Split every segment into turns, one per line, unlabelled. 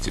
Se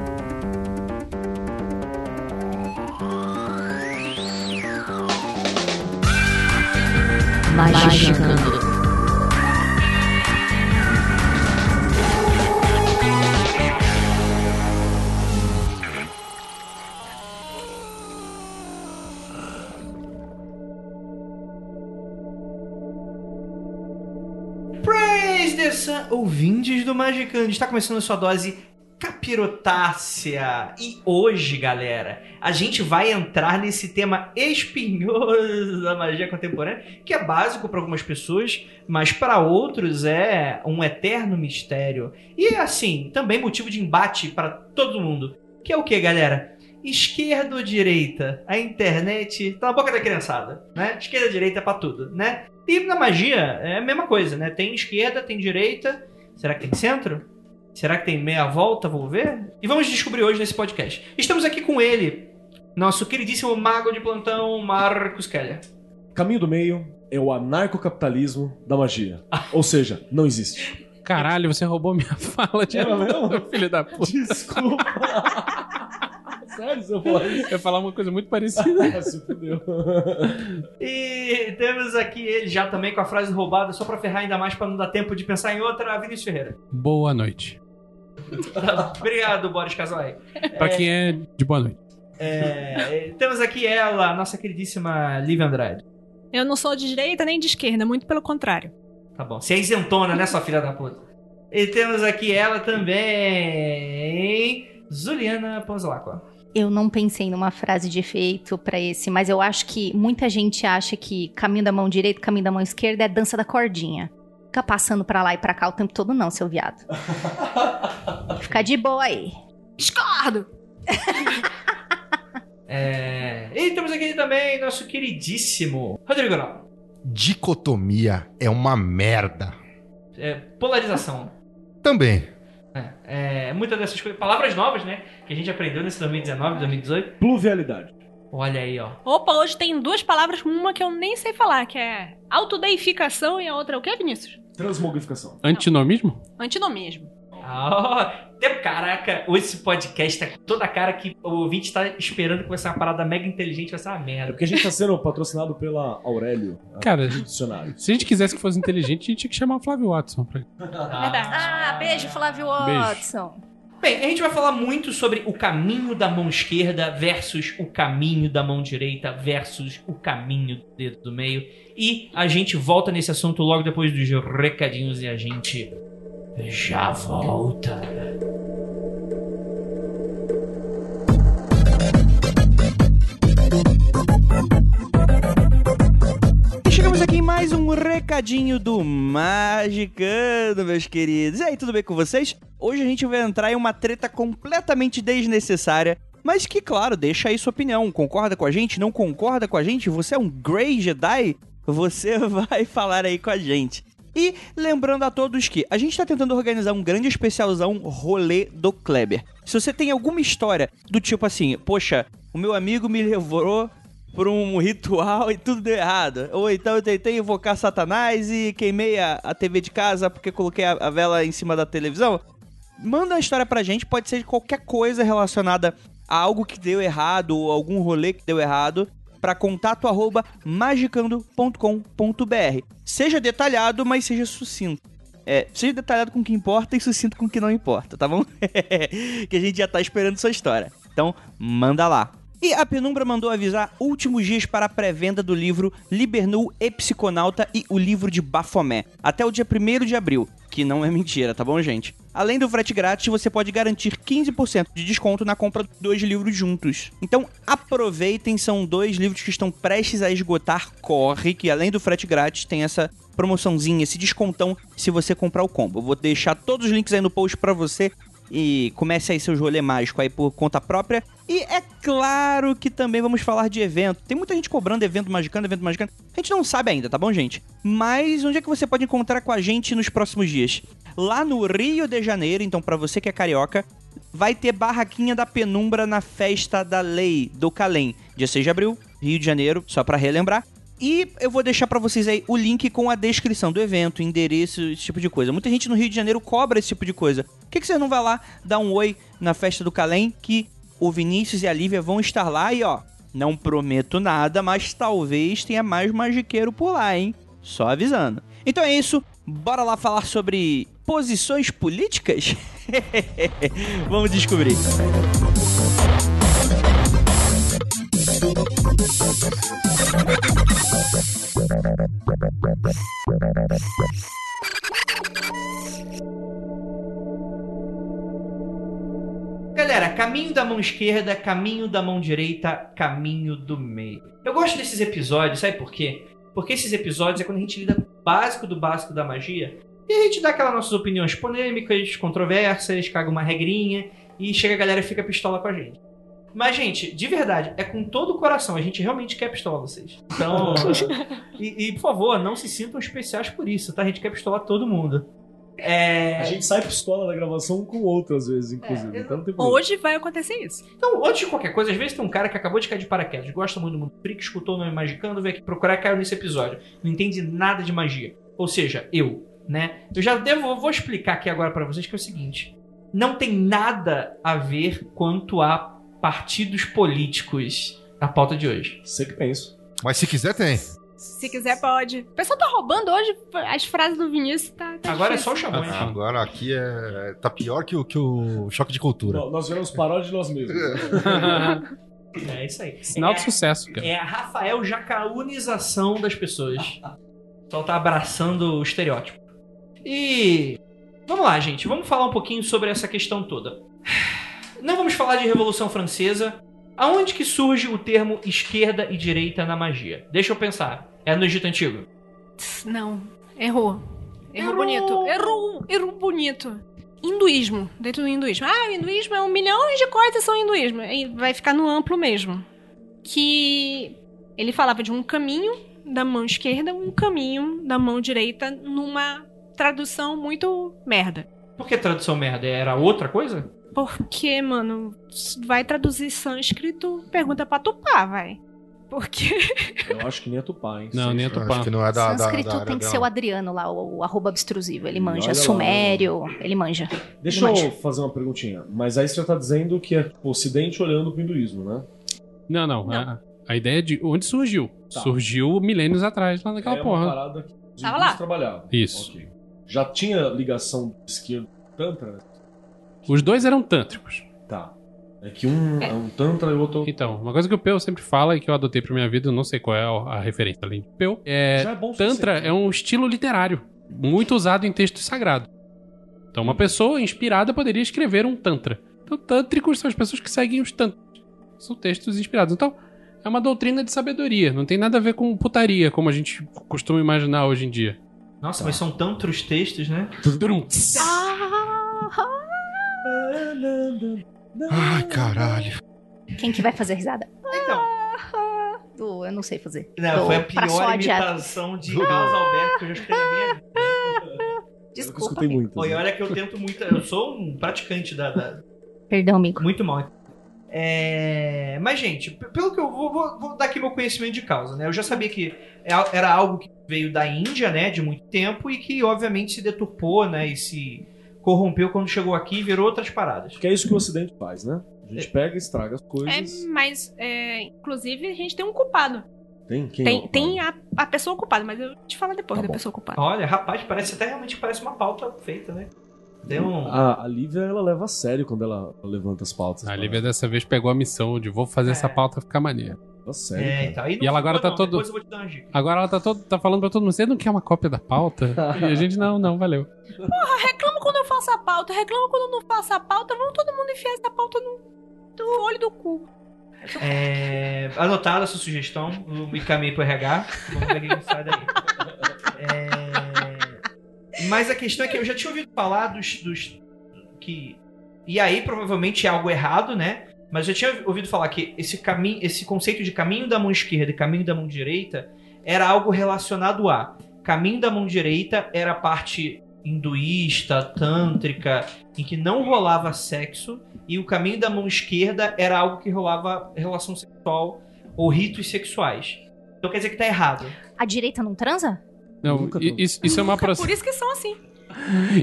Magicando.
Praise the Sun, ouvintes do Magicando. Está começando a sua dose capirotácea. E hoje, galera, a gente vai entrar nesse tema espinhoso da magia contemporânea, que é básico para algumas pessoas, mas para outros é um eterno mistério. E assim, também motivo de embate para todo mundo. Que é o que, galera? Esquerda ou direita? A internet tá na boca da criançada, né? Esquerda ou direita para tudo, né? E na magia é a mesma coisa, né? Tem esquerda, tem direita. Será que tem centro? Será que tem meia volta? Vou ver. E vamos descobrir hoje nesse podcast. Estamos aqui com ele, nosso queridíssimo mago de plantão, Marcos Keller.
Caminho do meio é o anarcocapitalismo da magia. Ou seja, não existe.
Caralho, você roubou minha fala de
Era
novo, filho da puta.
Desculpa. Sério, seu voz?
Eu ia falar uma coisa muito parecida.
Ah, se fudeu.
E temos aqui ele já também com a frase roubada, só pra ferrar ainda mais, pra não dar tempo de pensar em outra, Vinícius Ferreira.
Boa noite.
Obrigado, Boris Casoy.
Pra quem é de boa noite.
É, temos aqui ela, a nossa queridíssima Lívia Andrade.
Eu não sou de direita nem de esquerda, muito pelo contrário.
Tá bom. Você é isentona, né, sua filha da puta? E temos aqui ela também, Juliana Ponzolacqua.
Eu não pensei numa frase de efeito pra esse, mas eu acho que muita gente acha que caminho da mão direita, caminho da mão esquerda é dança da cordinha. Fica passando pra lá e pra cá o tempo todo, não, seu viado. Fica de boa aí.
Discordo!
É... E temos aqui também nosso queridíssimo Rodrigo Nova.
Dicotomia é uma merda.
É, polarização.
Também.
É, é, muitas dessas coisas, palavras novas, né? Que a gente aprendeu nesse 2019, 2018.
Pluvialidade.
Olha aí, ó.
Opa, hoje tem duas palavras, uma que eu nem sei falar, que é autodeificação e a outra é o que, Vinícius?
Transmogrificação.
Antinomismo?
Antinomismo.
Ah, ó. Tem- caraca, hoje esse podcast tá com toda a cara que o ouvinte tá esperando que vai ser uma parada mega inteligente, vai ser uma
É
merda.
porque a gente tá sendo patrocinado pela Aurélio. a
Cara,
do dicionário.
se a gente quisesse que fosse inteligente, a gente tinha que chamar o Flávio Watson. pra-
Verdade.
Ah, beijo, Flávio
Beijo.
Watson.
Bem, a gente vai falar muito sobre o caminho da mão esquerda versus o caminho da mão direita versus o caminho do dedo do meio. E a gente volta nesse assunto logo depois dos recadinhos e a gente já volta.
E chegamos aqui em mais um recadinho do Magicando, meus queridos. E aí, tudo bem com vocês? Hoje a gente vai entrar em uma treta completamente desnecessária, mas que, claro, deixa aí sua opinião. Concorda com a gente? Não concorda com a gente? Você é um Grey Jedi? Você vai falar aí com a gente. E lembrando a todos que a gente tá tentando organizar um grande especialzão rolê do Kleber. Se você tem alguma história do tipo assim, poxa, o meu amigo me levou por um ritual e tudo deu errado. Ou então eu tentei invocar Satanás e queimei a, a TV de casa porque coloquei a, a vela em cima da televisão. Manda a história pra gente, pode ser de qualquer coisa relacionada a algo que deu errado ou algum rolê que deu errado para contato arroba magicando.com.br. Seja detalhado, mas seja sucinto. É, seja detalhado com o que importa e sucinto com o que não importa, tá bom? que a gente já tá esperando sua história. Então, manda lá. E a Penumbra mandou avisar últimos dias para a pré-venda do livro Libernu e Psiconauta e o livro de Bafomé, até o dia 1 de abril, que não é mentira, tá bom, gente? Além do frete grátis, você pode garantir 15% de desconto na compra dos dois livros juntos. Então aproveitem, são dois livros que estão prestes a esgotar, corre, que além do frete grátis tem essa promoçãozinha, esse descontão se você comprar o combo. Eu vou deixar todos os links aí no post pra você e comece aí seus rolê mágico aí por conta própria. E é claro que também vamos falar de evento. Tem muita gente cobrando evento magicando, evento magicando. A gente não sabe ainda, tá bom, gente? Mas onde é que você pode encontrar com a gente nos próximos dias? Lá no Rio de Janeiro, então pra você que é carioca, vai ter barraquinha da penumbra na festa da lei do Calem. Dia 6 de abril, Rio de Janeiro, só pra relembrar. E eu vou deixar pra vocês aí o link com a descrição do evento, endereço, esse tipo de coisa. Muita gente no Rio de Janeiro cobra esse tipo de coisa. Por que, que você não vai lá dar um oi na festa do Calem que o Vinícius e a Lívia vão estar lá e ó, não prometo nada, mas talvez tenha mais magiqueiro por lá, hein? Só avisando. Então é isso, bora lá falar sobre posições políticas? Vamos descobrir.
Galera, caminho da mão esquerda, caminho da mão direita, caminho do meio. Eu gosto desses episódios, sabe por quê? Porque esses episódios é quando a gente lida com o básico do básico da magia e a gente dá aquelas nossas opiniões polêmicas, controversas, caga uma regrinha e chega a galera e fica pistola com a gente. Mas, gente, de verdade, é com todo o coração. A gente realmente quer pistola vocês. Então. e, e, por favor, não se sintam especiais por isso, tá? A gente quer pistola todo mundo. É.
A gente sai pistola da gravação um com o outro, às vezes, inclusive. então não tem problema.
Hoje vai acontecer isso.
Então, antes de qualquer coisa, às vezes tem um cara que acabou de cair de paraquedas, gosta muito do mundo freak, escutou o nome Magicando, veio aqui procurar caiu nesse episódio. Não entende nada de magia. Ou seja, eu, né? Eu já devo, vou explicar aqui agora pra vocês que é o seguinte. Não tem nada a ver quanto a partidos políticos na pauta de hoje.
Você que pensa.
Mas se quiser, tem.
Se quiser, pode. O pessoal tá roubando hoje as frases do Vinícius. Tá, tá
Agora é
difícil.
só o champanhe.
Agora aqui é. Tá pior que o, que o choque de cultura.
Nó- Nós viramos paródia de nós mesmos.
É isso aí.
Sinal de sucesso, cara.
É a Rafael Jacaunização das pessoas. Então tá abraçando o estereótipo. E vamos lá, gente. Vamos falar um pouquinho sobre essa questão toda. Não vamos falar de Revolução Francesa. Aonde que surge o termo esquerda e direita na magia? Deixa eu pensar. É no Egito Antigo?
Tss, Não, errou. Errou bonito. Errou, errou bonito. Hinduísmo, dentro do hinduísmo. Ah, o hinduísmo é um milhão de coisas são hinduísmo. E vai ficar no amplo mesmo. Que ele falava de um caminho da mão esquerda, um caminho da mão direita, numa tradução muito merda.
Por que tradução merda? Era outra coisa?
Porque, mano, vai traduzir sânscrito, pergunta pra tupá, vai. Porque.
Eu acho que nem é Tupá, hein?
Não, nem a
Eu Acho
Tupá.
que não é da, da,
Sânscrito
da área
tem que
dela.
ser o Adriano lá, o, o arroba abstrusivo. Ele
Hum,
manja.
olha lá,
Sumério, ele manja.
Deixa eu
Mas-
fazer uma perguntinha. Mas aí você já tá dizendo que é tipo, o Ocidente olhando pro hinduísmo, né?
Não, não. A, a ideia é de onde surgiu.
Tá.
Surgiu milênios atrás lá naquela
é
porra.
uma parada que os
Tava
hindus
lá.
trabalhavam.
Isso.
Ok. Já tinha ligação do esquerdo com o tantra?
Os dois eram tântricos.
Tá. É que um é, um tantra e o outro...
Então, uma coisa que o Peu sempre fala e que eu adotei pra minha vida, eu não sei qual é a a referência além de Peu, é
Já é bom o
Tantra
suficiente.
é um estilo literário, muito usado em texto sagrado. Então, uma pessoa inspirada poderia escrever um Tantra. Então, tântricos são as pessoas que seguem os Tantras. São textos inspirados. Então, é uma doutrina de sabedoria. Não tem nada a ver com putaria, como a gente costuma imaginar hoje em dia.
Nossa, mas são tantos textos, né?
Durum.
Ah,
Ai, caralho.
quem que vai fazer a risada?
Então,
Do- eu não sei fazer.
não,
Do-
foi a
pra só
pior
adiar.
imitação de Carlos Alberto que eu já escutei na minha vida.
Eu
Desculpa.
escutei
amigo.
muito.
Pô, e
né?
olha que eu tento muito. Eu sou um praticante da. da-
Perdão, amigo.
muito mal. É, mas, gente, p- pelo que eu vou, vou, vou dar aqui meu conhecimento de causa, né? Eu já sabia que é al- era algo que veio da Índia, né, de muito tempo e que, obviamente, se deturpou, né, e se corrompeu quando chegou aqui e virou outras paradas.
Porque é isso que o Ocidente faz, né? A gente pega e estraga as
É,
coisas.
mas, é, inclusive, a gente tem um culpado.
Tem quem? é
Tem, tem a, a pessoa culpada, mas eu te falo depois
Tá
da
bom.
pessoa culpada.
Olha, rapaz, parece até realmente parece uma pauta feita, né? Deu
Ah,
um.
A, a Lívia, ela leva a sério quando ela levanta as pautas.
A
cara.
Lívia dessa vez pegou a missão de vou fazer essa
É.
pauta ficar maneira.
Leva a sério.
É,
cara.
e, tal. não
E ela agora tá
ficou, não.
todo-
Depois eu vou te dar uma dica.
Agora ela tá, todo- tá falando pra todo mundo, você não quer uma cópia da pauta? E a gente, não, não, valeu.
Porra, reclama quando eu faço a pauta, reclama quando eu não faço a pauta, vamos todo mundo enfiar essa pauta no, no olho do cu.
É, anotada a sua sugestão e caminho pro RH. Vamos ver o que sai daí. É, mas a questão é que eu já tinha ouvido falar dos, dos que. E aí, provavelmente, é algo errado, né? Mas eu tinha ouvido falar que esse caminho, esse conceito de caminho da mão esquerda e caminho da mão direita era algo relacionado a caminho da mão direita era a parte hinduísta, tântrica, em que não rolava sexo, e o caminho da mão esquerda era algo que rolava relação sexual ou ritos sexuais. Então quer dizer que tá errado.
A direita não transa?
Não,
Nunca
i-
tô.
isso, isso é uma apro-
Por isso que são assim.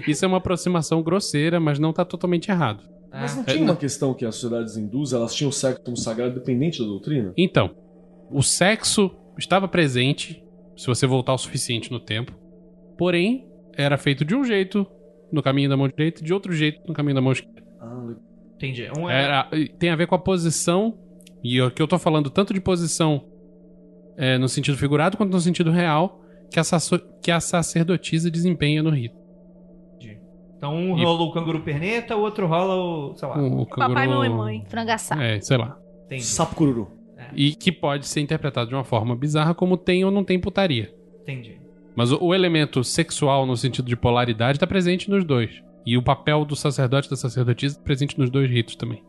isso é uma aproximação grosseira, mas não tá totalmente errado.
Mas
Ah.
é, não
É,
tinha uma questão que as sociedades hindus elas tinham o sexo como sagrado dependente da doutrina?
Então, o sexo estava presente, se você voltar o suficiente no tempo. Porém, era feito de um jeito no caminho da mão direita, de outro jeito no caminho da mão esquerda.
Ah, legal.
Entendi. Um é-
Era, tem a ver com a posição, e aqui eu tô falando tanto de posição é, no sentido figurado quanto no sentido real, que a, sacer- que a sacerdotisa desempenha no rito.
Então um
E- Hum.
rola o canguru perneta, o outro rola Ah, o, sei lá,
O
Papai,
canguru-
mamãe, mãe.
Frangaçar.
É, sei lá.
entendi.
Sapo cururu.
E que pode ser interpretado de uma forma bizarra como tem ou não tem putaria.
Entendi.
Mas o, o elemento sexual, no sentido de polaridade, está presente nos dois. E o papel do sacerdote e da sacerdotisa tá presente nos dois ritos também.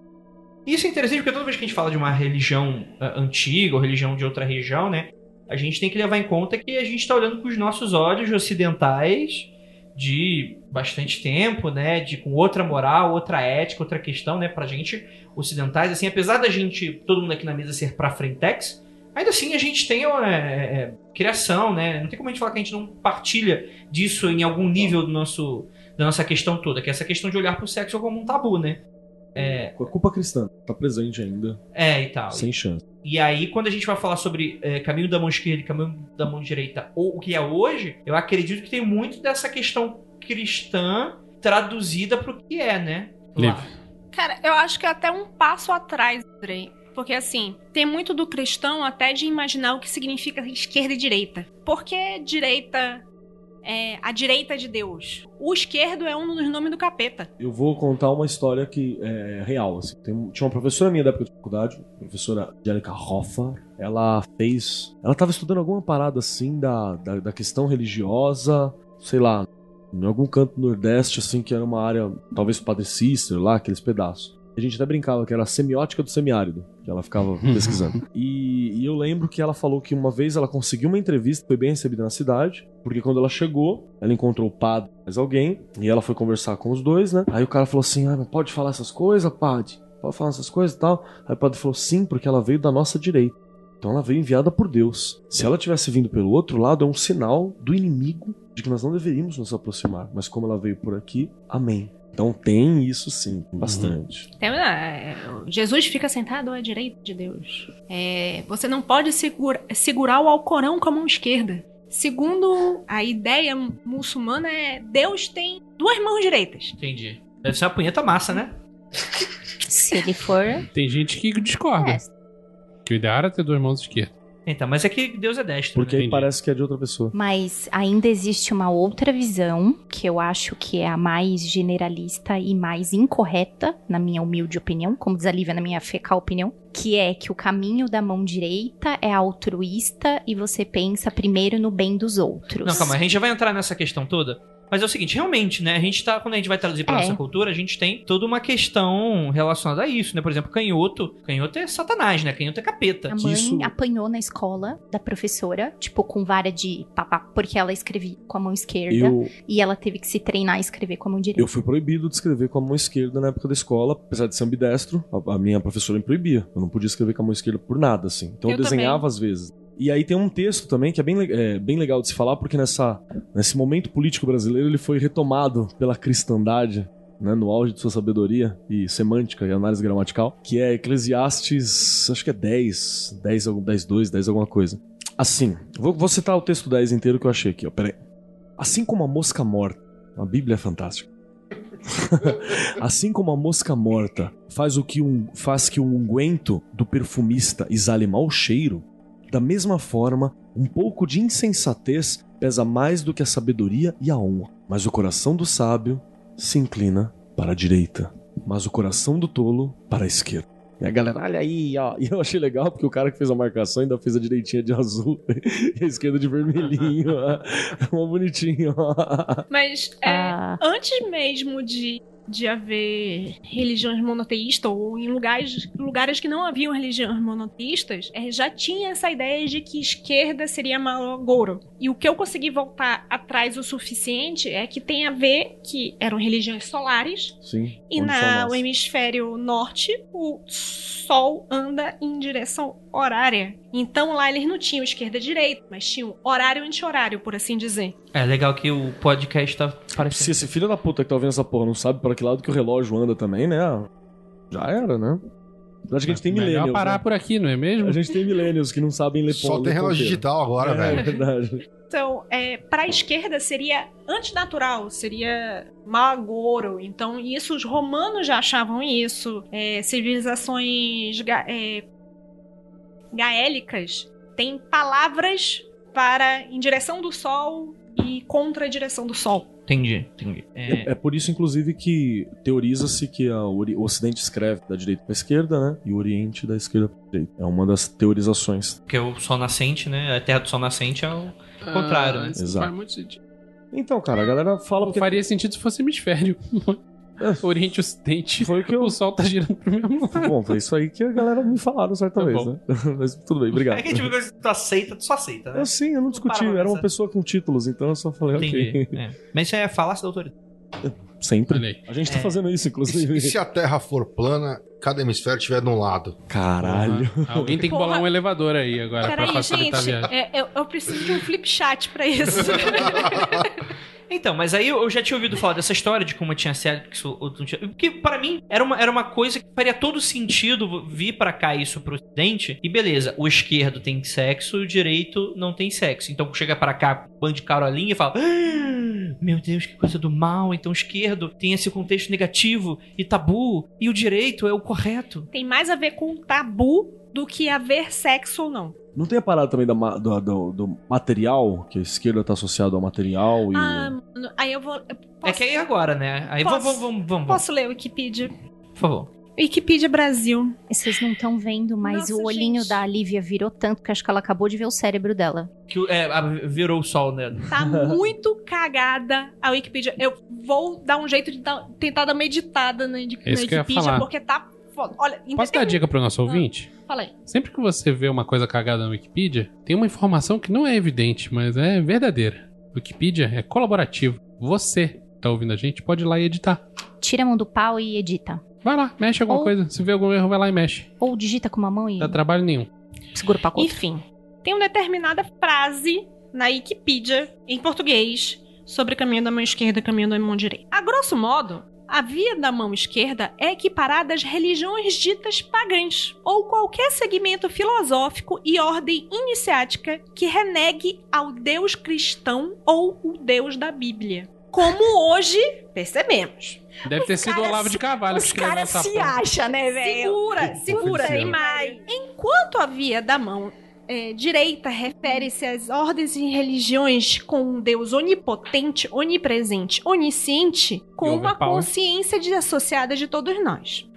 Isso é interessante porque toda vez que a gente fala de uma religião ah, antiga ou religião de outra região, né? A gente tem que levar em conta que a gente está olhando com os nossos olhos ocidentais de bastante tempo, né? De com outra moral, outra ética, outra questão, né? Pra gente, ocidentais, assim, apesar da gente, todo mundo aqui na mesa ser pra frentex, ainda assim a gente tem ó, é, é, criação, né? Não tem como a gente falar que a gente não partilha disso em algum nível do nosso, da nossa questão toda, que é essa questão de olhar pro sexo como um tabu, né?
Com a É culpa cristã. Tá presente ainda,
É, e tal.
sem chance.
E aí, quando a gente vai falar sobre eh, caminho da mão esquerda e caminho da mão direita, ou o que é hoje, eu acredito que tem muito dessa questão cristã traduzida pro que é, né? Lá.
Cara, eu acho que é até um passo atrás, Andrei. Porque, assim, tem muito do cristão até de imaginar o que significa esquerda e direita. Por que direita é a direita de Deus? O esquerdo é um dos nomes do capeta.
Eu vou contar uma história que é real. Assim. Tem um- tinha uma professora minha da época de faculdade, professora Angélica Hoffa. Ela fez. Ela tava estudando alguma parada assim da, da, da questão religiosa, sei lá, em algum canto do Nordeste, assim, que era uma área, talvez o Padre Cícero lá, aqueles pedaços. A gente até brincava que era a semiótica do semiárido, que ela ficava pesquisando. E, e eu lembro que ela falou que uma vez ela conseguiu uma entrevista, foi bem recebida na cidade, porque quando ela chegou, ela encontrou o padre mais alguém, e ela foi conversar com os dois, né? Aí o cara falou assim: ah, mas pode falar essas coisas, padre? Pode falar essas coisas e tal? Aí o padre falou: sim, porque ela veio da nossa direita. Então ela veio enviada por Deus. Se ela tivesse vindo pelo outro lado, é um sinal do inimigo de que nós não deveríamos nos aproximar. Mas como ela veio por aqui, amém. Então tem isso sim, bastante.
Tem- é, Jesus fica sentado à direita de Deus. É, você não pode segura- segurar o Alcorão com a mão esquerda. Segundo a ideia muçulmana, é Deus tem duas mãos direitas.
Entendi. Deve ser uma punheta massa, né?
Se ele for.
Tem gente que discorda.
É.
Que o ideal era ter duas mãos esquerdas.
Então, mas é que Deus é destro.
Porque
né?
aí
Entendi.
parece que é de outra pessoa.
Mas ainda existe uma outra visão, que eu acho que é a mais generalista e mais incorreta, na minha humilde opinião, como diz a Lívia, na minha fecal opinião, que é que o caminho da mão direita é altruísta e você pensa primeiro no bem dos outros.
Não, calma, a gente já vai entrar nessa questão toda. Mas é o seguinte, realmente, né? A gente tá. Quando a gente vai traduzir pra
É.
nossa cultura, a gente tem toda uma questão relacionada a isso, né? Por exemplo, canhoto. Canhoto é satanás, né? Canhoto é capeta.
A mãe
Isso-
apanhou na escola da professora, tipo, com vara de papá, porque ela escrevia com a mão esquerda
Eu,
e ela teve que se treinar a escrever com a mão direita.
eu fui proibido de escrever com a mão esquerda na época da escola, apesar de ser ambidestro, a, a minha professora me proibia. Eu não podia escrever com a mão esquerda por nada, assim. Então eu,
Eu também.
desenhava às vezes. E aí tem um texto também que é bem, le- é, bem legal de se falar, porque nessa, nesse momento político brasileiro ele foi retomado pela cristandade, né, no auge de sua sabedoria e semântica e análise gramatical, que é Eclesiastes, acho que é 10, 10, algum- 10 2, 10 alguma coisa. Assim, vou, vou citar o texto 10 inteiro que eu achei aqui, ó, peraí. Assim como a mosca morta, a Bíblia é fantástica. Assim como a mosca morta faz o que um, faz que o unguento do perfumista exale mau cheiro, da mesma forma, um pouco de insensatez pesa mais do que a sabedoria e a honra. Mas o coração do sábio se inclina para a direita, mas o coração do tolo para a esquerda. E a galera, olha aí, ó. E eu achei legal porque o cara que fez a marcação ainda fez a direitinha de azul e a esquerda de vermelhinho. ó. É uma bonitinho. ó.
Mas é,
Ah,
antes mesmo de de haver religiões monoteístas ou em lugares, lugares que não haviam religiões monoteístas, eh, já tinha essa ideia de que esquerda seria malogoro. E o que eu consegui voltar atrás o suficiente é que tem a ver que eram religiões solares
Sim.
e
onde
na,
são
no
nós?
hemisfério norte, o Sol anda em direção horária. Então lá eles não tinham esquerda e direita, mas tinham horário e anti-horário, por assim dizer.
É legal que o podcast tá
Se
parecendo.
esse filho da puta que tá ouvindo essa porra não sabe pra que lado que o relógio anda também, né? Já era, né? Acho que a gente tem
Melhor
millennials.
parar
né?
por aqui, não é mesmo?
A gente tem millennials que não sabem ler
Só
pon-
tem
ler
relógio
ponteiro.
digital agora,
É
velho.
verdade.
Então, é, para a esquerda seria antinatural, seria magoro. Então, isso os romanos já achavam isso. É, civilizações ga- é, gaélicas têm palavras para em direção do sol e contra a direção do sol.
Entendi, entendi. É,
É por isso, inclusive, que teoriza-se que a Ori- o Ocidente escreve da direita pra esquerda, né? E o Oriente da esquerda pra direita. É uma das teorizações.
porque o sol nascente, né? A terra do sol nascente é o. contrário, né?
isso
Ah, Exato.
Faz muito sentido.
Então, cara, a galera fala
Não
porque.
faria sentido se fosse hemisfério. Oriente e Ocidente.
Foi o que eu.
O sol tá girando pro mesmo lado.
Bom, foi isso aí que a galera me falaram certa
Tá
vez,
bom.
né? Mas tudo bem, obrigado. Assim,
É que tipo, quando tu aceita, tu só aceita, né?
Eu sim, eu não discuti.
para pra
Eu era uma
pensar.
pessoa com títulos, então eu só falei, ok.
Entendi. é. Mas isso é falácia da autoridade.
Sempre.
Olha aí.
A gente tá
É.
fazendo isso,
E se- e
inclusive.
se a Terra for plana, cada hemisfério tiver de um lado?
Caralho.
Porra. Alguém tem que
Porra.
bolar um elevador aí agora pra
Peraí,
facilitar
gente,
a viagem.
é, eu, eu preciso de um flip chat pra isso.
Então, mas aí eu já tinha ouvido falar dessa história de como tinha sexo, outro não tinha. Que pra mim era uma, era uma coisa que faria todo sentido vir pra cá isso pro ocidente. E beleza, o esquerdo tem sexo e o direito não tem sexo. Então chega pra cá, bando de Carolinha e fala. "Ah, Meu Deus, que coisa do mal. Então o esquerdo tem esse contexto negativo e tabu, e o direito é o correto.
Tem mais a ver com tabu do que haver sexo ou não.
Não tem a parada também da ma- do, do- do material, que a esquerda tá associado ao material e.
Ah, mano, aí eu vou. eu
É que aí agora, né? Aí
Posso-
vamos, vamos, vamos, vamos,
Posso ler o Wikipedia?
por favor.
Wikipedia Brasil.
E Vocês não estão vendo, mas
Nossa,
o olhinho
gente.
da Lívia virou tanto que acho que ela acabou de ver o cérebro dela.
Que o- é, a- virou o sol, né?
Tá muito cagada a Wikipedia. Eu vou dar um jeito de dar- tentar dar uma editada na, na
É isso que eu ia
Wikipedia,
falar.
porque tá foda. Olha,
Posso dar dica pro
Ah,
nosso ouvinte?
falei.
Sempre que você vê uma coisa cagada na Wikipedia, tem uma informação que não é evidente, mas é verdadeira. Wikipedia é colaborativo. Você que tá ouvindo a gente pode ir lá e editar.
Tira a mão do pau e edita.
Vai lá, mexe alguma
Oh.
Ou-
coisa. Se vê algum erro, vai lá e mexe.
Ou digita com uma mão e
Tá
Não dá trabalho nenhum.
segura o pacote.
Enfim, tem uma determinada frase na Wikipedia, em português, sobre caminho da mão esquerda e caminho da mão direita. A grosso modo, a via da mão esquerda é equiparada às religiões ditas pagãs, ou qualquer segmento filosófico e ordem iniciática que renegue ao Deus cristão ou o Deus da Bíblia. Como hoje percebemos.
Deve ter sido o
caras
Olavo
se-
de Carvalho que
os
escreveu
caras
essa
se
porra.
Acha, né,
Segura, segura
Oficial.
demais. Enquanto a via da mão é, direita refere-se às ordens e religiões com um Deus onipotente, onipresente, onisciente,
E
com uma
overpower.
consciência desassociada de todos nós.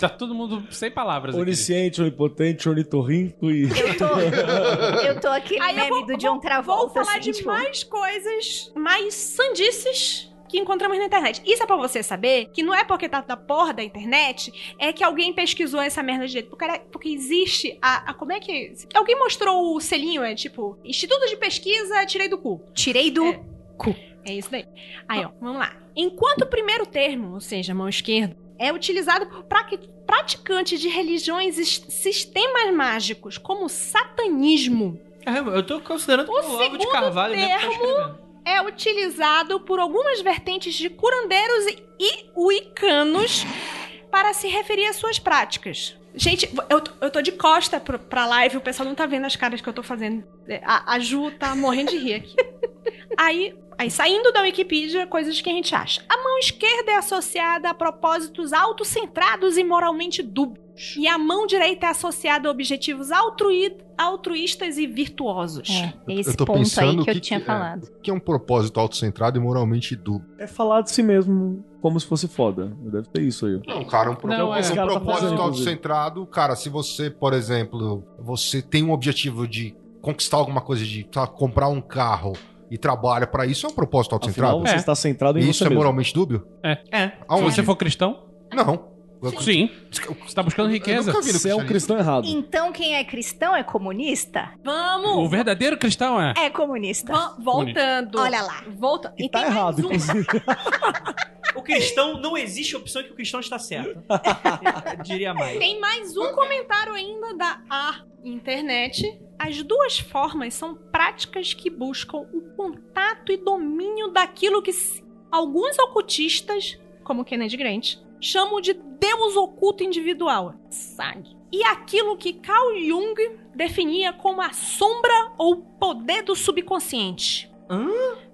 Tá todo mundo sem palavras aqui.
Onisciente, onipotente, onitorrinco e.
Eu tô, eu tô aquele
Aí eu
meme
vou-
do John Travolta.
Vou falar
assim,
de
tipo,
mais coisas, mais sandices que encontramos na internet. Isso é pra você saber que não é porque tá na porra da internet, é que alguém pesquisou essa merda direito. Porque, era- porque existe a, a- Como é que. Alguém mostrou o selinho, é tipo, Instituto de Pesquisa, tirei do cu.
Tirei do.
É. É isso daí. Aí, ó, vamos lá. Enquanto o primeiro termo, ou seja, mão esquerda, é utilizado por praqui- praticantes de religiões e s- sistemas mágicos, como o satanismo.
É, eu tô considerando
O
o Olavo de
segundo
Carvalho mesmo tá escrevendo.
é utilizado por algumas vertentes de curandeiros e- e uicanos para se referir às suas práticas. Gente, eu, tô- eu tô de costa pro, pra live, o pessoal não tá vendo as caras que eu tô fazendo. É, A, a Ju tá morrendo de rir aqui. Aí, aí, saindo da Wikipedia, coisas que a gente acha. A mão esquerda é associada a propósitos autocentrados e moralmente dúbios. E a mão direita é associada a objetivos altrui- altruístas e virtuosos.
É, é esse
Eu tô
ponto aí
pensando
que, eu
que-
tinha
é.
falado.
O que é um propósito autocentrado e moralmente dúbio?
É falar de si mesmo como se fosse foda. Deve ter isso aí.
Não, cara, um, pro-
Não,
um
é. Esse
cara tá
propósito
fazendo, inclusive.
autocentrado, cara, se você, por exemplo, você tem um objetivo de conquistar alguma coisa, de sei lá, comprar um carro, e trabalha pra isso, é um propósito
Afinal,
autocentrado.
você
É.
está centrado em
E
você
isso é
mesmo.
moralmente dúbio?
É.
Aonde?
Se você for cristão,
Não.
sim. Você tá buscando riqueza.
Eu nunca vi no
Você é um
cristianismo.
cristão errado.
Então quem é cristão é comunista?
O
Vamos!
verdadeiro cristão é.
É comunista.
Va- voltando.
Olha lá.
Volta.
E tá
tem mais
errado,
um.
inclusive.
O cristão não existe opção que o cristão está certo. Eu diria mais.
Tem mais um comentário ainda da A Internet. As duas formas são práticas que buscam o contato e domínio daquilo que s- alguns ocultistas, como Kennedy Grant, chamam de Deus oculto individual, SAG. E aquilo que Carl Jung definia como a sombra ou poder do subconsciente.
Hã?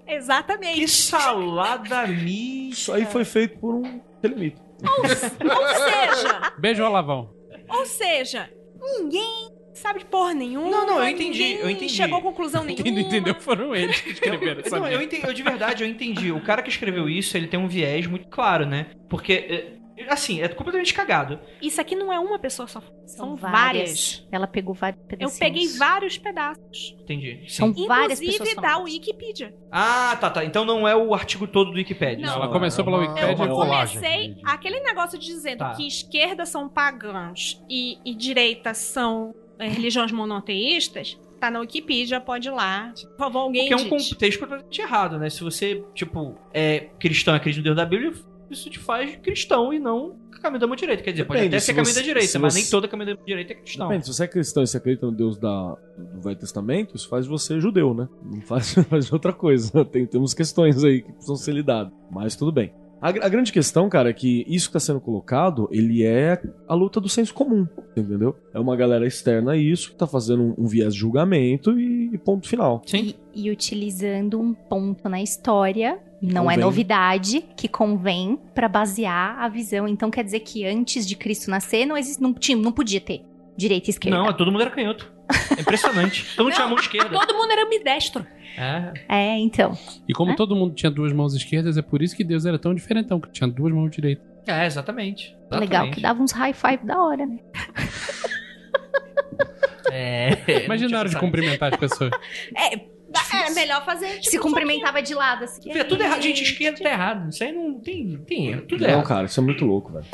Exatamente.
Que salada mista.
Isso aí foi feito por um telemito.
Ou seja,
Beijo, Olavão.
Ou seja, ninguém sabe de porra nenhuma.
Não, não, eu entendi, eu
ninguém
entendi.
Chegou a conclusão nenhuma.
Quem não entendeu foram eles que escreveram essa
Não, eu,
merda.
entendi, eu de verdade eu entendi. O cara que escreveu isso, ele tem um viés muito claro, né? Porque, é, assim, é completamente cagado.
Isso aqui não é uma pessoa só. São,
São
várias.
várias. Ela pegou vários
Eu
pedacinhos.
peguei vários pedaços.
Entendi.
Então-
São várias
Inclusive
pessoas
da
famosas.
Wikipedia.
Ah, tá, tá. Então não é o artigo todo do Wikipedia.
Não.
Ela começou pela
É uma-
Wikipédia.
é uma colagem.
Comecei aquele negócio dizendo
Tá.
que esquerda são pagãs e, e direita são é, religiões monoteístas. Tá na Wikipedia, pode ir lá. Por favor, alguém
Porque é um
edite.
contexto completamente errado, né? Se você, tipo, é cristão, acredita no Deus da Bíblia, isso te faz cristão e não caminho da mão direita. Quer dizer, pode
Depende,
até ser
se
caminho
você-
da direita,
se
mas
você-
nem toda caminho da mão direita é cristão.
Depende, se você é cristão e você acredita no Deus da, do Velho Testamento, isso faz você judeu, né? Não faz, faz outra coisa. Tem, temos questões aí que precisam ser lidadas. Mas tudo bem. A, gr- a grande questão, cara, é que isso que está sendo colocado, ele é a luta do senso comum, entendeu? É uma galera externa a isso que tá fazendo um, um viés de julgamento e, e ponto final.
Sim.
E, e utilizando um ponto na história, não é
Convém.
novidade, que convém pra basear a visão. Então quer dizer que antes de Cristo nascer, não, existe, não, tinha, não podia ter direita e esquerda.
Não, todo mundo era canhoto. É impressionante. Todo mundo tinha a mão esquerda.
Todo mundo era ambidestro.
É,
É, então.
E como
Hã?
todo mundo tinha duas mãos esquerdas, é por isso que Deus era tão diferentão, que tinha duas mãos direitas.
é exatamente.
Legal que dava uns high five da hora, né?
É.
Imagina na hora de cumprimentar as pessoas.
É melhor fazer. tipo,
Se cumprimentava de lado, assim.
É tudo errado, gente. Esquerda tá errado. Isso aí não tem. Tem erro. Tudo
não,
errado.
cara, isso é muito louco, velho.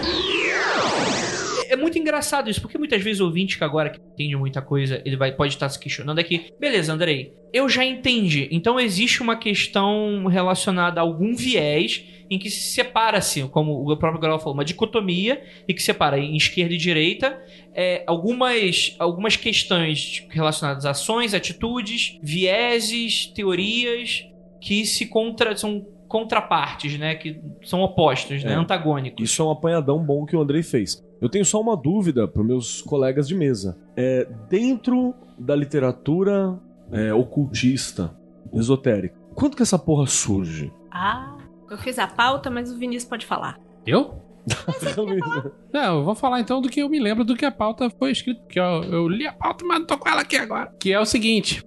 É muito engraçado isso, porque muitas vezes o ouvinte que agora que entende muita coisa, ele vai, pode estar se questionando aqui. Beleza, Andrei, eu já entendi. Então existe uma questão relacionada a algum viés em que se separa-se, como o próprio Grau falou, uma dicotomia e que separa em esquerda e direita é, algumas, algumas questões relacionadas a ações, atitudes, vieses, teorias que se contra, são contrapartes, né? Que são opostos, né?
É.
Antagônicos.
Isso é um apanhadão bom que o Andrei fez. Eu tenho só uma dúvida para meus colegas de mesa. É, dentro da literatura é, ocultista, esotérica, quando que essa porra surge?
Ah, eu fiz a pauta, mas o Vinícius pode falar.
Eu?
né?
Não, eu vou falar então do que eu me lembro do que a pauta foi escrita, porque eu, eu li a pauta, mas não tô com ela aqui agora. Que é o seguinte: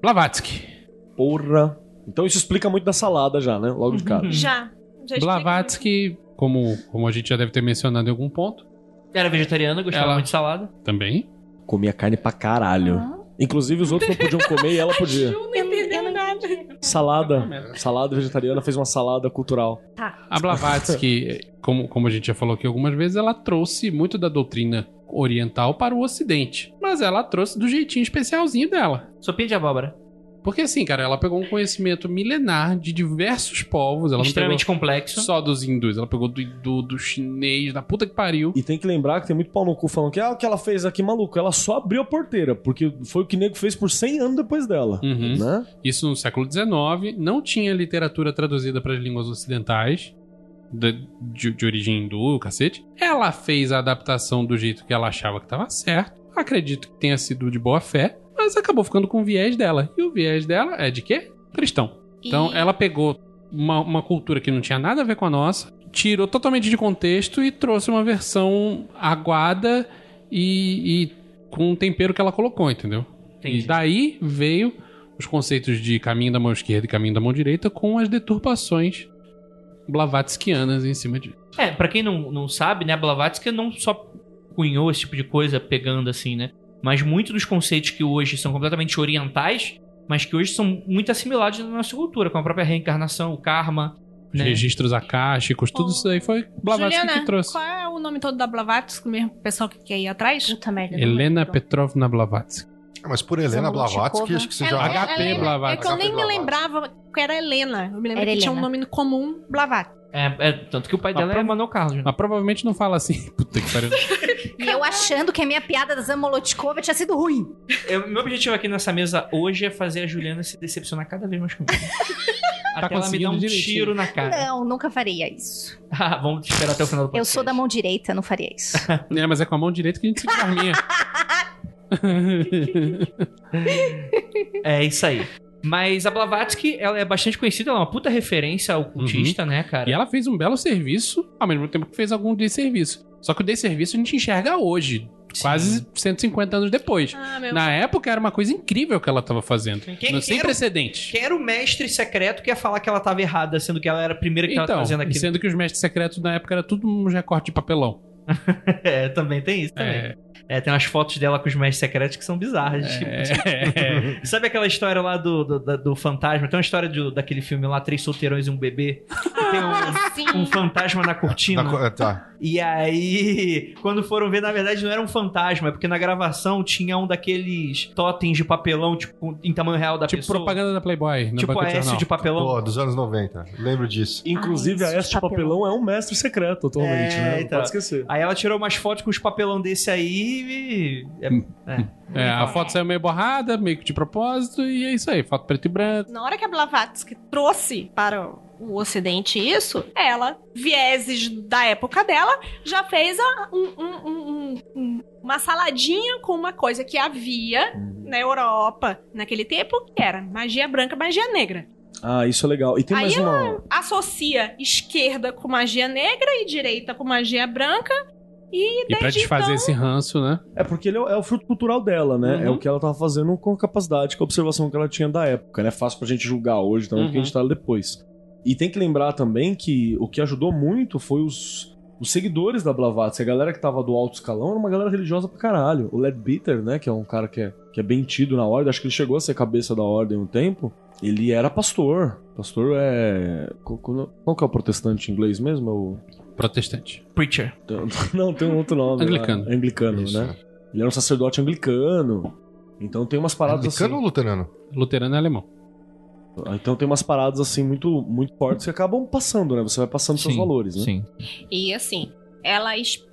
Blavatsky.
porra. Então isso explica muito da salada já, né? Logo de
Uhum.
cara.
Já. já expliquei.
Hum. Blavatsky, como, como a gente já deve ter mencionado em algum ponto,
Era vegetariana, gostava
Ela-
muito de salada.
também.
Comia carne pra
Ah.
caralho. Inclusive os outros não podiam comer e ela podia.
Eu não entendeu nada.
Salada. Salada vegetariana fez uma salada cultural.
A Blavatsky, como, como a gente já falou aqui algumas vezes, ela trouxe muito da doutrina oriental para o ocidente. Mas ela trouxe do jeitinho especialzinho dela.
Sopinha de abóbora.
Porque assim, cara, ela pegou um conhecimento milenar de diversos povos. Ela não pegou
Extremamente complexo.
só dos hindus, ela pegou do hindu, do chinês, da puta que pariu.
E tem que lembrar que tem muito pau no cu falando que ah, o que ela fez aqui, maluco, ela só abriu a porteira, porque foi o que o nego fez por 100 anos depois dela.
Uhum.
Né?
Isso no século XIX, não tinha literatura traduzida para as línguas ocidentais, da- de, de origem hindu, cacete. Ela fez a adaptação do jeito que ela achava que estava certo. Acredito que tenha sido de boa fé, mas acabou ficando com o viés dela. E o viés dela é de quê? Cristão. Então ela pegou uma, uma cultura que não tinha nada a ver com a nossa, tirou totalmente de contexto e trouxe uma versão aguada e, e com um tempero que ela colocou, entendeu?
Entendi.
E daí veio os conceitos de caminho da mão esquerda e caminho da mão direita com as deturpações blavatskianas em cima disso.
É, pra quem não, não sabe, né, a Blavatsky não só cunhou esse tipo de coisa pegando assim, né? Mas muitos dos conceitos que hoje são completamente orientais mas que hoje são muito assimilados na nossa cultura, com a própria reencarnação, o karma.
Os
né?
registros acáxicos, tudo
Bom,
isso aí foi Blavatsky
Juliana,
que trouxe.
qual é o nome todo da Blavatsky mesmo? O pessoal que quer ir atrás?
Puta merda. não
Helena
lembro.
Petrovna Blavatsky.
Ah, mas por
um
Helena
São
Blavatsky,
Luchikova.
acho que você
É,
já...
é, é,
HP
é, É
Blavatsky.
que eu nem me
Blavatsky.
lembrava que era Helena. Eu me lembro
Era
que tinha um
Helena.
nome comum, Blavatsky.
É, é, tanto que o pai
A
dela é
prova-
Manuel Carlos. né?
Mas provavelmente não fala assim. Puta que pariu.
E eu achando que a minha piada da Zamolotkova tinha sido ruim.
Ah.
Eu- meu objetivo aqui nessa mesa hoje é fazer a Juliana se decepcionar cada vez mais comigo. Até ela me
Tá conseguindo
dar um
direitinho.
tiro na cara.
Não, nunca faria isso.
Ah, Vamos esperar até o final do
Eu
podcast.
sou da mão direita, não faria isso.
é, mas é com a mão direita que a gente segura a arminha.
É isso aí. Mas a Blavatsky, ela é bastante conhecida, ela é uma puta referência ao cultista, né, cara?
e ela fez um belo serviço, ao mesmo tempo que fez algum desserviço. Só que o desserviço a gente enxerga hoje,
Sim.
é quase 150 anos depois.
Ah, meu.
Na época era uma coisa incrível que ela tava fazendo.
Quem-
no- sem
quem era-
precedentes.
Quem era o mestre secreto que ia falar que ela tava errada, sendo que ela era a primeira que tava
Então,
fazendo
e
aquilo?
sendo que os mestres secretos na época era tudo um recorte de papelão.
É, também tem isso também.
É,
É, tem umas fotos dela com os mestres secretos que são bizarras. tipo,
é,
Sabe aquela história lá do, do, da- do fantasma? Tem uma história do- daquele filme lá, Três Solteirões e um Bebê. Tem um,
Ah, sim.
um fantasma na cortina.
Na co- é, tá.
E aí, quando foram ver, na verdade não era um fantasma, é porque na gravação tinha um daqueles totens de papelão, tipo, em tamanho real da
tipo
pessoa.
propaganda é da Playboy. No
tipo
banco de
Aécio
jornal.
de papelão.
Pô, dos anos 90. Lembro disso.
Inclusive,
Ah,
a
esse
Este
papelão.
papelão. é um mestre secreto atualmente,
É,
né? Não
então.
pode esquecer.
Aí ela tirou umas fotos com os papelão desse aí e. é-
É, a foto saiu meio borrada, meio que de propósito, e é isso aí. Foto preto e branco.
Na hora que a Blavatsky trouxe para o Ocidente isso, ela, vieses da época dela, já fez a- um- um- um- um- um- uma saladinha com uma coisa que havia
Hum.
na Europa naquele tempo, que era magia branca, magia negra.
Ah, isso é legal. E tem
Aí
mais uma.
Associa esquerda com magia negra e direita com magia branca. E,
E pra
desde
desfazer
então,
esse ranço, né?
É porque ele é o- é o fruto cultural dela, né?
Uhum.
É o que ela tava fazendo com a capacidade, com a observação que ela tinha da época, né? É fácil pra gente julgar hoje também,
Uhum.
porque a gente tá depois. E tem que lembrar também que o que ajudou muito foi os, os seguidores da Blavatsky. A galera que tava do alto escalão era uma galera religiosa pra caralho. O Ledbeater, né? Que é um cara que é, que é bem tido na ordem, acho que ele chegou a ser cabeça da ordem um tempo. Ele era pastor. Pastor é. co- co- Qual que é o protestante em inglês mesmo? É o-
Protestante.
Preacher.
Não, tem um outro nome. lá.
Anglicano.
Anglicano,
Isso,
né?
né?
Ele era um sacerdote anglicano. Então tem umas paradas
Anglicano ou luterano?
Luterano é alemão.
assim. Então tem umas paradas assim muito, muito fortes que acabam passando, né? Você vai passando seus
Sim,
valores, né?
Sim.
E assim, ela. es-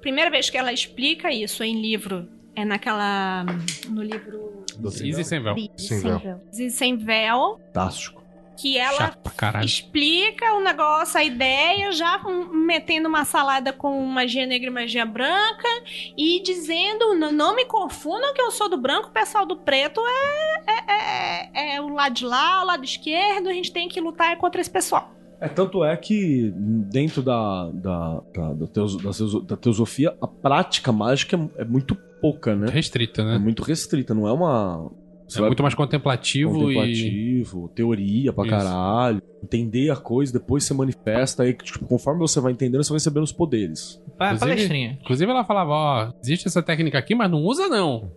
Primeira vez que ela explica isso em livro é naquela. No livro
Easy sem véu.
Big
Sim,
sem
não.
véu.
Zin Sem Véu,
Fantástico.
que ela
Chato pra caralho.
explica o negócio, a ideia, já um- metendo uma salada com magia negra e magia branca e dizendo: "N- não me confundam que eu sou do branco, o pessoal do preto é, é, é- é o lado de lá, o lado esquerdo, a gente tem que lutar contra esse pessoal.
É, tanto é que dentro da, da, da, da teos- da teos- da teosofia, a prática mágica é, é muito pouca, né?
Restrita,
É
né?
muito restrita, não é uma.
É muito mais contemplativo, e.
contemplativo, teoria pra
Isso.
caralho. Entender a coisa, depois você manifesta. Aí, tipo, conforme você vai entendendo, você vai recebendo os poderes.
Pa-
Inclusive-
Palestrinha.
Inclusive ela falava, ó, existe essa técnica aqui, mas não usa não.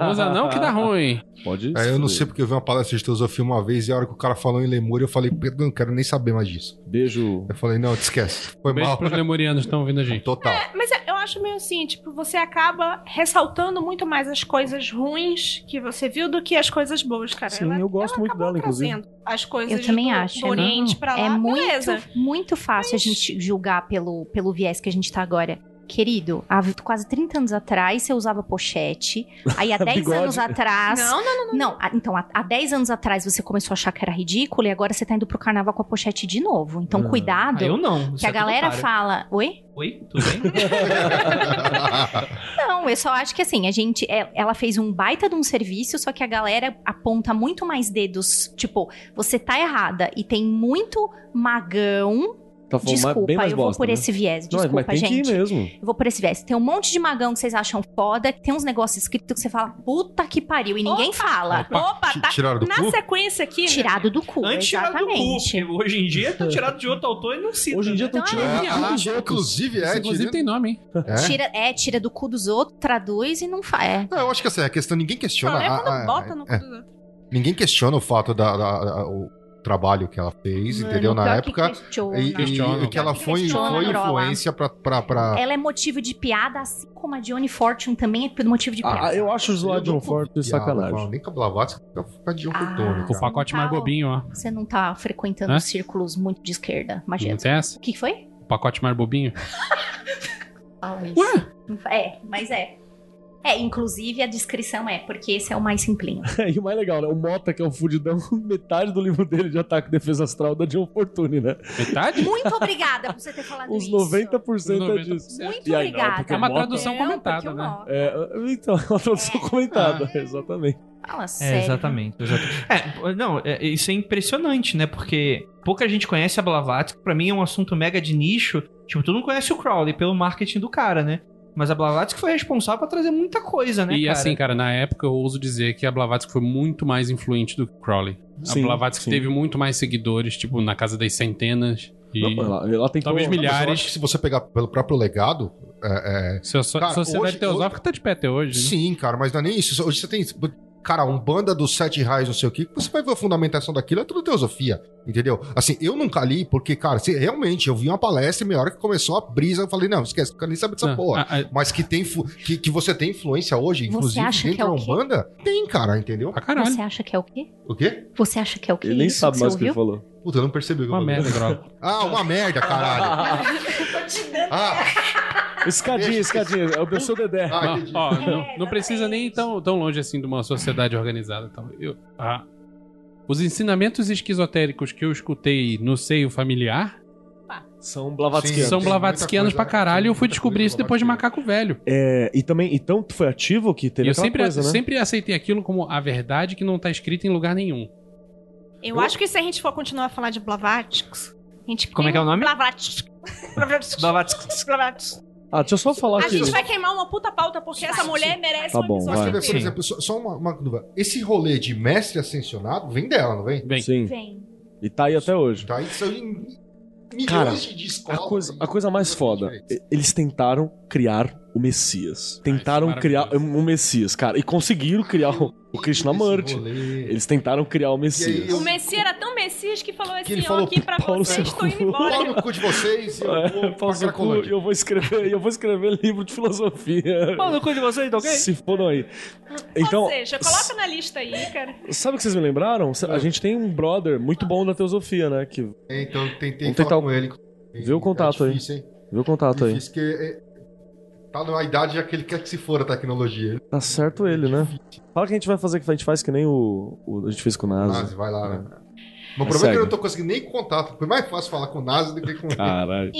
Não usa não que dá ruim.
Pode
É, eu não
se
sei porque eu vi uma palestra de teosofia uma vez e a hora que o cara falou em Lemúria, eu falei, Pedro, eu não quero nem saber mais disso.
Beijo.
Eu falei, não, te esquece. Foi
Beijo
mal.
pros lemurianos que estão ouvindo a gente.
Total.
Mas eu acho meio assim, tipo, você acaba ressaltando muito mais as coisas ruins que você viu do que as coisas boas, cara.
Sim,
Ela-
eu gosto muito
acabou
dela, inclusive.
trazendo As coisas
Eu também
do,
acho,
do
é
Oriente
muito-
pra Tá lá,
É muito,
beleza.
muito fácil a gente julgar pelo, pelo viés que a gente tá agora. Querido, há quase 30 anos atrás você usava pochete. Aí há 10
Bigode.
anos atrás.
Não, não,
Não, a- então, há, há 10 anos atrás você começou a achar que era ridículo e agora você tá indo pro carnaval com a pochete de novo. Então,
Ah.
cuidado.
Ah, eu não.
que a galera fala. Oi?
Oi, tudo bem?
Não, eu só acho que assim, a gente. é- Ela fez um baita de um serviço, só que a galera aponta muito mais dedos. Tipo, você tá errada e tem muito magão.
Tá falando mais-
Desculpa,
bem mais
eu
bosta,
vou por
né?
esse viés.
Não,
Desculpa,
mas tem
gente.
que ir mesmo.
Eu vou por esse viés. Tem um monte de magão que vocês acham foda, que tem uns negócios escritos que você fala, puta que pariu, e ninguém fala.
Opa,
Ti-
tá
Tiraram do
na
cu?
sequência aqui. né?
Tirado do cu,
Antes tirado do cu.
exatamente.
porque Hoje em dia tá tirado de outro autor e não né? cita.
Hoje em dia estão
Então,
tirando.
É,
Ah,
ah, inclusive, é.
Isso, inclusive
tirando-
tem nome, hein?
É?
Tira, é, tira do cu dos outros, traduz e não faz. É.
Não, eu acho que essa é a questão, ninguém
O
questiona.
problema é
a-
quando
a-
bota no
é.
cu dos outros.
Ninguém questiona o fato da, da- da- o trabalho que ela fez, entendeu? Na
Pior que
época.
questiona.
E,
Questiona.
e, e que ela foi,
Questiona,
foi
Brola.
influência pra. pra, pra-
Ela é motivo de piada, assim como a Johnny Fortune também é por motivo de piada.
Ah, eu acho o usuário de John Forte
Viado,
sacanagem.
mano, Nem com a Blavatsky, fica focadinho com
Ah.
o Tony.
Com o
cara.
pacote mais bobinho, ó.
Você não tá frequentando
Hã?
círculos muito de esquerda,
Não
Hum.
Mageto.
tem essa?
O que que foi?
O pacote mais bobinho?
Fala isso.
Ué?
Não fa- É, mas é. É, inclusive a descrição é, porque esse é o mais simplinho.
E o mais legal, né? O Mota, que é o fudidão, metade do livro dele de ataque e defesa astral da John Fortune, né?
Metade?
Muito obrigada por você ter falado
Uns
isso.
90% é
90%.
disso.
Muito
E aí, não,
obrigada.
porque
É uma
Mota-
tradução
Não,
comentada,
porque eu
né?
não.
É, então, é uma tradução comentada,
Ah, é.
exatamente.
Fala
É,
sério.
exatamente. exatamente. É, não, é- isso é impressionante, né? Porque pouca gente conhece a Blavatsky, pra mim é um assunto mega de nicho. Tipo, todo mundo conhece o Crowley pelo marketing do cara, né? Mas a Blavatsky foi responsável pra trazer muita coisa, né,
e
cara?
assim, cara, na época eu ouso dizer que a Blavatsky foi muito mais influente do que Crowley.
Sim,
a Blavatsky
sim.
teve muito mais seguidores, tipo, na casa das centenas. E
Não, ela, ela tem
um Talvez
que...
milhares.
Mas eu acho que se você pegar pelo próprio legado, é, é,
se a so-
Cara,
sociedade
hoje-
teosófica tá de pé até hoje. né?
Sim, cara, mas não é nem isso. Hoje você tem. Cara, um banda dos sete reais, não sei o que, você vai ver a fundamentação daquilo, é tudo teosofia, entendeu? Assim, eu nunca li, porque, cara, se, realmente, eu vi uma palestra e meia hora que começou a brisa, eu falei, não, esquece, eu quero nem saber dessa
Não, ah.
porra.
a- a-
Mas que tem fu- que, que você tem influência hoje, inclusive
acha
dentro
que é
da
o quê?
Umbanda, tem, cara, entendeu?
pra caralho.
Você acha que é o quê?
O quê?
Você acha que é o quê?
Ele nem
Isso
sabe
que
mais o
você
que ele
ouviu?
falou.
Puta, eu não percebi o que eu
Uma
falei.
merda, Grola.
Ah, uma merda, caralho. Ah,
escadinha, escadinha. É o meu seu Dedé.
ah, entendi.
Não, ó, não, não
exatamente.
precisa nem ir tão, tão longe assim de uma sociedade organizada. e tal. Eu- ah, os ensinamentos esquizotéricos que eu escutei no seio familiar
São Blavatskianos.
Sim,
são
tem
blavatskianos
muita
pra
coisa,
caralho.
tem
Eu fui
muita
descobrir
coisa
isso depois de
blavatskiana.
macaco velho.
É, e também, então tu foi ativo que
E
teve
eu
aquela
sempre,
coisa, né?
sempre aceitei aquilo como a verdade que não tá escrita em lugar nenhum.
Eu acho que se a gente for continuar a falar de Blavatsky, a gente
Como é que é o nome?
Blavatsky. Blavatsky.
Blavatsky.
Blavatsky.
Ah, deixa eu só falar
A
aqui.
gente vai queimar uma puta pauta porque essa mulher merece um
Tá
uma
bom,
missão
vai.
Mas quer ver,
inteira.
por exemplo, só, só uma, uma dúvida. Esse rolê de mestre ascensionado vem dela, não vem?
Bem,
Sim,
Vem.
e tá aí até hoje.
Tá? Isso aí em milhões
Cara,
de- né? de
A
escolas
coisa,
e-
a coisa mais foda, e- eles tentaram criar o Messias. Tentaram
isso é
criar
maravilhoso.
um Messias, cara. E conseguiram criar o, o Krishnamurti. Eles tentaram criar o
E aí,
Messias.
O Messias era tão Messias que falou assim,
ele
ó,
falou,
aqui pra
"Paulo
vocês,
seu
estou indo
cu."
Pau
embora.
no cu de vocês e eu
É,
vou
pau
pra
no cu, e
Cracolândia.
eu vou escrever, e eu vou escrever livro de filosofia.
Pau no cu de vocês, tá ok?
Se foram aí. Então,
Ou seja, coloca na lista aí, cara.
sabe o que vocês me lembraram? A
É.
gente tem um brother muito bom da teosofia, né? Que
Então eu tentei
Vamos
falar
tentar-
com ele.
Vê o contato
é
aí.
difícil, Hein?
Vê o contato aí.
Difícil que é- tá numa idade já que ele quer que se for a tecnologia. Ele
Tá certo ele, né? Fala que a gente vai fazer, que a gente faz que nem o, o- a gente fez com o
Nazi,
NASA.
vai lá, né? Mas o
Mas
problema é que eu
segue.
não tô conseguindo nem contato. Foi mais fácil falar com o Nazi do que com ele.
Caralho.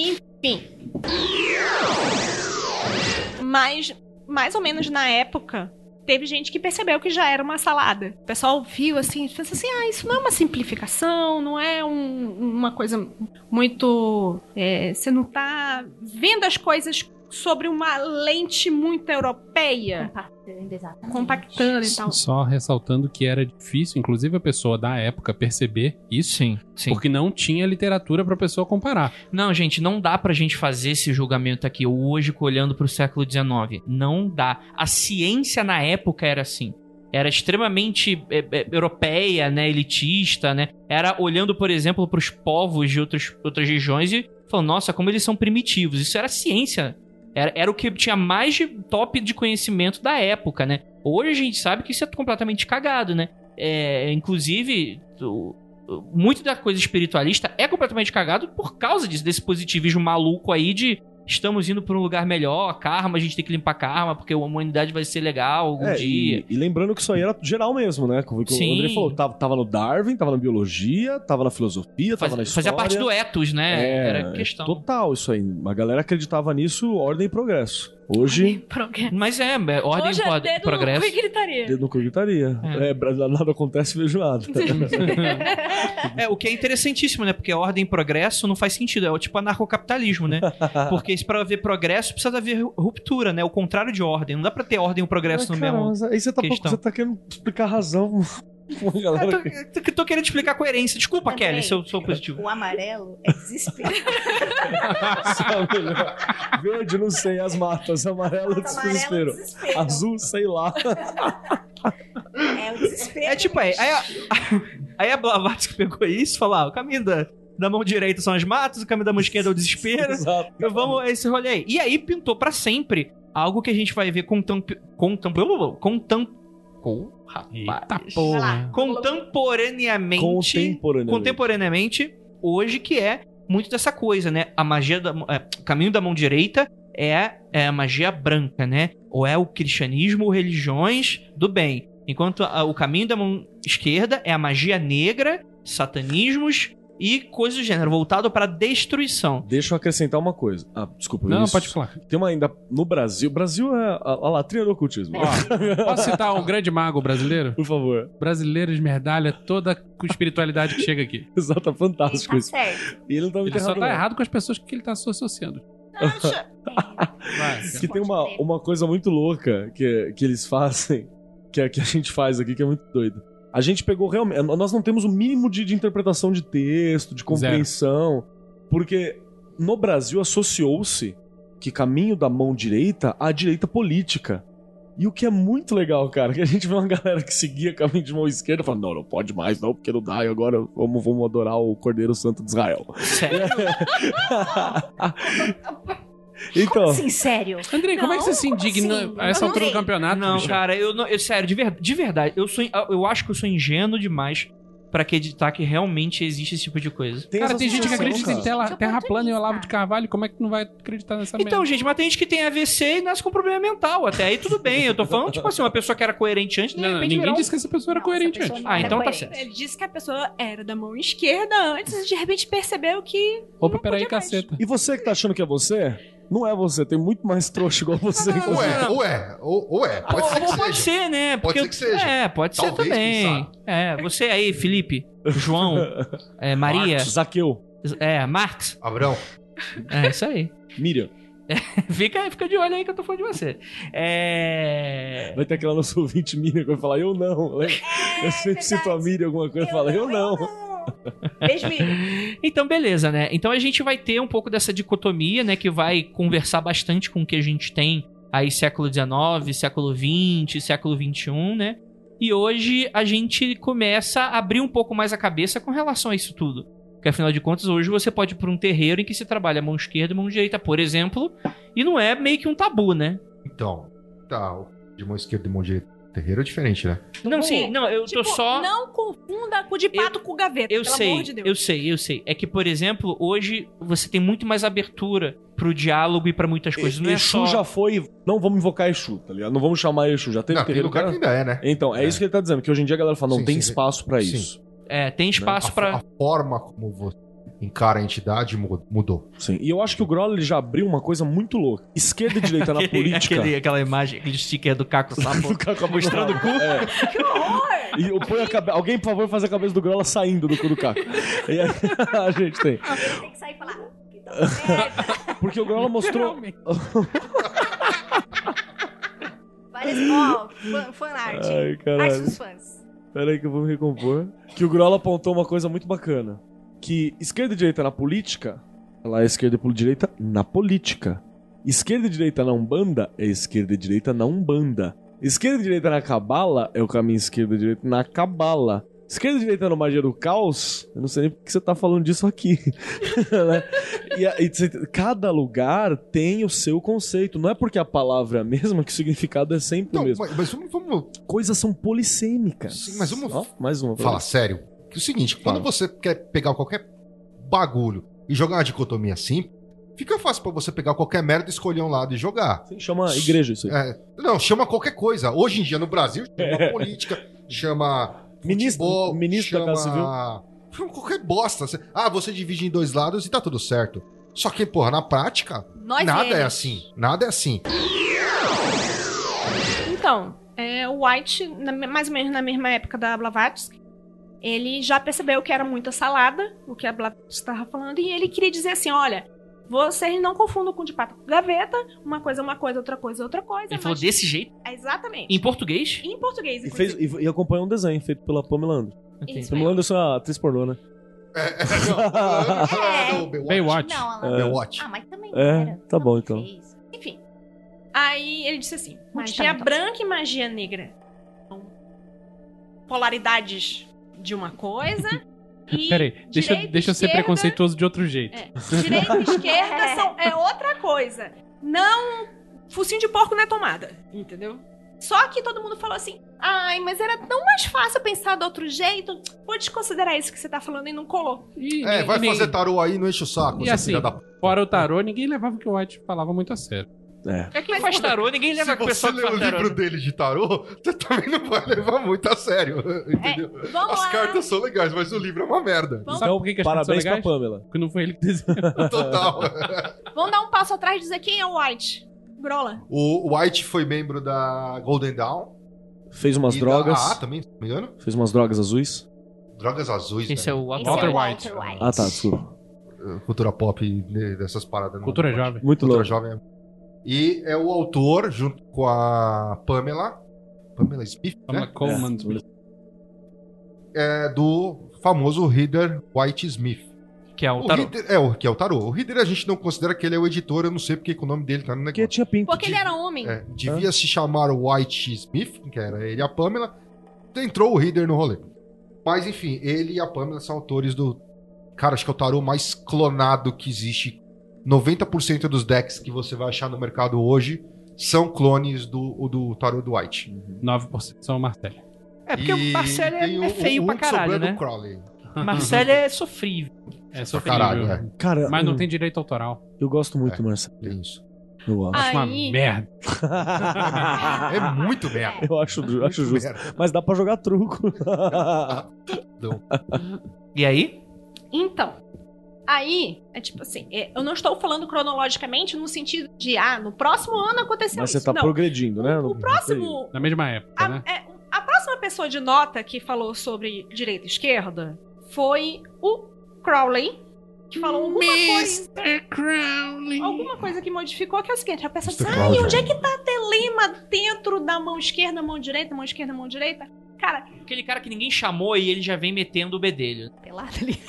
Mas, mais ou menos na época, teve gente que percebeu que já era uma salada. O pessoal viu assim, pensa assim, ah, isso não é uma simplificação, não é um- uma coisa muito... é, você não tá vendo as coisas sobre uma lente muito europeia,
Compactando, exatamente.
compactando e tal.
só ressaltando que era difícil, inclusive a pessoa da época, perceber isso,
Sim, sim.
porque não tinha literatura pra pessoa comparar.
Não, gente, não dá pra gente fazer esse julgamento aqui hoje olhando pro século XIX. Não dá. A ciência na época era assim. Era extremamente é, é, europeia, né? Elitista, né? Era olhando, por exemplo, pros povos de outros, outras regiões e falando, nossa, como eles são primitivos. Isso era ciência. Era, era o que tinha mais de top de conhecimento da época, né? Hoje a gente sabe que isso é completamente cagado, né? É, inclusive, o- muito da coisa espiritualista é completamente cagado por causa disso, desse positivismo maluco aí de estamos indo para um lugar melhor, karma, a gente tem que limpar karma, porque a humanidade vai ser legal algum
É,
dia.
e, e lembrando que isso aí era geral mesmo, né? Como que
Sim.
o André falou, tava, tava no Darwin, tava na biologia, tava na filosofia,
Faz-
tava na história.
fazia parte do ethos, né?
É,
Era questão.
Total, isso aí. A galera acreditava nisso, ordem e progresso. Hoje,
Progresso.
Mas é, é ordem
Hoje é
e
dedo
progresso.
no cu e gritaria.
dedo no cu e gritaria. É. bra- nada acontece feijoada.
É, o que é interessantíssimo, né? Porque ordem e progresso não faz sentido. É o tipo anarcocapitalismo, né? Porque se pra haver progresso, precisa haver ru- ruptura, né? O contrário de ordem. Não dá pra ter ordem e um progresso no
Cara,
mesmo.
mas aí você tá, pouco-
questão.
você tá querendo explicar a razão pra uma
Eu
galera
É, tô, eu tô querendo explicar a coerência.
Tá
Desculpa,
Também.
Kelly, se eu sou positivo.
O amarelo é desespero.
Sabe, né? Verde, não sei, as matas. Amarelo,
Amarelo é
desespero.
desespero.
Azul, sei lá.
É o
É tipo aí. Aí a, aí a Blavatsky pegou isso e falou: ah, o caminho da, da mão direita são as matas, o caminho da mão esquerda é o desespero.
Exato.
Então Vamos a esse rolê aí. E aí pintou pra sempre algo que a gente vai ver contamp... Contamp... Contamp... Com...
Eita
Rapaz.
Vai lá.
porra.
Contemporaneamente...
Contemporaneamente.
Contemporaneamente, hoje que é muito dessa coisa, né? A magia da... é, o caminho da mão direita é, é a magia branca, né? Ou é o cristianismo ou religiões do bem. Enquanto a- o caminho da mão esquerda é a magia negra, satanismos e coisas do gênero, voltado pra destruição.
Deixa eu acrescentar uma coisa. Ah, desculpa,
Não,
Vinícius.
pode falar.
Tem uma ainda no Brasil. Brasil é a, a latrinha do ocultismo.
É,
É. Posso citar um grande mago brasileiro?
Por favor.
Brasileiro esmerdalha toda a espiritualidade que chega aqui.
Exato, é
Ele
fantástico
tá
isso.
certo.
E ele não tá muito
Ele só
errado,
tá
não.
errado com as pessoas que ele tá se associando. Vai.
Que tem uma, uma coisa muito louca que, que eles fazem, que, é- que a gente faz aqui, que é muito doido. A gente pegou realmente. Nós não temos o mínimo de, de interpretação de texto, de compreensão. Porque no Brasil associou-se que caminho da mão direita à direita política. E o que é muito legal, cara, que a gente vê uma galera que seguia caminho de mão esquerda falando: não, não pode mais, não, porque não dá, e agora vamos, vamos adorar o Cordeiro Santo de Israel.
Sério.
Então.
Como assim, sério?
Andrei, como é que você se
Não,
indigna
assim,
a essa
eu
altura
não
do campeonato?
Não,
bicho?
cara, eu, não, eu sério, de, ver- de verdade, eu sou, eu acho que eu sou ingênuo demais pra acreditar que realmente existe esse tipo de coisa.
Cara,
essa
tem gente que
associação,
acredita em
cara.
terra,
Gente,
terra plana e
oportunista.
Olavo de Carvalho. Como é que tu não vai acreditar nessa
Então,
merda?
gente, mas tem gente que tem AVC e nasce com problema mental. Até aí tudo bem. Eu tô falando, tipo assim, uma pessoa que era coerente antes, de
Não, não,
repente
ninguém
virou um-
disse que essa pessoa era
Não,
coerente
essa pessoa
antes.
não
Ah,
era
então tá
coerente.
certo.
Ele É, disse que a pessoa era da mão esquerda antes e de repente percebeu que.
Opa,
não
peraí,
podia mais.
caceta.
E você que tá achando que é você, não é você. Tem muito mais trouxa igual você.
Ou é, ou é, ou, ou é. Pode ser
Ou- ou
que
pode
seja.
ser, né?
Pode ser que seja.
É, pode ser
Talvez,
também.
quem sabe.
É, você aí, Felipe, João, é, Maria,
Zaqueu.
é, Marx.
Abrão,
É, isso aí.
Miriam.
Fica, aí, fica de olho aí que eu tô falando de você. É.
Vai ter aquela nossa ouvinte Miriam que vai falar, eu não. lembra?
É,
eu sempre
verdade.
cito a Miriam alguma coisa e falo, eu não.
Beijo, Miriam.
Então, beleza, né? Então a gente vai ter um pouco dessa dicotomia, né? Que vai conversar bastante com o que a gente tem aí século XIX, século XX, século XXI, né? E hoje a gente começa a abrir um pouco mais a cabeça com relação a isso tudo. Porque afinal de contas, hoje você pode ir para um terreiro em que se trabalha mão esquerda e mão direita, por exemplo, e não é meio que um tabu, né?
então. Tá, o de mão esquerda e mão direita. Terreiro é diferente, né?
Não, sim, não, eu
Tipo,
tô só.
Não confunda cu de pato com gaveta.
Eu
pelo
sei,
amor de Deus.
eu sei, eu sei. É que, por exemplo, hoje você tem muito mais abertura pro diálogo e pra muitas coisas. Não é
Exu
só...
já foi. Não vamos invocar Exu, tá ligado? Não vamos chamar Exu. Já teve
Não, tem
terreiro,
lugar que
cara.
ainda é, né?
Então, é,
É.
isso que ele tá dizendo, que hoje em dia a galera fala, não
Sim,
tem
sim, sim.
espaço pra
Sim.
isso.
É, tem espaço
a,
pra.
a forma como você encara a entidade mu- mudou.
Sim. E eu acho que o Groll ele já abriu uma coisa muito louca. Esquerda e direita na política.
aquele- aquela imagem, aquele sticker do Caco Sapo.
Ficar com a
Mostrando o cu.
É.
Que horror!
E eu ponho a cabe... Alguém, por favor, faz a cabeça do Grola saindo do cu do caco. E aí, a gente tem.
Ele tem que sair e falar. "Que tá certo."
Porque o Grola mostrou.
Literalmente.
Várias. Ó, fan, fanart.
Ai,
Arte
caralho.
dos fãs.
Pera aí que eu vou me recompor. Que o Grola apontou uma coisa muito bacana. Que esquerda e direita na política, ela é esquerda e pol- direita na política. Esquerda e direita na Umbanda é esquerda e direita na Umbanda. Esquerda e direita na Cabala é o caminho esquerda e direita na Cabala. Esquerda e direita no Magia do Caos, eu não sei nem por que você tá falando disso aqui. né? E a- e você- cada lugar tem o seu conceito. Não é porque a palavra é a mesma que o significado é sempre
Não,
o
mas,
mesmo.
mas vamos, vamos
Coisas são polissêmicas.
Sim, mas vamos-
Ó, mais uma.
falar sério. Que é o seguinte, quando você quer pegar qualquer bagulho e jogar uma dicotomia assim, fica fácil pra você pegar qualquer merda, escolher um lado e jogar.
Sim, chama igreja isso aí.
É, não, chama qualquer coisa. Hoje em dia no Brasil, chama política, chama
É. Ministro-
É, futebol,
ministro da
chama...
Casa
Chama qualquer bosta. Você- Ah, você divide em dois lados e tá tudo certo. Só que, porra, na prática,
Nós
nada
e ele.
é assim. Nada é assim.
Então, é, o White, na- mais ou menos na mesma época da Blavatsky, ele já percebeu que era muita salada, o que a Blavatsky estava falando, e ele queria dizer assim, olha, vocês não confundam com de pato com gaveta, uma coisa é uma coisa, outra coisa é outra coisa.
Ele falou
mas-
desse jeito,
É, Exatamente.
em português.
Em português,
E, fez,
inclusive.
e, e acompanhou um desenho feito pela Pamela Anderson.
Isso
Pamela
mesmo.
Anderson é uma atriz pornô, né?
Não, não, não, Baywatch.
Baywatch.
Não, ela.
Baywatch.
Ah, mas também.
É,
era.
tá
Não
bom, então.
fez.
Enfim. Aí ele disse assim,
Muito
magia
talento.
branca e magia negra. Então, polaridades de uma coisa. E
Peraí, deixa,
direita,
deixa eu ser
esquerda-
preconceituoso de outro jeito.
É, direita e esquerda são, é outra coisa. Não. Focinho de porco não é tomada, entendeu? Só que todo mundo falou assim: ai, mas era tão mais fácil pensar do outro jeito. Vou desconsiderar isso que você tá falando e não colou.
E-
É,
e-
vai
e nem-
fazer tarô aí, não enche o saco,
E
seu
assim,
filho da p****.
Fora o tarô, ninguém levava o que o White falava muito a sério.
É que
Faz tarô, ninguém leva
Se
a pessoa
você
que
ler o
faz tarô.
livro dele de tarô, você também não vai levar muito a sério, entendeu?
Vamos
As
lá.
cartas são legais, mas o livro é uma merda.
Vamos-
Sabe por Então, que, que as
Então, Parabéns pra
pessoas são legais?
Pamela.
Porque não foi ele que desenhou.
Total.
Vamos dar um passo atrás e dizer quem é o White. Brola.
o White foi membro da Golden Dawn.
Fez umas
e da Ah, tá.
drogas.
AA também, se não me engano.
Fez umas drogas azuis.
Drogas azuis,
Esse é
velho.
o
Esse
Walter
é
Walter
o
White.
Walter White.
Ah, tá, desculpa.
Cultura pop né, dessas paradas. não.
Cultura jovem.
Muito
Cultura
louco.
jovem. é. E é o autor, junto com a Pamela, Pamela Smith,
Pamela
né?
Coleman.
É do famoso Reader White Smith.
Que é o
O
tarô.
Reader- é, o que é o tarô. O Reader a gente não considera que ele é o editor, eu não sei porque que o nome dele tá no
Porque
negócio.
tinha pinto.
Porque ele era homem.
É, devia se chamar White Smith, que era ele e a Pamela. Entrou o Reader no rolê. Mas enfim, ele e a Pamela são autores do. Cara, acho que é o tarô mais clonado que existe. 90% dos decks que você vai achar no mercado hoje são clones do, do tarô do White.
9% são o Marcelo.
É porque
E
o Marcelo é,
tem um
é
o-
feio
o-
pra
o que sobrou
caralho,
é do
né?
Crowley.
Marcelo é sofrível.
É
Pra
sofrível.
caralho, é.
Cara,
Mas não
eu-
tem direito autoral.
Eu gosto muito do Marcelo.
É isso.
Eu gosto.
Acho uma
Aí-
merda.
É
Ah.
muito merda.
Eu acho,
Muito
acho justo.
merda.
Mas dá pra jogar truco.
E aí?
Então, aí, é tipo assim, é, eu não estou falando cronologicamente no sentido de, ah, no próximo ano aconteceu
Mas
isso.
você tá
não,
progredindo, né?
o
No-
próximo...
Na mesma época,
A,
né?
é, a próxima pessoa de nota que falou sobre direita e esquerda foi o Crowley, que falou alguma coisa...
Crowley.
Alguma coisa que modificou, que é o seguinte, a pessoa
Mr.
diz, ai,
Crowley.
onde é que tá a telema dentro da mão esquerda, mão direita, mão esquerda, mão direita? Cara,
Aquele cara que ninguém chamou e ele já vem metendo o bedelho.
Pelada ali.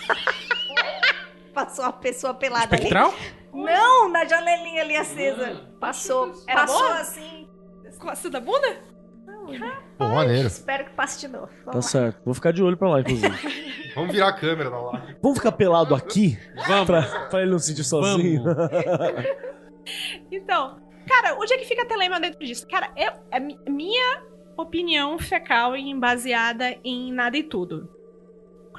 Passou a pessoa pelada ali.
Espectral?
Não, na janelinha ali acesa. Passou.
Era
passou
boa?
assim.
coça da bunda? tá?
Pô, maneiro.
Espero que passe de novo. Vamos
Tá
lá.
certo. Vou ficar de olho pra lá, inclusive.
Vamos virar a câmera tá lá.
Vamos ficar pelado aqui?
Vamos.
Pra, pra ele não se sentir sozinho?
Então, cara, onde é que fica a telema dentro disso? Cara, é, é mi- minha opinião fecal e baseada em nada e tudo.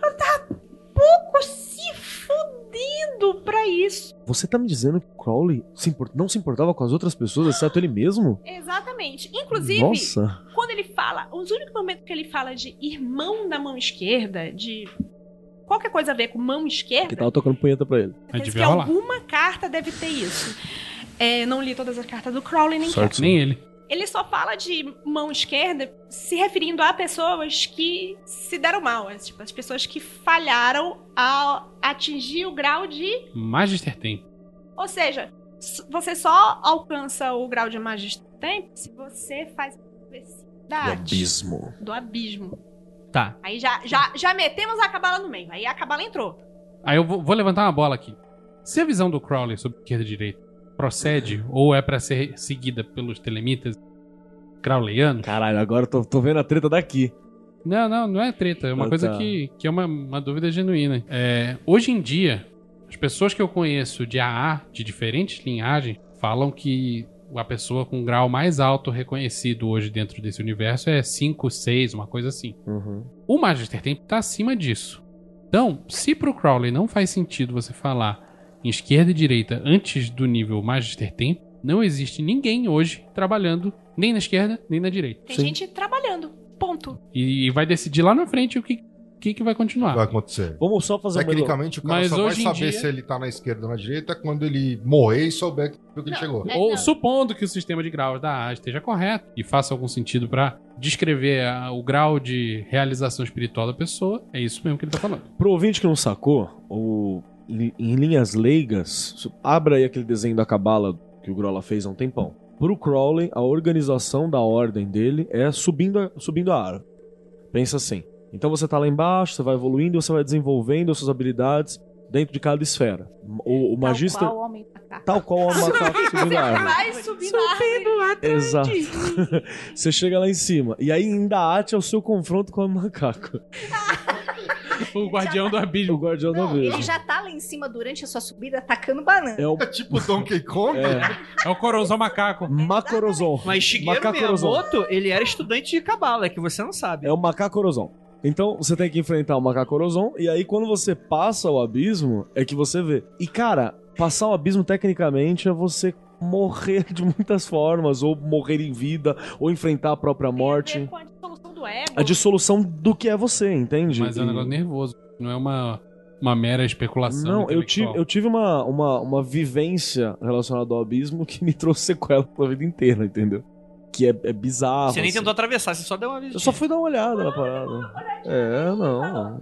Ela tá pouco se fudendo pra isso.
Você tá me dizendo que o Crowley se import- não se importava com as outras pessoas, exceto ele mesmo?
Exatamente. Inclusive,
Nossa.
quando ele fala, os únicos momentos que ele fala de irmão da mão esquerda, de qualquer coisa a ver com mão esquerda,
Que tava tocando punheta pra ele.
Mas
penso que
devia rolar.
alguma carta deve ter isso. É, não li todas as cartas do Crowley, nem
Sorte
Nem ele.
ele só fala de mão esquerda se referindo a pessoas que se deram mal, as, tipo, as pessoas que falharam ao atingir o grau de.
Magister tem.
Ou seja, s- você só alcança o grau de magistério se você faz a perversidade
Abismo.
do abismo.
Tá.
Aí já, já, já metemos a cabala no meio. Aí a cabala entrou.
Aí eu vou, vou levantar uma bola aqui. Se a visão do Crowley sobre esquerda e direita procede ou é pra ser seguida pelos telemitas crowleyanos,
Caralho, agora eu tô, tô vendo a treta daqui.
Não, não, não é treta. É uma
Ah,
coisa
tá.
que, que é uma, uma dúvida genuína. É, hoje em dia, as pessoas que eu conheço de AA, de diferentes linhagens, falam que a pessoa com grau mais alto reconhecido hoje dentro desse universo é 5, 6, uma coisa assim.
Uhum.
O Magister Temp tá acima disso. Então, se pro Crowley não faz sentido você falar em esquerda e direita antes do nível Magister Temp, não existe ninguém hoje trabalhando nem na esquerda, nem na direita.
Tem
Sim.
gente trabalhando. Ponto.
E vai decidir lá na frente o que, o que, que vai
O que vai
continuar.
acontecer?
Vamos só fazer uma...
Tecnicamente, o cara
Ah. Mas
só vai
hoje em
saber
dia-
se ele tá na esquerda ou na direita quando ele morrer e souber que que ele chegou.
É,
Ou
não.
supondo que o sistema de graus da A esteja correto e faça algum sentido pra descrever a- o grau de realização espiritual da pessoa, é isso mesmo que ele tá falando.
Pro ouvinte que não sacou, o, li- em linhas leigas, su- abra aí aquele desenho da cabala que o Grola fez há um tempão. Pro Crowley, a organização da ordem dele é subindo a, subindo a árvore. Pensa assim. Então você tá lá embaixo, você vai evoluindo, você vai desenvolvendo as suas habilidades dentro de cada esfera. O, o
Tal
magista...
qual o homem da
Tal qual o macaco subindo a árvore.
Vai subir na árvore.
Exato. Você chega lá em cima. E aí ainda Ate é o seu confronto com o macaco.
O guardião do
O
abismo.
guardião da
Não,
vez.
ele já tá lá em cima durante a sua subida atacando banana.
É o
É tipo Donkey Kong?
É o coronzão macaco.
Macorozon.
Mas Shigeru
Macacorozon.
Miyamoto, ele era estudante de cabala, que você não sabe.
É o macacorozon. Então você tem que enfrentar o macacorozon. E aí quando você passa o abismo, é que você vê. E cara, passar o abismo tecnicamente é você morrer de muitas formas. Ou morrer em vida. Ou enfrentar a própria
Tem a
morte.
ver com a dissolução do ego.
A dissolução do que é você, entende?
Mas é um
E-
negócio nervoso. Não é uma, uma mera especulação.
Não, eu tive, eu
intelectual.
tive uma, uma, uma vivência relacionada ao abismo que me trouxe sequela pela vida inteira, entendeu? Que é, é bizarro.
Você nem
assim.
tentou atravessar, você só deu uma vez.
Eu só fui dar uma olhada na parada. É, não. não.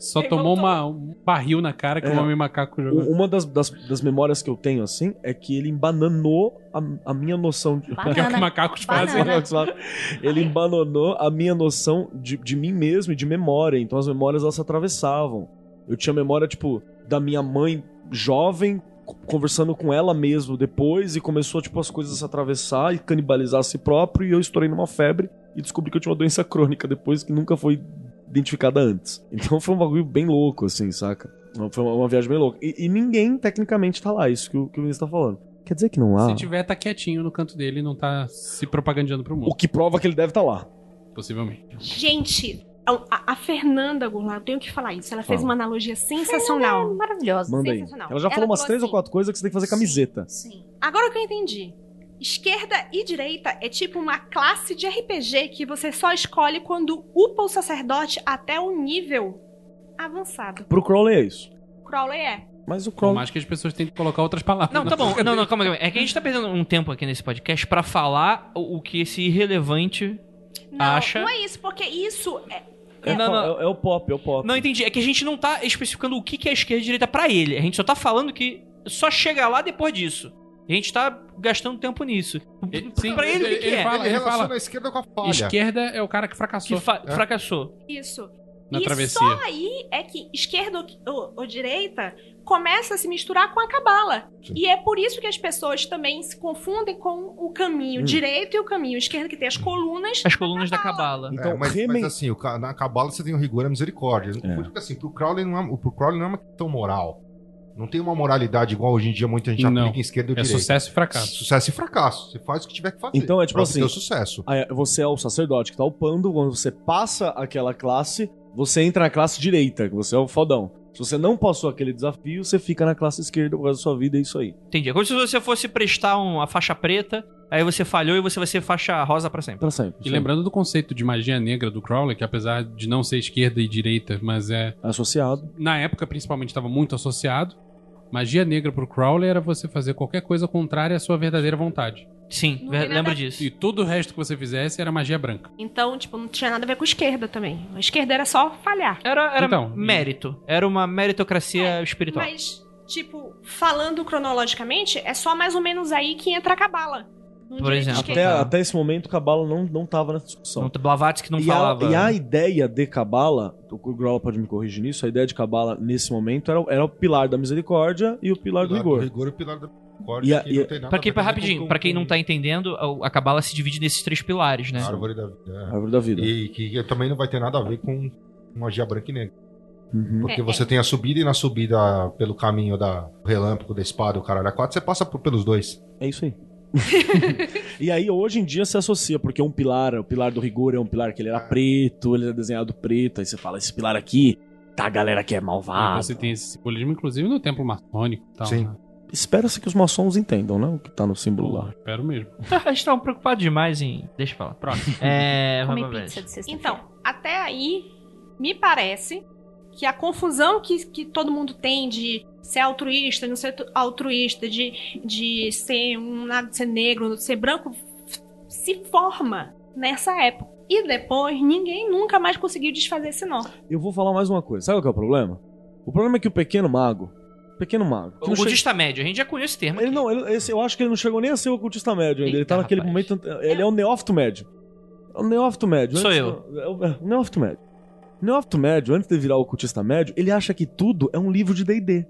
Só
Ele
tomou
voltou.
uma, um barril na cara que
É.
o homem macaco jogou.
U- Uma das, das, das memórias que eu tenho, assim, é que ele embananou a, a minha noção
Que
de.
é o que
Banana.
macacos fazem.
Banana.
Ele embananou a minha noção de, de mim mesmo e de memória. Então as memórias elas se atravessavam. Eu tinha memória, tipo, da minha mãe jovem co- conversando com ela mesmo depois e começou, tipo, as coisas a se atravessar e canibalizar a si próprio. E eu estourei numa febre e descobri que eu tinha uma doença crônica depois que nunca foi identificada antes. Então foi um bagulho bem louco, assim, saca? Foi uma, uma viagem bem louca. E, e ninguém, tecnicamente, tá lá. Isso que o, que o ministro tá falando. Quer dizer que não há.
Se tiver, tá quietinho no canto dele e não tá se propagandeando pro mundo,
O que prova que ele deve estar tá lá.
possivelmente.
Gente, a, a Fernanda Goulart, eu tenho que falar isso. Ela fez
Fala.
uma analogia sensacional.
É Maravilhosa.
Manda aí.
Sensacional.
Ela já
Ela
falou umas
falou
três ou
assim,
quatro coisas que você tem que fazer camiseta.
Sim.
Agora que eu entendi. Esquerda e direita é tipo uma classe de RPG que você só escolhe quando upa o sacerdote até um nível avançado.
Pro Crowley é isso.
Crowley é.
Mas o
Por
Crowley.
mais que as pessoas tentem colocar outras palavras.
Não,
na
tá bom.
boca
Não,
dele.
não, calma, calma. É que a gente tá perdendo um tempo aqui nesse podcast pra falar o o que esse irrelevante.
Não,
Acha?
não é isso, porque isso é.
É,
Não, não.
é- é o pop, é o pop.
Não entendi. É que a gente não tá especificando o que que é esquerda e direita pra ele. A gente só tá falando que só chega lá depois disso. A gente tá gastando tempo nisso.
E- sim,
pra ele, o que,
ele-
que
ele
é?
fala-
Ele relaciona
fala-
a esquerda com a falha.
Esquerda é o cara que
Que
fracassou
fa-
É.
fracassou.
Isso.
na
e
travessia.
só aí é que esquerda ou- ou, ou direita começa a se misturar com a cabala.
Sim.
E é por isso que as pessoas também se confundem com o caminho
Hum.
direito e o caminho esquerdo, que tem as colunas.
As colunas da cabala.
É,
Então,
mas,
remen-
mas assim, o ca- na cabala você tem o rigor e a misericórdia.
É.
Porque assim, pro Crowley, não é, pro Crowley não é uma questão moral. Não tem uma moralidade igual hoje em dia muita gente
Não.
aplica em esquerda ou
É
direita.
sucesso e fracasso.
Sucesso e fracasso. Você faz o que tiver que fazer.
Então é tipo
pra
assim-
obter o sucesso.
Ah, é, Você é o sacerdote que tá upando. Quando você passa aquela classe, você entra na classe direita, que você é o fodão. Se você não passou aquele desafio, você fica na classe esquerda o resto da sua vida, é isso aí.
Entendi. É como se você fosse prestar um- a faixa preta, aí você falhou e você vai ser faixa rosa pra sempre.
Pra sempre.
E lembrando do conceito de magia negra do Crowley, que apesar de não ser esquerda e direita, mas é.
Associado.
Na época, principalmente, estava muito associado. Magia negra pro Crowley era você fazer qualquer coisa contrária à sua verdadeira vontade.
Sim,
Não
ve-
tem nada
lembro
a-
disso.
E todo o resto que você fizesse era magia branca.
Então, tipo, não tinha nada a ver com esquerda também. A esquerda era só falhar.
Era, era
Então,
mérito. Era uma meritocracia espiritual.
É, Mas, tipo, falando cronologicamente, é só mais ou menos aí que entra a cabala. No
Por
direito e
exemplo.
esquerda.
Até, até esse momento, Cabala não, não tava nessa discussão.
Não, Blavatsky não
e,
falava.
a, e a ideia de Cabala, o Grola pode me corrigir nisso, a ideia de Cabala nesse momento era, era o pilar da misericórdia e o pilar, do rigor.
rigor e o pilar da
E
misericórdia.
a-
que
e a-
não tem nada
Pra
a
quem,
ver
pra
com-
rapidinho,
com-
pra quem não
com
tá entendendo, a a cabala se divide nesses três pilares, né?
a Árvore da vida.
Árvore da
é.
vida.
E que também não vai ter nada a ver com magia branca e negra.
Uhum.
Porque você tem a subida e na subida, pelo caminho da relâmpago, da espada, o caralho a quatro, você passa por- pelos dois.
É isso aí. e aí, hoje em dia, se associa, porque um pilar, o pilar do rigor é um pilar que ele era preto, ele era desenhado preto, aí você fala, esse pilar aqui, tá a galera que
E
é
Ah,
malvada.
Então você tem esse simbolismo, inclusive, no templo maçônico e tal.
Sim.
né?
Espera-se que os maçons entendam, né, o que tá no símbolo
Pô,
lá.
espero mesmo.
a gente tava preocupado demais em. Deixa eu falar. Próximo. É.
Comem
Rafa
pizza de sexta-feira.
Então, até aí, me parece que a confusão que, que todo mundo tem de ser altruísta, não ser tu- altruísta, de, de ser um lado ser negro, ser branco, f- se forma nessa época. E depois ninguém nunca mais conseguiu desfazer esse nó.
Eu vou falar mais uma coisa, sabe qual é o problema? O problema é que o pequeno mago, o pequeno mago, que
O
não chega-
budista médio, a gente já conhece o termo.
ele
aqui.
não, ele- esse- eu acho que ele não chegou nem a ser o ocultista médio ainda, ele tá
Eita,
naquele
rapaz.
momento, ele é o neófito médio. É o neófito médio.
Sou
antes-
eu.
É o, é o neófito médio. O neófito médio, antes de virar o ocultista médio, ele acha que tudo é um livro de D&D.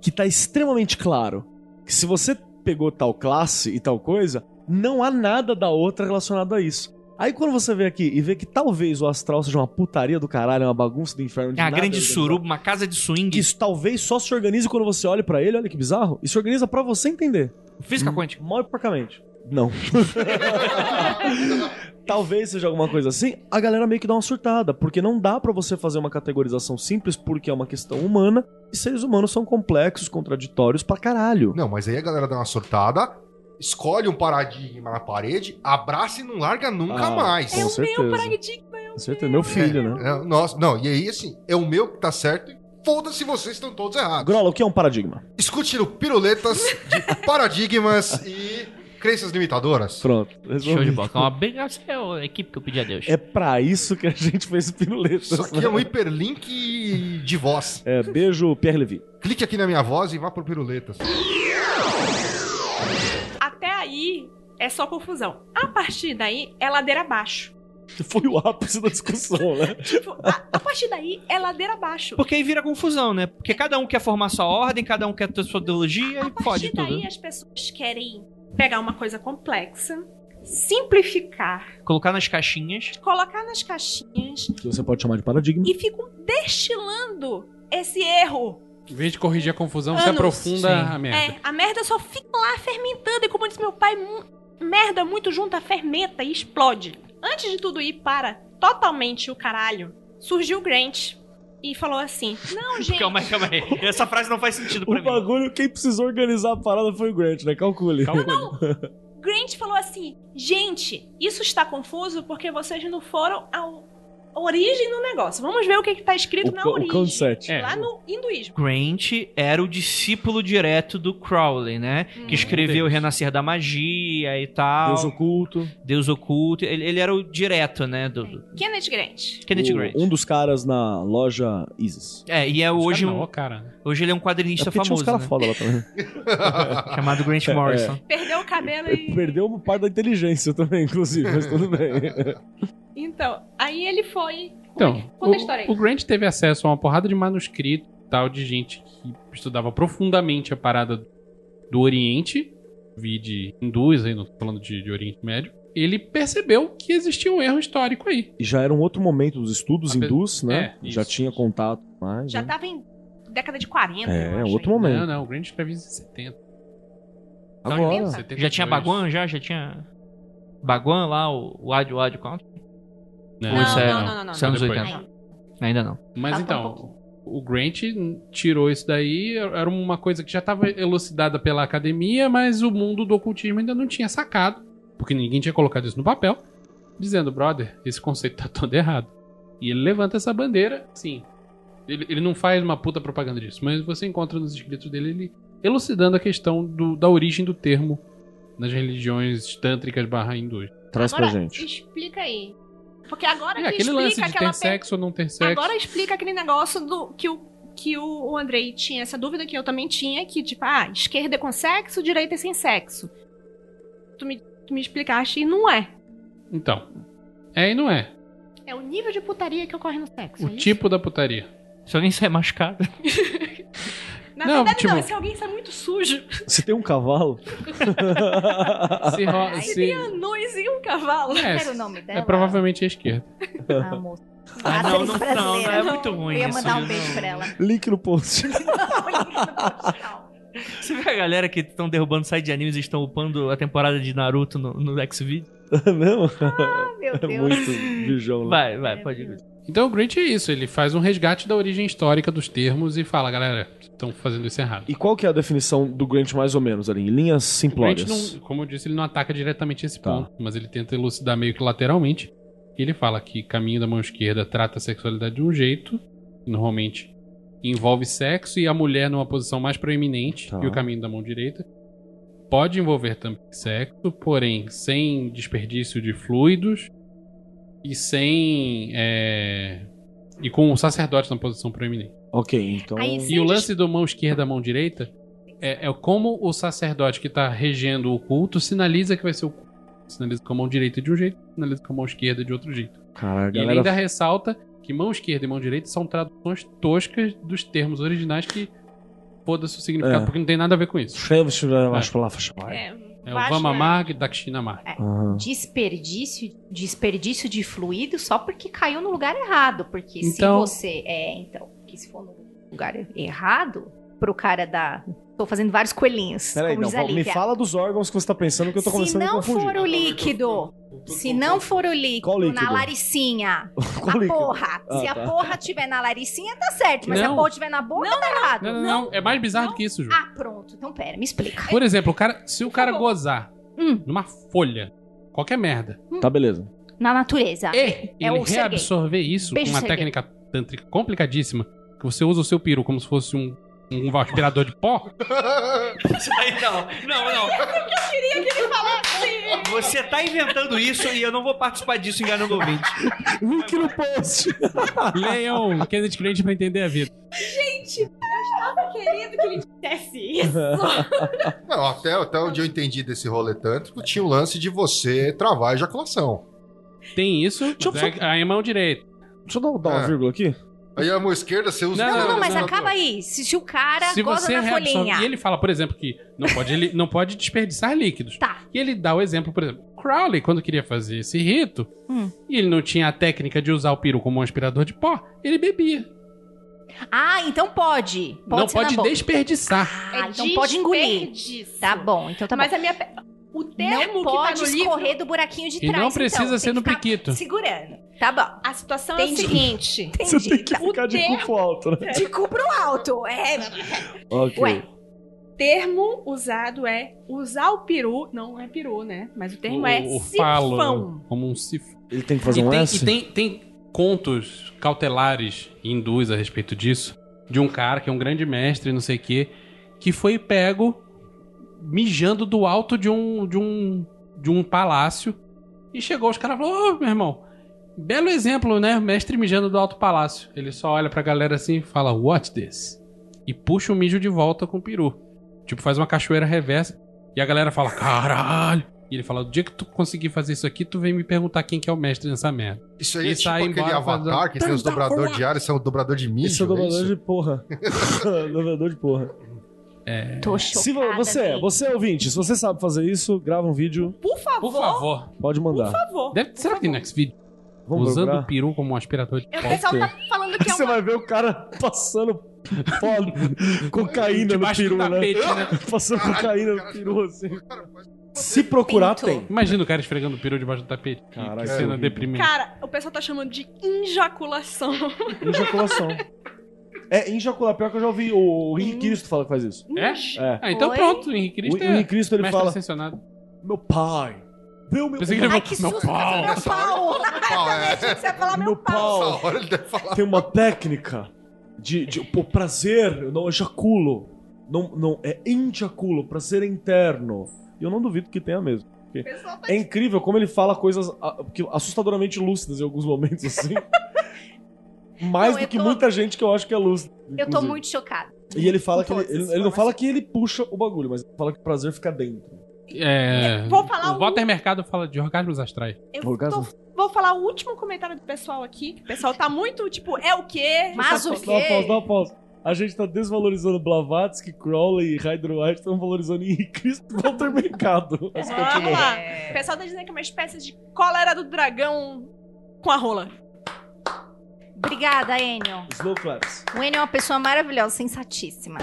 que tá extremamente claro. que se você pegou tal classe e tal coisa, não há nada da outra relacionado a isso. Aí quando você vem aqui e vê que talvez o astral seja uma putaria do caralho, uma bagunça do inferno de
É uma
nada
grande
organizado,
suruba, uma casa de
que
swing.
isso talvez só se organize quando você olha pra ele, olha que bizarro, e se organiza pra você entender.
Física quântica.
Mal e porcamente. Não. Talvez seja alguma coisa assim, a galera meio que dá uma surtada, porque não dá pra você fazer uma categorização simples, porque é uma questão humana, e seres humanos são complexos, contraditórios pra caralho.
Não, mas aí a galera dá uma surtada, escolhe um paradigma na parede, abraça e não larga nunca
Ah,
mais.
Com
é o
certeza.
meu paradigma.
Com certeza, meu filho, né?
É, nossa, não, e aí assim, é o meu que tá certo e foda-se vocês estão todos errados.
Grola, o que é um paradigma?
Escute no Piruletas de Paradigmas e Crenças Limitadoras.
Pronto.
Show de
resolvi.
bola. É uma obrigação, é a equipe que eu pedi a Deus.
Hum. É pra isso que a gente fez o piruletas.
Isso aqui
né?
é um hiperlink de voz.
É, beijo, Pierre Levy.
Clique aqui na minha voz e vá pro assim. Piruletas.
Até aí é só confusão. A partir daí é ladeira abaixo.
Foi o ápice da discussão, né?
Tipo, a, a partir daí é ladeira abaixo.
Porque aí vira confusão, né? Porque cada um quer formar sua ordem, cada um quer ter sua ideologia
A
e fode
partir
tudo. né?
daí é- as pessoas querem pegar uma coisa complexa, simplificar,
Colocar nas caixinhas.
colocar nas caixinhas
Que você pode chamar de paradigma.
e ficam destilando esse erro.
Em vez de corrigir a confusão, você
Anos.
aprofunda
Sim.
a merda.
É, a merda só fica lá fermentando e como disse meu pai, mu- merda muito junta fermenta e explode. Antes de tudo ir para totalmente o caralho, surgiu o Grant e falou assim: "Não, gente,
Calma aí, calma aí. Essa frase não faz sentido pra
O
mim.
bagulho, quem precisou organizar a parada foi o Grant, né? Calcule.
Calma.
Grant falou assim: gente, isso está confuso porque vocês não foram ao- à origem do negócio. Vamos ver o que está escrito na
co-
origem.
concept.
É.
Lá no hinduísmo.
Grant era o discípulo direto do Crowley, né? Que escreveu
Deus.
Renascer da Magia e tal.
Deus
Deus,
oculto.
Oculto. Ele, ele era o direto, né? Do, do-
Kenneth Grant.
Kenneth
O-
Grant.
Um dos caras na loja Isis.
É, e é
Os
hoje,
caras
um-
não, cara.
hoje ele é um
É
quadrinista
porque tinha uns
famoso, né?
caras foda É, lá também.
Chamado Grant Morrison.
Perdeu o cabelo
Ele
e.
perdeu uma parte da inteligência também, inclusive, mas tudo bem.
Então, aí ele foi. Como é
Então,
que- Conta a história aí.
o, o Grant teve acesso a uma porrada de manuscrito e tal, de gente que estudava profundamente a parada do Oriente, vi de hindus, aí não tô falando de, de Oriente Médio. Ele percebeu que existia um erro histórico aí.
E já era um outro momento dos estudos
Ape-
hindus, né?
é,
já
isso.
tinha contato mais.
Já
né?
tava em década de 40. eu
um
É,
acho,
outro
aí.
momento.
Não, não, né, o Grant escreveu em 70.
Tá
Agora.
72.
Já tinha Baguan, já? Já tinha... Baguan lá, o o Ad, o Ad, qual?
Não,
Ou isso é-
não, não, não, não,
isso é anos
não.
80. Ainda não.
Mas
Falta um
então, o Grant tirou isso daí, era uma coisa que já estava elucidada pela academia, mas o mundo do ocultismo ainda não tinha sacado, porque ninguém tinha colocado isso no papel, dizendo, brother, esse conceito tá todo errado. E ele levanta essa bandeira, sim. Ele, ele não faz uma puta propaganda disso, mas você encontra nos escritos dele ele elucidando a questão do- da origem do termo nas religiões tântricas barra hindus.
Traz
tá Agora,
pra gente.
Explica aí. Porque agora
É,
que
aquele
explica
lance de
aquela
ter
pe-
sexo ou não ter sexo.
Agora explica aquele negócio do que o que o, o Andrei tinha essa dúvida que eu também tinha, que tipo, ah, esquerda é com sexo, direita é sem sexo. Tu me, tu me explicaste e não é.
Então, é e não é.
É o nível de putaria que ocorre no sexo.
O
é isso?
tipo da putaria.
Se alguém sair machucado...
Na
Não,
verdade,
tipo-
não, se alguém sai muito sujo,
Se tem um cavalo.
Se ro-
aí
se-
tem anões e um cavalo.
É,
Qual era o nome
é
dela?
provavelmente a esquerda.
A moça.
Ah,
A
não,
atriz
não,
brasileira.
não, não, é muito ruim
né? Eu ia
isso,
mandar
não.
um beijo pra ela.
Link no post.
Você vê a galera que estão derrubando site de animes e estão upando a temporada de Naruto no, no Xvideo?
não?
Ah, meu
É
Deus.
muito bijão lá.
Vai, vai, pode ir.
Então o Grinch é isso, ele faz um resgate da origem histórica dos termos e fala, galera, estão fazendo isso errado.
E qual que é a definição do Grant mais ou menos ali? Em linhas
O Grinch,
simplórias.
não, como eu disse, ele não ataca diretamente esse
Tá.
ponto, mas ele tenta elucidar meio que lateralmente. Ele fala que caminho da mão esquerda trata a sexualidade de um jeito, que normalmente envolve sexo e a mulher numa posição mais proeminente,
Tá.
e o caminho da mão direita pode envolver também sexo, porém sem desperdício de fluidos e sem. é, e com o sacerdote na posição proeminente.
Ok, então.
Aí, assim,
E
sim.
o lance do mão esquerda, mão direita é, é como o sacerdote que tá regendo o culto sinaliza que vai ser o culto. Sinaliza com a mão direita de um jeito, sinaliza com a mão esquerda de outro jeito.
Cara, a
E ele ainda
galera.
ressalta que mão esquerda e mão direita são traduções toscas dos termos originais que foda-se o significado,
É.
porque não tem nada a ver com isso.
as palavras chave.
É,
É o
Vasco, né?
Vamamag Dakshinamag.
Aham.
Desperdício, desperdício de fluido só porque caiu no lugar errado. Porque
Então-
se você. É, então, que se for no lugar errado, pro cara da. Tô fazendo vários coelhinhos.
Peraí,
como
não,
diz a
me
Lívia.
fala dos órgãos que você tá pensando que eu tô
se
começando a
não
confundir.
for o líquido, se não for o líquido,
Qual líquido?
na laricinha,
Qual
a
líquido?
porra.
Ah,
se
tá.
a porra tiver na laricinha, tá certo. Mas se
Não.
a porra tiver na boca, tá errado.
Não, não, não, é mais bizarro do que isso, Ju.
Ah, pronto. Então pera, me explica.
Por exemplo, o cara, se o cara
favor.
gozar
Hum.
numa folha, qualquer merda,
Tá, beleza.
Na natureza.
e
é
ele
o Serguei.
reabsorver isso
Beijo,
com uma
Serguei.
técnica tântrica complicadíssima, que você usa o seu peru como se fosse um, um aspirador de pó,
Aí não, não, não. Você tá inventando isso e eu não vou participar disso enganando o ouvinte.
Link no post.
leiam Kennedy Crente um pra entender a vida.
querido que ele dissesse isso.
Não, até, até onde eu entendi desse rolê tântrico, tinha o lance de você travar a ejaculação.
Tem isso,
Deixa eu
mas é- aí é mão direita.
Deixa eu dar, dar uma
É.
vírgula aqui.
Aí a mão esquerda você usa... né?
Não,
Não, não,
não,
mas
não,
acaba aí. Se, se o cara
Se
goza
você é
na
reabsorve...
folhinha.
E ele fala, por exemplo, que não pode, ele, não pode desperdiçar líquidos.
Tá.
E ele dá o exemplo, por exemplo, Crowley, quando queria fazer esse rito,
Hum.
e ele não tinha a técnica de usar o peru como um aspirador de pó, ele bebia.
Ah, então pode. Pode
não
ser na
pode É
boca.
desperdiçar.
Ah, então pode engolir.
é desperdício.
Tá bom, então tá
Mas
bom.
a minha. pe- O
é
termo
Não
que
pode
tá no livro-
escorrer do buraquinho de
E
trás.
não precisa
então.
ser
Tem
no
que ficar
piquito.
Segurando. Tá bom.
A situação
Entendi.
é o seguinte.
Você tem
Entendi.
que
Tá.
ficar de
tempo-
cu alto, né?
De cu pro alto. É.
Ok.
Ué.
termo usado é usar o peru. Não é peru, né? Mas o
então
termo é
o, o
sifão.
falo, como um sifão.
Ele tem que
E,
fazer um
tem,
S?
e tem, tem contos cautelares hindus a respeito disso, de um cara que é um grande mestre, não sei o quê, que foi pego mijando do alto de um, de um, de um palácio. E chegou os caras e falou, ô, meu irmão, belo exemplo, né? Mestre mijando do alto palácio. Ele só olha pra galera assim e fala, what this? E puxa o mijo de volta com o peru. Tipo, faz uma cachoeira reversa. E a galera fala, caralho. E ele fala, o dia que tu conseguir fazer isso aqui, tu vem me perguntar quem que é o mestre nessa merda.
Isso aí é
E
tipo
sai
aquele
embora
avatar
fazendo-
que
um
tem os dobrador de ar, isso é o dobrador de mijo,
Esse é o
é
dobrador
isso?
de porra. dobrador de porra.
É.
Tô chocada.
Se vo- você, é
velho.
você ouvinte, se você sabe fazer isso, grava um vídeo,
Por favor.
Por favor.
pode mandar.
Por favor. É,
Deve, será que tem next vídeo?
Vamos
Usando
procurar?
o peru como um aspirador de
O
pó.
pessoal
ser.
tá falando que é
Você
uma.
vai ver o cara passando foda, cocaína no
Debaixo do
peru, né?
tapete, né?
Passando
Caralho,
cocaína no
cara.
peru, assim. Se procurar,
Pinto.
tem.
Imagina o cara esfregando o peru debaixo do tapete.
Caralho,
que
isso é
cena
horrível.
deprimente.
Cara, o pessoal tá chamando de injaculação.
Injaculação. É, injacular. Pior que eu já ouvi o Henrique Cristo fala que faz isso.
É?
É.
Ah, então
Oi?
pronto, o Hum. Henrique
O
Cristo é
Henrique Cristo, ele
mestre
fala,
ascensionado.
meu pai, meu, é meu,
Pensei que ele
Ai,
falou,
que
meu
susto.
pau.
Meu pau.
Pau, é.
Você vai falar meu
meu pau,
Essa hora ele deve falar.
tem uma técnica de, de pô, prazer, eu não ejaculo. Não, não, é indiaculo, prazer interno. E eu não duvido que tenha mesmo. porque
tá
É incrível como ele fala coisas ah, que- assustadoramente lúcidas em alguns momentos, assim. Mais
Não,
do
eu
que
tô-
muita gente que eu acho que é lúcida.
Eu tô
inclusive.
muito chocada.
E ele fala
com
que ele,
todas
ele-
as
ele não fala que ele puxa o bagulho, mas ele fala que o prazer fica dentro.
É,
Vou falar
o
um-
Walter Mercado fala de orgasmos astrais.
Eu
Por causa-
tô- vou falar o último comentário do pessoal aqui. que O pessoal tá muito, tipo, é o quê?
Mas o
Dá uma pausa, dá
quê?
uma pausa. A gente tá desvalorizando Blavatsky, Crowley e Hydro White, estão valorizando Henrique Cristo e Walter Mercado.
É.
Mas
Vamos
continua.
lá. O pessoal tá dizendo que é uma espécie de cólera do dragão com a rola.
Obrigada, Enio.
Slow claps.
O Enio é uma pessoa maravilhosa, sensatíssima.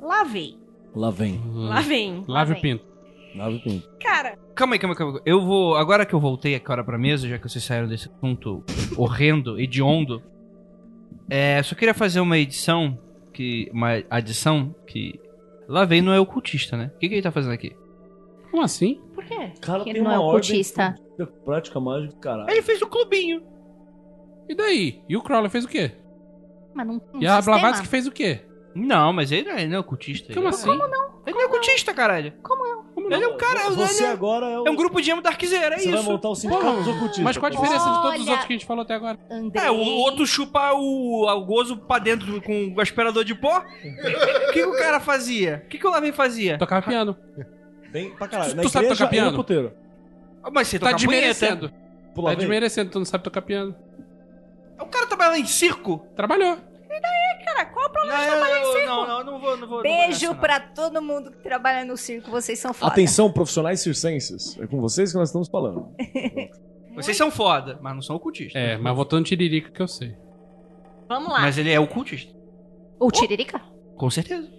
Lá vem.
Lá vem.
Lá vem.
Lave o
vem.
pinto.
Nave Pinto.
Cara,
Calma aí, calma aí, calma aí. Eu vou. Agora que eu voltei agora pra mesa, já que vocês saíram desse assunto horrendo, hediondo. É, só queria fazer uma edição. Que, uma adição que. Lá vem não é ocultista, né? O que, que ele tá fazendo aqui?
Como assim?
Por quê?
Cara,
Ele
tem
não
uma
é
ordem
ocultista.
de prática mágica, caralho.
Ele fez o clubinho.
E daí? E o Crowley fez o quê?
Mas não,
Um
não
e a
sistema?
Blavatsky fez o quê?
Não, mas ele não é, ele não é ocultista.
Como
ele
assim?
Não, ele não é ocultista, caralho. Ele é um cara, ele
Você
é-
agora é o.
É um grupo de emo da Arquiseira, é
Você vai
isso.
montar o sindicato dos ocultistas.
Mas qual a diferença de todos os
Olha.
outros que a gente falou até agora?
Andrei.
É, o outro chupa o, o gozo pra dentro do- com o aspirador de pó. O que, que o cara fazia? O que, que o Lavin fazia?
Tocava piano.
Tem pra caralho.
Tu
Na
sabe
igreja
tocar piano?
é no puteiro.
Ah, Mas você
Tá
toca punheta.
desmerecendo.
Pula,
É
Tá
vem.
desmerecendo, tu não sabe tocar piano.
O cara trabalha lá em circo.
Trabalhou.
cara, qual
Não, eu, eu, não, não, eu não vou, não vou. não
Beijo
vou nessa,
pra todo mundo que trabalha no circo, vocês são foda.
Atenção, profissionais circenses. É com vocês que nós estamos falando.
não. Vocês são foda, mas não são ocultistas.
É, mas votando tiririca que eu sei.
Vamos lá.
Mas ele é ocultista.
O Tiririca?
Com certeza.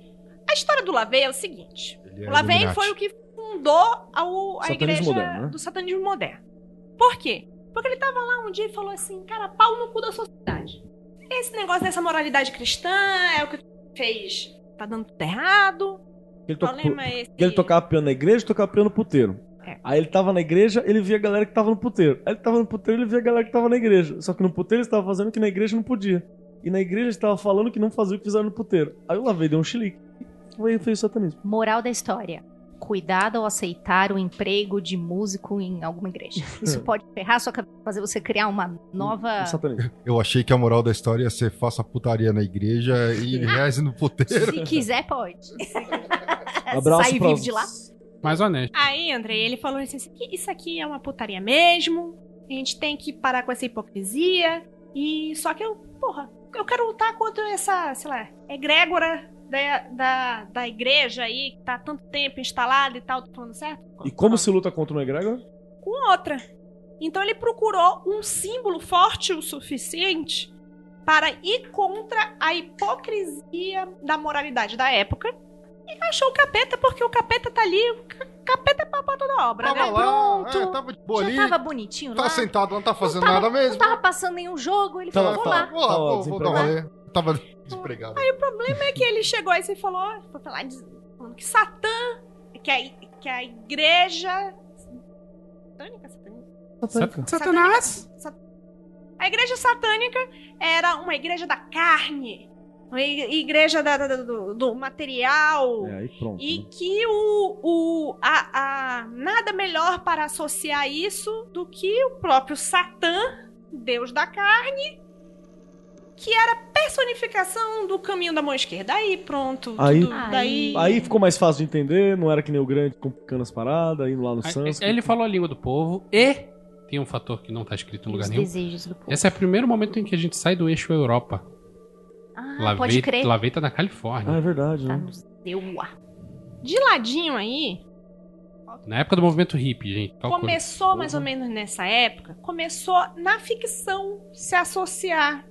A história do Lavey é o seguinte.
Ele
O
é
Lavey
Illuminati.
foi o que fundou a, o- a
Satanismo
igreja
moderno, né?
do satanismo moderno. Por quê? Porque ele tava lá um dia e falou assim, cara, pau no cu da sociedade. Esse negócio dessa moralidade cristã é o que fez. Tá dando tudo errado.
Ele,
O
to-
problema é esse.
porque ele tocava piano na igreja e tocava piano no puteiro.
É.
Aí ele tava na igreja, ele via a galera que tava no puteiro. Aí ele tava no puteiro, ele via a galera que tava na igreja. Só que no puteiro ele estava fazendo o que na igreja não podia. E na igreja ele tava falando que não fazia o que fizeram no puteiro. Aí o Lavei deu um chilique. Foi, foi o satanismo.
Moral da história. Cuidado ao aceitar o emprego de músico em alguma igreja. Isso pode ferrar sua cabeça, fazer você criar uma nova.
O satanismo.
Eu achei que a moral da história ia ser faça putaria na igreja e reze no puteiro.
Se quiser, pode.
Abraço
Sai
pra-
vivo de lá.
Mais honesto.
Aí, Andrei, ele falou assim, assim, que isso aqui é uma putaria mesmo. A gente tem que parar com essa hipocrisia. E só que eu, porra, eu quero lutar contra essa, sei lá, egrégora da, da, da igreja aí, que tá há tanto tempo instalada e tal, tô falando certo?
E como se luta contra um egrégor?
Com outra. Então ele procurou um símbolo forte o suficiente para ir contra a hipocrisia da moralidade da época. E achou o capeta, porque o capeta tá ali, o ca- capeta é papo toda obra, né?
Tava lá,
Pronto.
é, tava de boa
Já
ali,
tava bonitinho
tá
lá.
sentado, não tá fazendo
tava-
nada
Não
mesmo.
tava passando nenhum jogo, ele
Tava-
falou, vou
tava-
lá.
Vou lá,
Tava
vou, vou dar um rolê.
desempregado.
Tava desempregado.
é que ele chegou aí e falou, vou falar de- falando que Satã, que a, que a igreja. Satânica, satânica?
Sat- Satanás!
A igreja satânica era uma igreja da carne, uma i- igreja da- da- da- do, do material.
É, aí pronto.
E
né?
que o, o a, a- nada melhor para associar isso do que o próprio Satã, Deus da carne, que era a personificação do caminho da mão esquerda. Aí pronto,
Aí-
tudo, daí
Aí ficou mais fácil de entender, não era que nem o grande complicando as paradas, indo lá no
Aí-
Santos.
Aí ele falou a língua do povo e tem um fator que não tá escrito em
Os
lugar nenhum.
desejos do povo.
Esse é o primeiro momento em que a gente sai do eixo Europa.
Ah, pode
Lavei,
crer.
Lavei tá na
Ah,
Califórnia.
é verdade,
Tá
né?
nos deu a-
de ladinho aí,
Na época do movimento hippie, gente. calcula.
Começou mais ou
Uhum.
menos nessa época, começou na ficção se associar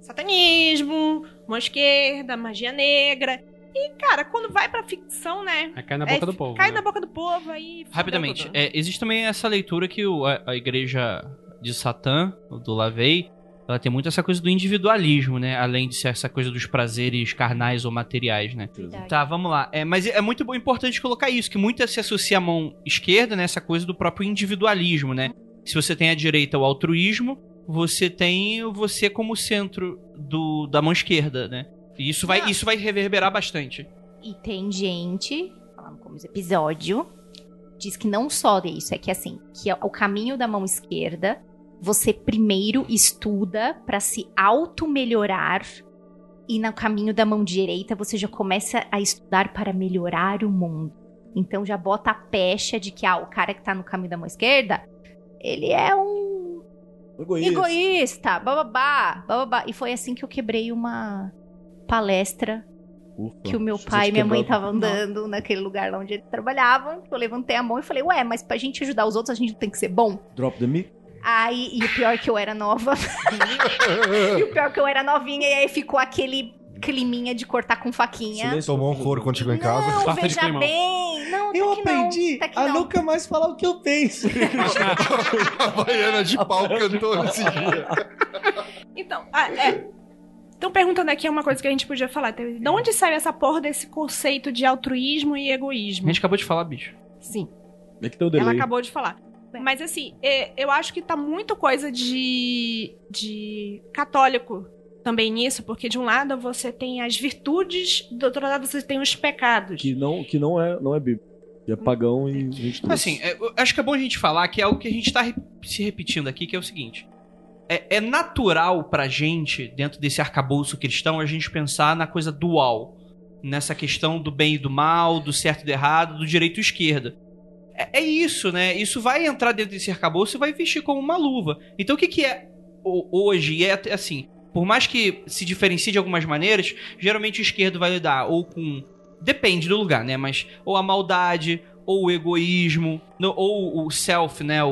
satanismo, mão esquerda, magia negra. E, cara, quando vai pra ficção, né?
Aí cai na boca
é,
do povo.
Cai
né?
na boca do povo aí. fudeu
Rapidamente,
tudo.
é, existe também essa leitura que o- a, a igreja de Satã, do Lavey, ela tem muito essa coisa do individualismo, né? Além de ser essa coisa dos prazeres carnais ou materiais, né? Tá, vamos lá. É, mas é muito bom- importante colocar isso, que muita se associa à mão esquerda, né? Essa coisa do próprio individualismo, né? Se você tem à direita o altruísmo, você tem você como centro do, da mão esquerda, né? E isso vai,
Ah.
isso vai reverberar bastante.
E tem gente, falando como esse episódio, diz que não só é isso, é que assim, que é o caminho da mão esquerda, você primeiro estuda pra se auto-melhorar, e no caminho da mão direita você já começa a estudar para melhorar o mundo. Então já bota a pecha de que ah, o cara que tá no caminho da mão esquerda, ele é um egoísta, bababá, bababá. E foi assim que eu quebrei uma palestra que o meu pai e minha mãe estavam andando naquele lugar lá onde eles trabalhavam. Eu levantei a mão e falei, ué, mas pra gente ajudar os outros, a gente não tem que ser bom?
Drop the mic.
Aí, e o pior é que eu era nova. e o pior é que eu era novinha, e aí ficou aquele climinha de cortar com faquinha.
Silêncio
Tomou um
profundo.
couro quando chegou em casa.
Não,
Torta de
veja
climão.
bem. Não, tá que não, tá que não.
mais falar o que eu penso.
A baiana de pau cantou nesse dia.
Então, ah, é. Estão perguntando aqui uma coisa que a gente podia falar. De onde saiu essa porra desse conceito de altruísmo e
A
egoísmo?
gente acabou de falar, bicho.
Sim.
É que tem o
Ela
delay.
acabou de falar. Mas assim, é, eu acho que tá muito coisa de, de católico também nisso, porque de um lado você tem as virtudes, do outro lado você tem os pecados.
Que não, que não é, não é bíblico. Que é pagão e gente
Mas, assim, é, eu acho que é bom a gente falar que é algo que a gente tá re- se repetindo aqui, que é o seguinte. É, é natural pra gente, dentro desse arcabouço cristão, a gente pensar na coisa dual. Nessa questão do bem e do mal, do certo e do errado, do direito e esquerda. É, é isso, né? Isso vai entrar dentro desse arcabouço e vai vestir como uma luva. Então o que que é o- hoje? E é até assim, Por mais que se diferencie de algumas maneiras, geralmente o esquerdo vai lidar ou com. Depende do lugar, né? Mas. Ou a maldade, ou o egoísmo, no- ou o self, né? O,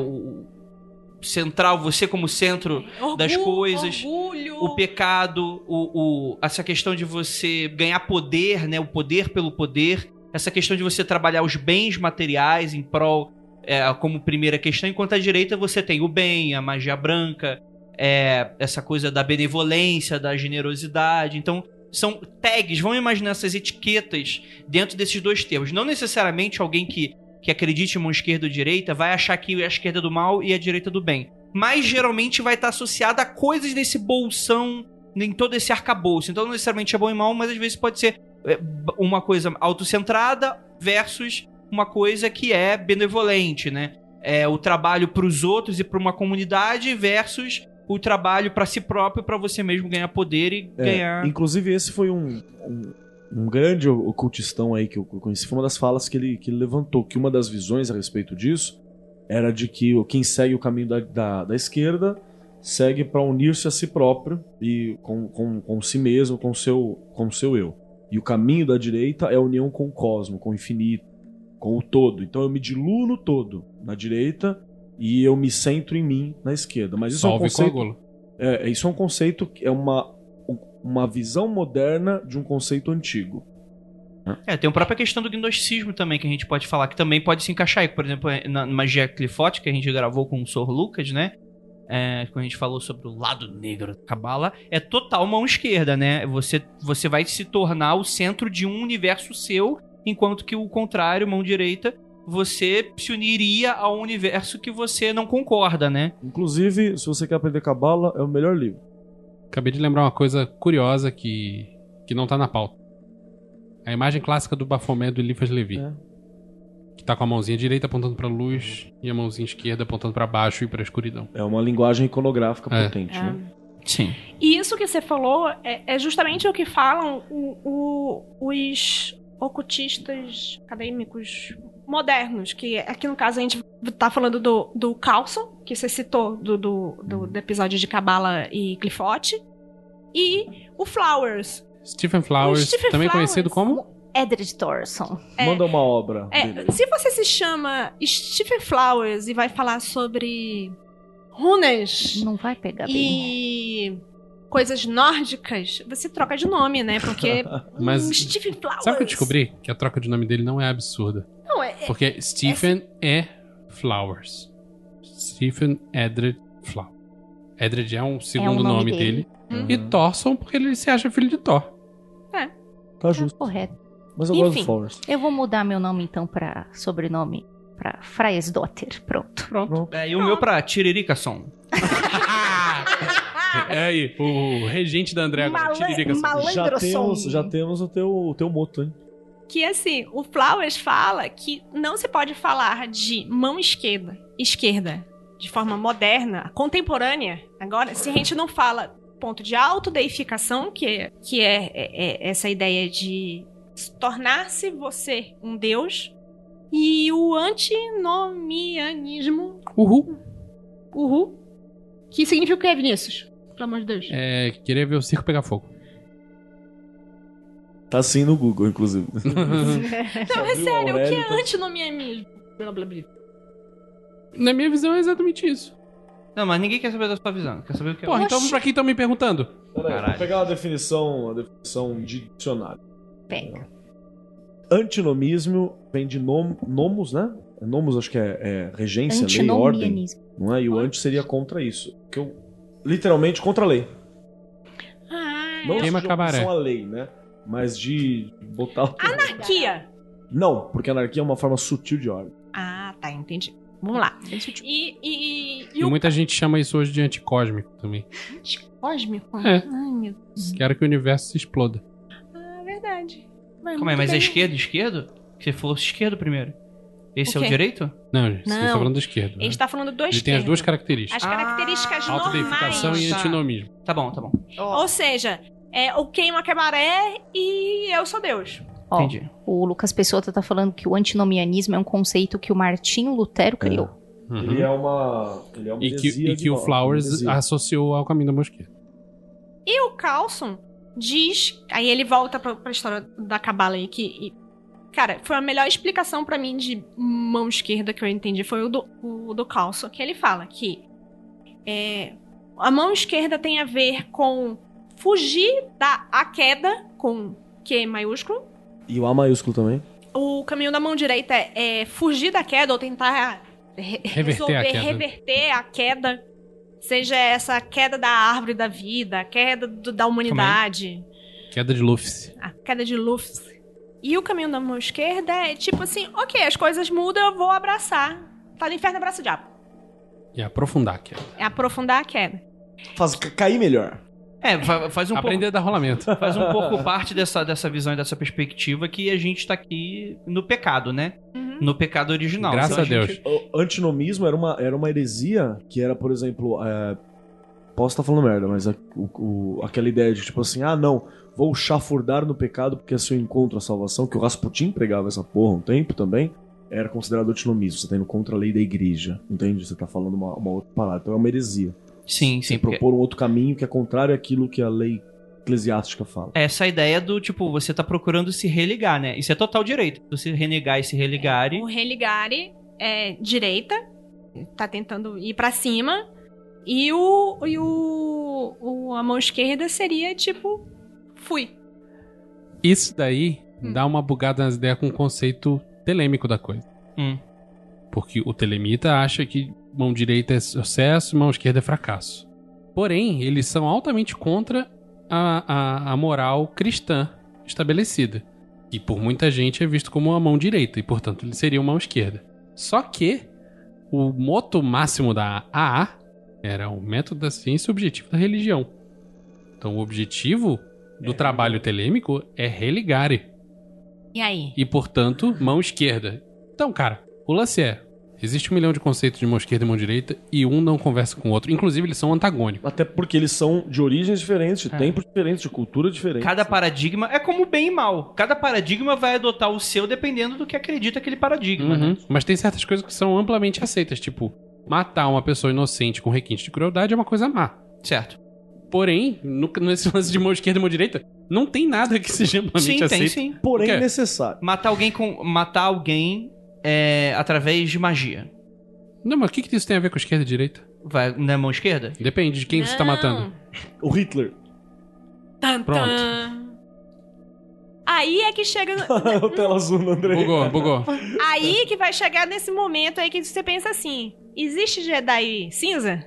o central, você como
É.
centro das
Orgulho,
coisas,
Orgulho.
o pecado, o, o- essa questão de você ganhar poder, né? O poder pelo poder, essa questão de você trabalhar os bens materiais em prol é, como primeira questão, enquanto à direita você tem o bem, a magia branca, é, essa coisa da benevolência, da generosidade. Então, são tags, vão imaginar essas etiquetas dentro desses dois termos. Não necessariamente alguém que, que acredite em uma esquerda ou direita vai achar que a esquerda é do mal e a direita é do bem mas geralmente vai estar associada a coisas desse bolsão, em todo esse arcabouço. Então não necessariamente é bom e mal, mas às vezes pode ser é, b- uma coisa autocentrada versus uma coisa que é benevolente, né? É o trabalho para os outros e para uma comunidade versus o trabalho para si próprio, para você mesmo ganhar poder e
É,
ganhar.
Inclusive, esse foi um, um, um grande ocultistão aí que eu conheci. Foi uma das falas que ele, que ele levantou, que uma das visões a respeito disso era de que o- quem segue o caminho da, da, da esquerda segue para unir-se a si próprio e com, com, com si mesmo, com seu, com seu eu. E o caminho da direita é a união com o cosmo, com o infinito, com o todo. Então eu me diluo no todo na direita e eu me centro em mim na esquerda. Mas isso é um
Salve
conceito
Cogolo.
é, isso é um conceito que é uma, uma visão moderna de um conceito antigo.
É, tem a própria questão do gnosticismo também que a gente pode falar, que também pode se encaixar aí, por exemplo, na magia clifote que a gente gravou com o Sor Lucas, né? É, quando a gente falou sobre o lado negro da cabala, é total mão esquerda, né? Você, você vai se tornar o centro de um universo seu, enquanto que o contrário, mão direita, você se uniria a um universo que você não concorda, né?
Inclusive, se você quer aprender cabala, é o melhor livro.
Acabei de lembrar uma coisa curiosa que, que não tá na pauta. A imagem clássica do Bafomé do Eliphas Levi.
É.
Que tá com a mãozinha direita apontando pra luz e a mãozinha esquerda apontando pra baixo e pra escuridão.
É uma linguagem iconográfica
É.
potente,
É.
né?
Sim.
E isso que você falou é, é justamente o que falam o- o- os ocultistas acadêmicos modernos, que aqui no caso a gente tá falando do, do Carlson, que você citou do, do, do- do episódio de Cabala e Clifote, e o Flowers.
Stephen Flowers,
O Stephen
também
Flowers.
conhecido como.
Edred Thorson.
É.
Manda uma obra dele.
É, se você se chama Stephen Flowers e vai falar sobre runas
Não vai
Tá
pegar bem.
e coisas nórdicas, você troca de nome, né? Porque
Mas-
hum, Stephen Flowers.
Sabe o que eu descobri? Que a troca de nome dele não é absurda.
Não, é,
Porque Stephen é Flowers. Stephen Edred Flowers. Edred é um segundo nome,
nome dele.
dele.
Uhum.
Uhum.
E Thorson, porque ele se acha filho de Thor.
Tá
Tá
justo.
correto.
Mas eu gosto
Enfim.
do Forrest.
Eu vou mudar meu nome então pra sobrenome pra Fraesdotter. Pronto.
Pronto.
É, e o meu pra Tiriricason.
É aí, o regente da André agora.
Malan-
Tiririca.
malan-
Já
Malandro um.
temos,
som.
já temos o teu, o teu moto, hein?
Que assim, o Flowers fala que não se pode falar de mão esquerda, esquerda, de forma moderna, contemporânea, agora, se a gente não fala ponto de autodeificação, que, é- que é, é- é essa ideia de s- tornar-se você um deus, e o antinomianismo,
Uhul.
uhul, que significa o que, Vinícius? Pelo amor de Deus.
É, queria ver o circo pegar fogo.
Tá assim no Google, inclusive. Hum.
Não, é sério,
Abril
o que
Aurélio,
é
tá-
antinomianismo? Blá, blá, blá.
Na minha visão é exatamente isso.
Não, mas ninguém quer saber da sua visão. Quer saber o que é.
Porra, então pra quem estão me perguntando?
Peraí,
Caralho.
vou pegar uma definição, uma definição de dicionário.
Pega.
Antinomismo vem de nom, nomos, né? Nomos acho que é, é regência, lei, ordem.
Antinomianismo.
Não é? E o anti seria contra isso. Que eu, literalmente contra a lei.
Ah,
Não
Queima
de
cabaré.
oposição à lei, né? Mas de botar. o-
anarquia.
Não, porque anarquia é uma forma sutil de ordem.
Ah, tá, entendi. Vamos lá. E, e, e,
E
o
muita gente chama isso hoje de anticósmico também.
cósmico?
É.
Ai, meu
Quero que o universo se exploda.
é verdade. Mas
Como é?
muito
Mas é
bem.
esquerdo, esquerdo? Você falou esquerdo primeiro. Esse
O
é o
quê?
direito?
Não, gente, você
Não.
tá falando da esquerda.
A
né?
gente tá falando do
Ele
esquerdo. é
tem as duas características.
As características
Ah,
normais.
Autodeificação e
Tá.
antinomismo.
Tá bom, tá bom.
Ou seja, é o queima cabaré e eu sou Deus.
Ó,
Entendi.
o Lucas Pessoa tá falando que o antinomianismo é um conceito que o Martinho Lutero criou.
Uhum.
Ele é uma. Ele é uma
E que,
heresia
e
de um
que o
uma-
Flowers
heresia.
associou ao caminho da mão esquerda.
E o Carlson diz. Aí ele volta pra, pra história da cabala aí, que. e- cara, foi a melhor explicação pra mim de mão esquerda que eu entendi. Foi o do, o do Carlson, que ele fala que. é, a mão esquerda tem a ver com fugir da a queda, com Q maiúsculo.
E o A maiúsculo também.
O caminho da mão direita é, é fugir da queda ou tentar re-
Reverter
resolver,
a queda.
reverter a queda. Seja essa queda da árvore da vida, a queda do- da
é?
humanidade
Queda de Luffy.
a queda de Luffy. E o caminho da mão esquerda é tipo assim, ok, as coisas mudam, eu vou abraçar. Tá no inferno, abraça o diabo.
E aprofundar a queda.
É aprofundar a queda.
Faz ca- cair melhor.
É, fa- faz um pouco
Aprender a dar rolamento.
faz um pouco parte dessa, dessa visão e dessa perspectiva que a gente tá aqui no pecado, né?
Uhum.
No pecado original.
Graças
Então
a Deus.
gente-
O antinomismo era uma, era uma heresia que era, por exemplo, é, posso estar falando merda, mas a- o- o- aquela ideia de tipo assim, ah não, vou chafurdar no pecado porque é seu encontro à salvação, que o Rasputin pregava essa porra um tempo também, era considerado antinomismo, você tá indo contra a lei da igreja, entende? Você tá falando uma, uma outra parada, então é uma heresia.
Sim, sim.
Você
porque-
propor um outro caminho que é contrário àquilo que a lei eclesiástica fala.
Essa ideia do, tipo, você tá procurando se religar, né? Isso é total direito. Se Você renegar e se religar.
O religare é direita, tá tentando ir pra cima. E o. E o, o- a mão esquerda seria tipo. Fui.
Isso daí
Hum.
dá uma bugada nas ideias com o conceito telêmico da coisa.
Hum.
Porque o telemita acha que mão direita é sucesso, mão esquerda é fracasso. Porém, eles são altamente contra a, a, a moral cristã estabelecida. E por muita gente é visto como a mão direita, e portanto ele seria uma mão esquerda. Só que o moto máximo da AA era o método da ciência e o objetivo da religião. Então o objetivo do trabalho telêmico é religare
E aí?
e, portanto, mão esquerda. Então, cara, o lance é: existe um milhão de conceitos de mão esquerda e mão direita e um não conversa com o outro. Inclusive, eles são antagônicos.
Até porque eles são de origens diferentes, de
É.
tempos diferentes, de cultura diferente.
Cada paradigma é como bem e mal. Cada paradigma vai adotar o seu dependendo do que acredita aquele paradigma, né?
Uhum. Mas tem certas coisas que são amplamente aceitas, tipo, matar uma pessoa inocente com requinte de crueldade é uma coisa má.
Certo.
Porém, no, nesse lance de mão esquerda e mão direita, não tem nada que seja amplamente
Sim, tem
aceito.
sim.
O
Porém é
quê?
necessário.
Matar alguém com. Matar alguém é, através de magia.
Não, mas o que, que isso tem a ver com esquerda e direita?
Vai na mão esquerda?
Depende de quem você tá
Não.
matando.
O Hitler.
Tan,
Pronto.
tan. Aí é que chega.
o tela azul no André.
Bugou, bugou.
aí que vai chegar nesse momento aí que você pensa assim: existe Jedi cinza?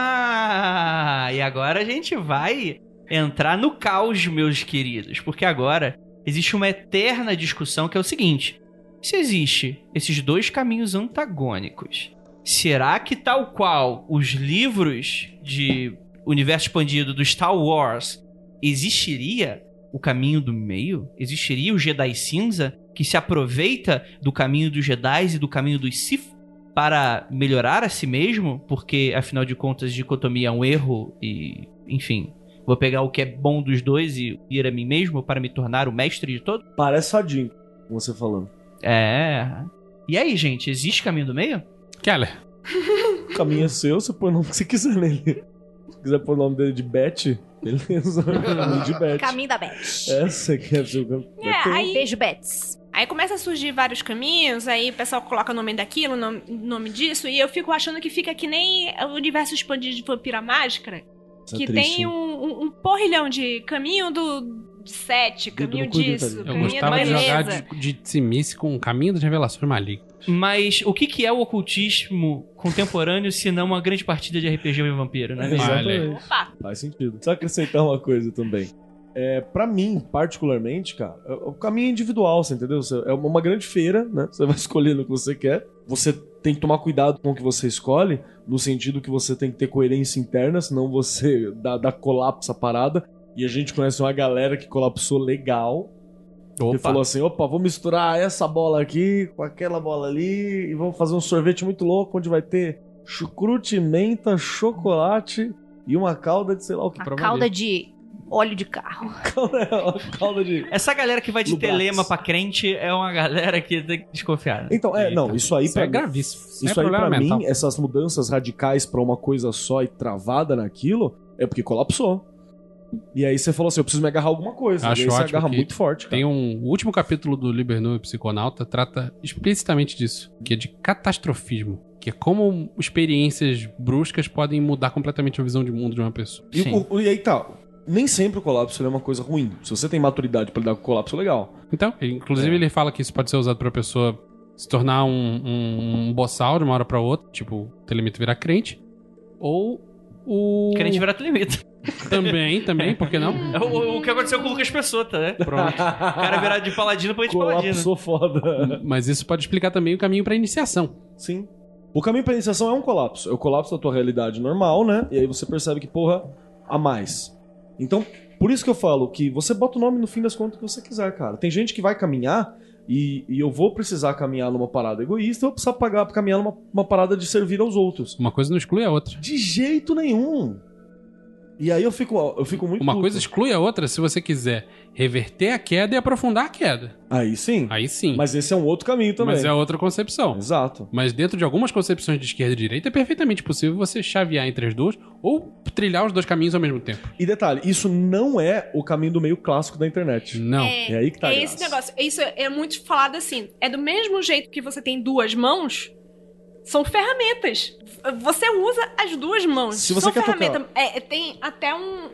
Ah, e agora a gente vai entrar no caos, meus queridos, porque agora existe uma eterna discussão que é o seguinte: se existe esses dois caminhos antagônicos, será que tal qual os livros de universo expandido do Star Wars existiria o caminho do meio? Existiria o Jedi cinza que se aproveita do caminho dos Jedi e do caminho dos Sith? para melhorar a si mesmo, porque afinal de contas dicotomia é um erro e, enfim, vou pegar o que é bom dos dois e ir a mim mesmo para me tornar o mestre de todos?
Parece sadinho, como você falando.
É. E aí, gente, existe caminho do meio?
Keller,
O caminho é seu, você põe o nome que você quiser nele. Se quiser pôr o nome dele de Beth, beleza. Nome de Beth.
Caminho da Beth.
Essa que é o seu caminho.
É, aí-
Beijo, Bets.
Aí começa a surgir vários caminhos, aí o pessoal coloca o nome daquilo, o nome, nome disso, e eu fico achando que fica que nem o universo expandido de Vampira Máscara,
Essa
que
Tá triste,
tem um,
hein?
um- um porrilhão de caminho do de sete,
Dedo
caminho
no cu,
disso,
detalhe.
eu
caminho
gostava
da
de jogar
beleza.
de, de Tsimice com o caminho das revelações malignas.
Mas o que que é o ocultismo contemporâneo se não uma grande partida de RPG e vampiro, né?
Exato.
Exatamente.
Opa!
Faz sentido. Só acrescentar uma coisa também. É, pra mim, particularmente, cara, é- o caminho é individual, você entendeu? Você- É uma grande feira, né? Você vai escolhendo o que você quer. Você tem que tomar cuidado com o que você escolhe, no sentido que você tem que ter coerência interna, senão você dá, dá colapso a parada. E a gente conhece uma galera que colapsou legal, Ele falou assim: opa, vou misturar essa bola aqui com aquela bola ali e vamos fazer um sorvete muito louco onde vai ter chucrute, menta, chocolate e uma calda de sei lá o que.
A
Prova
cauda de óleo de carro.
Calda de.
Essa galera que vai de
No braço.
telema pra crente é uma galera que tem que desconfiar. né?
Então, é, não,
Eita.
isso aí
Isso
pra
é
mim-
gravíssimo. Isso,
Isso
é
aí,
problema
pra
mental.
mim, essas mudanças radicais pra uma coisa só e travada naquilo, é porque colapsou. E aí você falou assim: eu preciso me agarrar a alguma coisa.
Acho
e aí você
ótimo
agarra
que
muito forte. Cara.
Tem um o último capítulo do Libernu e Psiconauta trata explicitamente disso, que é de catastrofismo, que é como experiências bruscas podem mudar completamente a visão de mundo de uma pessoa.
E,
Sim.
o- o- e aí tá. Nem sempre o colapso ele é uma coisa ruim. Se você tem maturidade pra lidar com o colapso, legal.
Então, ele-
É.
inclusive ele fala que isso pode ser usado pra pessoa se tornar um, um, um boçal de uma hora pra outra, tipo, o telemito virar crente, ou o...
Crente virar telemita.
Também, também, por que não?
É o, o que aconteceu com o Lucas Pessota, né?
Pronto.
O
Ah.
cara virar de paladino pra gente paladino.
Colapsou foda.
Mas isso pode explicar também o caminho pra iniciação.
Sim. O caminho pra iniciação é um colapso. É o colapso da tua realidade normal, né? E aí você percebe que, porra, a mais. Então, por isso que eu falo que você bota o nome no fim das contas que você quiser, cara. Tem gente que vai caminhar e, e eu vou precisar caminhar numa parada egoísta, eu vou precisar pagar, caminhar numa uma parada de servir aos outros.
Uma coisa não exclui a outra.
De jeito nenhum. E aí eu fico, eu fico muito.
Uma
puto.
coisa exclui a outra se você quiser reverter a queda e aprofundar a queda.
Aí sim.
Aí sim.
Mas esse é um outro caminho também.
Mas é outra concepção.
Exato.
Mas dentro de algumas concepções de esquerda e direita é perfeitamente possível você chavear entre as duas ou trilhar os dois caminhos ao mesmo tempo.
E detalhe, isso não é o caminho do meio clássico da internet.
Não.
É aí que tá. a
Hum. é esse
graça.
negócio. É Isso é muito falado assim. É do mesmo jeito que você tem duas mãos, são ferramentas. Você usa as duas mãos.
Se você
são
quer tocar-
ferramentas. É, tem até um,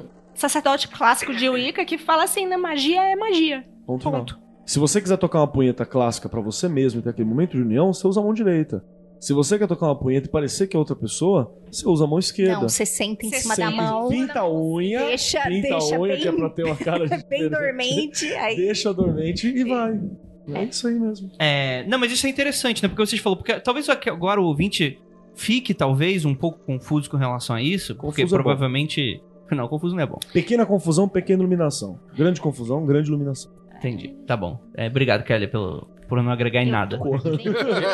um sacerdote clássico de Wicca que fala assim, né? Magia é magia.
Ponto, final.
Ponto.
Se você quiser tocar uma punheta clássica pra você mesmo e ter aquele momento de união, você usa a mão direita. Se você quer tocar uma punheta e parecer que é outra pessoa, você usa a mão esquerda.
Não, você senta em
Você
cima da
senta.
mão,
Pinta a unha,
deixa,
pinta
deixa
a unha
bem,
que é pra ter uma cara de
bem
diferente.
dormente, aí
Deixa dormente e vai. É isso aí mesmo.
É, não, mas isso é interessante, né? Porque vocês falaram, porque talvez aqui agora o ouvinte fique, talvez, um pouco confuso com relação a isso, porque
Confuso é bom.
provavelmente. Não, confuso não é bom.
Pequena confusão, pequena iluminação. Grande confusão, grande iluminação.
Entendi. Tá bom. É, obrigado, Kelly, pelo, por não agregar em nada.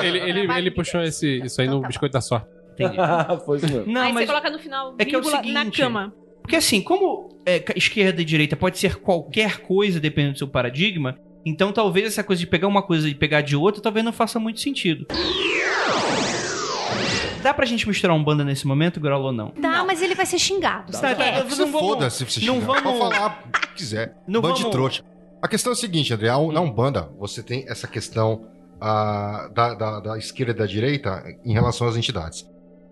Ele,
é
ele, ele puxou esse, isso aí no Biscoito da Sorte.
Entendi.
Foi isso mesmo.
Não,
Aí você
mas.
coloca no final,
é que é o
vírgula, na
seguinte,
cama.
Porque assim, como é, ca- esquerda e direita pode ser qualquer coisa, dependendo do seu paradigma, então talvez essa coisa de pegar uma coisa e pegar de outra talvez não faça muito sentido. Dá pra gente misturar um banda nesse momento, Grola, ou não?
Tá, mas ele vai ser xingado.
Tá,
sabe?
tá,
É.
tá.
Você
Não vamos-
foda-se se você
não
xingar.
vamos-
Pode falar o que quiser.
Não
Bando de
vamos-
trouxa. A questão é a seguinte, André. A, na Umbanda, você tem essa questão ah, da, da- da esquerda e da direita em relação às entidades.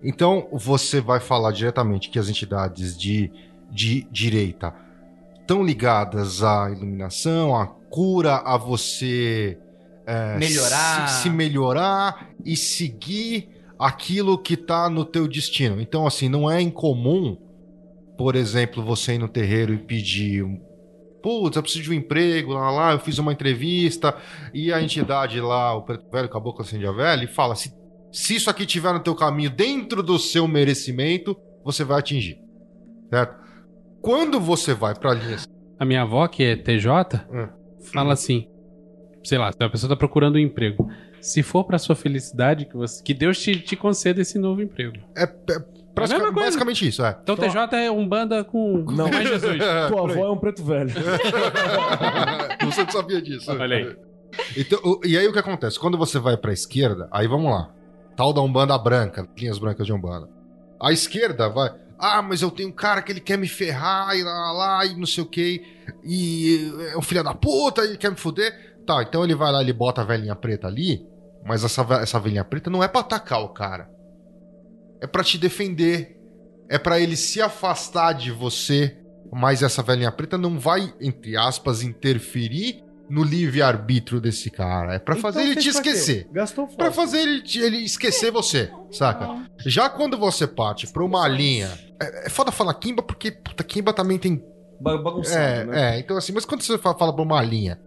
Então, você vai falar diretamente que as entidades de, de direita estão ligadas à iluminação, à cura, a você... eh,
Melhorar.
Se, se melhorar e seguir aquilo que tá no teu destino. Então, assim, não é incomum, por exemplo, você ir no terreiro e pedir um- Putz, eu preciso de um emprego, lá, lá, eu fiz uma entrevista, e a entidade lá, o preto velho, o caboclo acende a velha, e fala: se, se isso aqui tiver no teu caminho dentro do seu merecimento, você vai atingir. Certo? Quando você vai pra linha. assim,
A minha avó, que é TJ,
Hum.
fala assim: sei lá, a pessoa tá procurando um emprego. Se for pra sua felicidade, que, você- que Deus te, te conceda esse novo emprego.
É, é pratica-
mesma coisa.
basicamente isso, é.
Então, TJ é um banda com.
Não.
mais Jesus.
Tua
Por aí.
avó é um preto velho.
Você não sabia disso.
Olha aí.
Então, o- e aí o que acontece? Quando você vai pra esquerda, aí vamos lá. Tal da Umbanda branca, linhas brancas de Umbanda. A esquerda vai. Ah, mas eu tenho um cara que ele quer me ferrar e lá, lá, lá, e não sei o que. E é um filho da puta, ele quer me fuder. Tá, então ele vai lá, ele bota a velhinha preta ali. Mas essa, ve- essa velhinha preta não é pra atacar o cara. É pra te defender. É pra ele se afastar de você. Mas essa velhinha preta não vai, entre aspas, interferir no livre-arbítrio desse cara. É pra fazer
Então
ele te
fez pra quê?
esquecer. É
Gastou foda.
Pra fazer ele, te- ele esquecer você, saca? Já quando você parte pra uma linha. É, é foda falar Kimba porque, puta, Kimba também tem
Ba- Bagunçado,
é,
né?
é, então assim, mas quando você fa- fala pra uma linha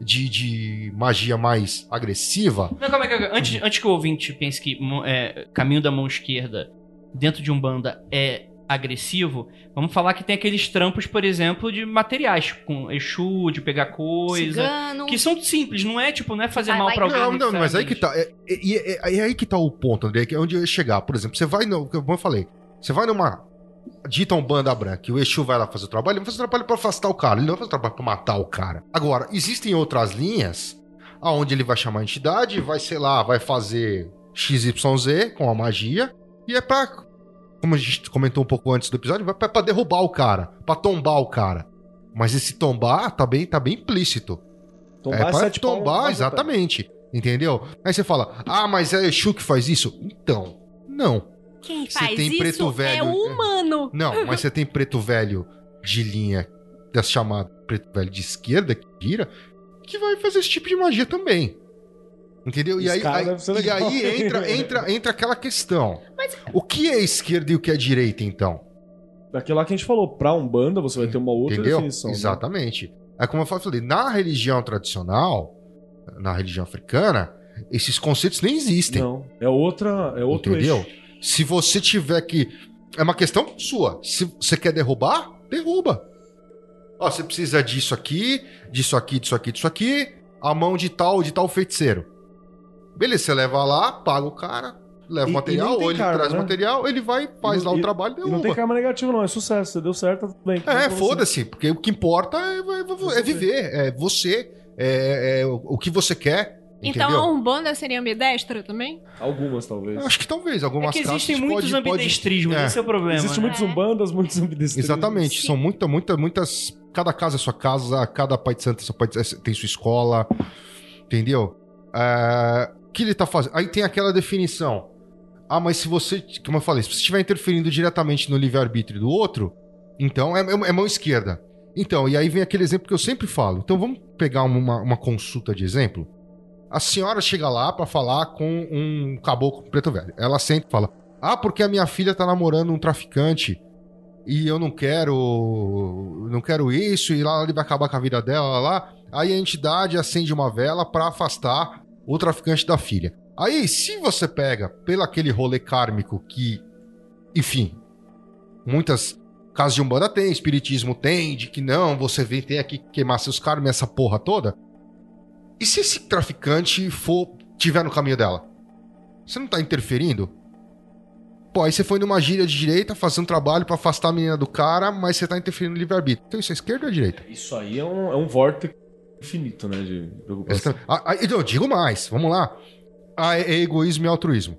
de, de magia mais agressiva,
Não, calma aí, calma aí. Antes, antes que o ouvinte pense que mão- é, caminho da mão esquerda dentro de um banda é agressivo, vamos falar que tem aqueles trampos, por exemplo, de materiais, com Exu, de pegar coisa.
Cigano.
Que são simples, não é tipo, não é fazer
Vai,
mal
vai,
pra alguém.
não,
né,
não,
sabe?
mas aí que tá. É, é- é- é aí que tá o ponto, André, que é onde eu ia chegar. Por exemplo, você vai no. Como eu falei, você vai numa dita um banda branca e o Exu vai lá fazer o trabalho, ele vai fazer o trabalho pra afastar o cara, ele não vai fazer o trabalho pra matar o cara. Agora, existem outras linhas aonde ele vai chamar a entidade, vai, sei lá, vai fazer XYZ com a magia, e é pra, como a gente comentou um pouco antes do episódio, vai pra, pra derrubar o cara, pra tombar o cara. Mas esse tombar tá bem, tá bem implícito é pra
sete palmos,
tombar,
mas-
exatamente. Entendeu? Aí você fala, ah, mas é Exu que faz isso? Então, não.
Quem
Se
faz
tem
isso
preto velho,
é
né?
humano.
Não, mas você tem preto velho de linha, das chamadas preto velho de esquerda, que gira, que vai fazer esse tipo de magia também. Entendeu? E
Esse
aí,
cara
aí-
deve ser
e
legal.
aí entra, entra, entra aquela questão. O que é esquerda e o que é direita, então?
Daquilo lá que a gente falou, pra Umbanda você vai ter uma outra
Entendeu?
definição. né?
Exatamente. É como eu falei, na religião tradicional, na religião africana, esses conceitos nem existem.
Não, é outra, é outro
Entendeu?
eixo.
Se você tiver que. É uma questão sua. Se você quer derrubar, derruba. Ó, você precisa disso aqui, disso aqui, disso aqui, disso aqui. A mão de tal, de tal feiticeiro. Beleza, você leva lá, paga o cara, leva
E-
o
e
material,
nem tem
ou ele
karma,
traz o
né?
material, ele vai, faz
E
lá
não-
o trabalho
E
e
não tem né?
derruba.
karma negativo, não. É sucesso. Você deu certo, tudo bem.
É,
Pra você.
foda-se, porque o que importa é, é- é viver, é você, é, é o o que você quer.
Então
entendeu?
a Umbanda seria ambidestra também?
Algumas, talvez.
Eu Acho que talvez,
É
algumas
que existem
castas
muitos
pode- pode-
ambidestrismos,
é.
esse é o problema.
Existem
né?
muitos umbandas, muitos ambidestrismos.
Exatamente, são muita, muita, muitas. Cada casa é sua casa, cada pai de santo é sua pai de- é- tem sua escola, entendeu? É, O que ele tá fazendo? Aí tem aquela definição. Ah, mas se você, como eu falei, se você estiver interferindo diretamente no livre-arbítrio do outro, então é, é- é mão esquerda. Então, e aí vem aquele exemplo que eu sempre falo. Então vamos pegar uma, uma consulta de exemplo. A senhora chega lá pra falar com um caboclo preto velho. Ela sempre fala: Ah, porque a minha filha tá namorando um traficante e eu não quero não quero isso e lá ele vai acabar com a vida dela lá, lá aí a entidade acende uma vela pra afastar o traficante da filha aí se você pega pelo aquele rolê kármico que enfim muitas casas de umbanda tem espiritismo tem de que não você vem tem aqui que queimar seus karmas essa porra toda e se esse traficante for tiver no caminho dela você não tá interferindo Pô, aí você foi numa gíria de direita, fazer um trabalho pra afastar a menina do cara, mas você tá interferindo no livre-arbítrio. Então isso é esquerda ou é direita?
Isso aí é um, é um vórtice infinito, né? De preocupação.
Essa- Ah, ah, eu digo mais, vamos lá. Ah, é é egoísmo e altruísmo.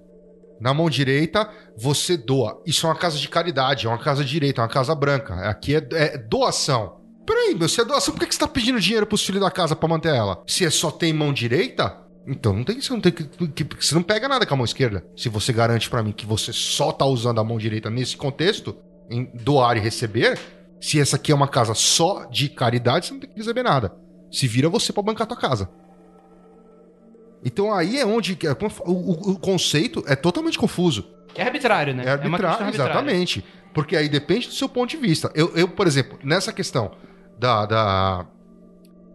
Na mão direita, você doa. Isso é uma casa de caridade, é uma casa direita, é uma casa branca. Aqui é, é doação. Peraí, meu, se é doação, por que que você tá pedindo dinheiro pros filhos da casa pra manter ela? Se é só tem mão direita, então não tem, você não tem que, que- que- Você não pega nada com a mão esquerda. Se você garante pra mim que você só tá usando a mão direita nesse contexto, em doar e receber, se essa aqui é uma casa só de caridade, você não tem que receber nada. Se vira você pra bancar a tua casa. Então aí é onde que- o, o- o conceito é totalmente confuso.
É arbitrário, né?
É
uma
arbitrário,
questão
exatamente. Porque aí depende do seu ponto de vista. Eu, eu, por exemplo, nessa questão da, da,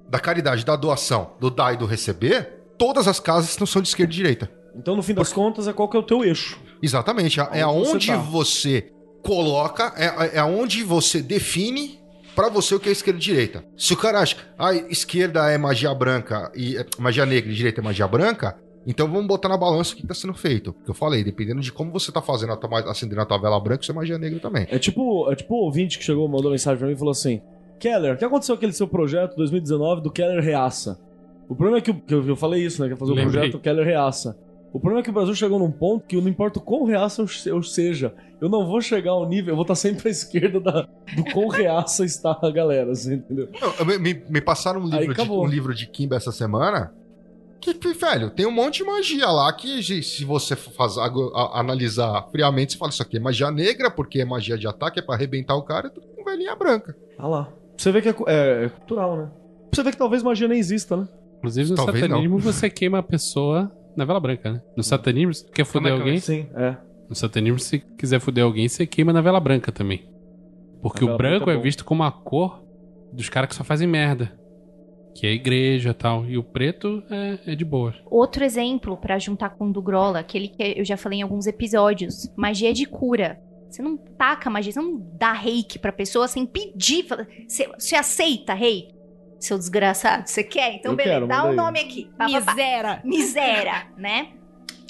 da caridade, da doação, do dar e do receber, todas as casas não são de esquerda e direita.
Então, no fim das contas, é qual que é o teu eixo.
Exatamente. É é
Aonde
aonde
você tá.
você, coloca, é, é aonde você define pra você o que é esquerda e direita. Se o cara acha, ah, esquerda é magia branca e é, magia negra e direita é magia branca, então vamos botar na balança o que tá sendo feito. Porque eu falei, dependendo de como você tá fazendo, a tua, ma- acendendo a tua vela branca, isso é magia negra também.
É tipo, é tipo o ouvinte que chegou, mandou mensagem pra mim e falou assim: Keller, o que aconteceu com aquele seu projeto 2019 do Keller Reaça? O problema é que, o- que eu, que eu falei isso, né? Que ia fazer o
Lembrei.
projeto Keller Reaça. O problema é que o Brasil chegou num ponto que não importa o quão reaça eu, se- eu seja, eu não vou chegar ao nível, eu vou estar sempre à esquerda da- do quão reaça está a galera, assim, entendeu?
Eu- eu- me, me passaram um
Aí
livro, de,
acabou.
um livro de Kimba essa semana. Que, que, velho, tem um monte de magia lá que, se- se você for faz, ago- a- analisar friamente, você fala: Isso aqui é magia negra, porque é magia de ataque, é pra arrebentar o cara, é tudo com velhinha branca.
Ah lá. Pra você ver que é, cu- é- é cultural, né? Pra você ver que talvez magia nem exista, né?
Inclusive no
Talvez não.
satanismo você queima a pessoa na vela branca, né? No satanismo, se quer
Como é
foder
que é
alguém,
Sim, é.
no satanismo, se quiser foder alguém, você queima na vela branca também. Porque
Na
o
vela branca
branco
é
é
bom.
visto como a cor dos caras que só fazem merda. Que é a igreja e tal. E o preto é, é de boa.
Outro exemplo pra juntar com o do Grola, aquele que eu já falei em alguns episódios, magia de cura. Você não taca magia, você não dá reiki pra pessoa sem pedir. fala- Você, você aceita reiki? Seu desgraçado, você quer? Então,
Eu
beleza,
quero,
dá
manda
o
aí.
nome aqui. Pá, pá, pá.
Misera.
Misera, né?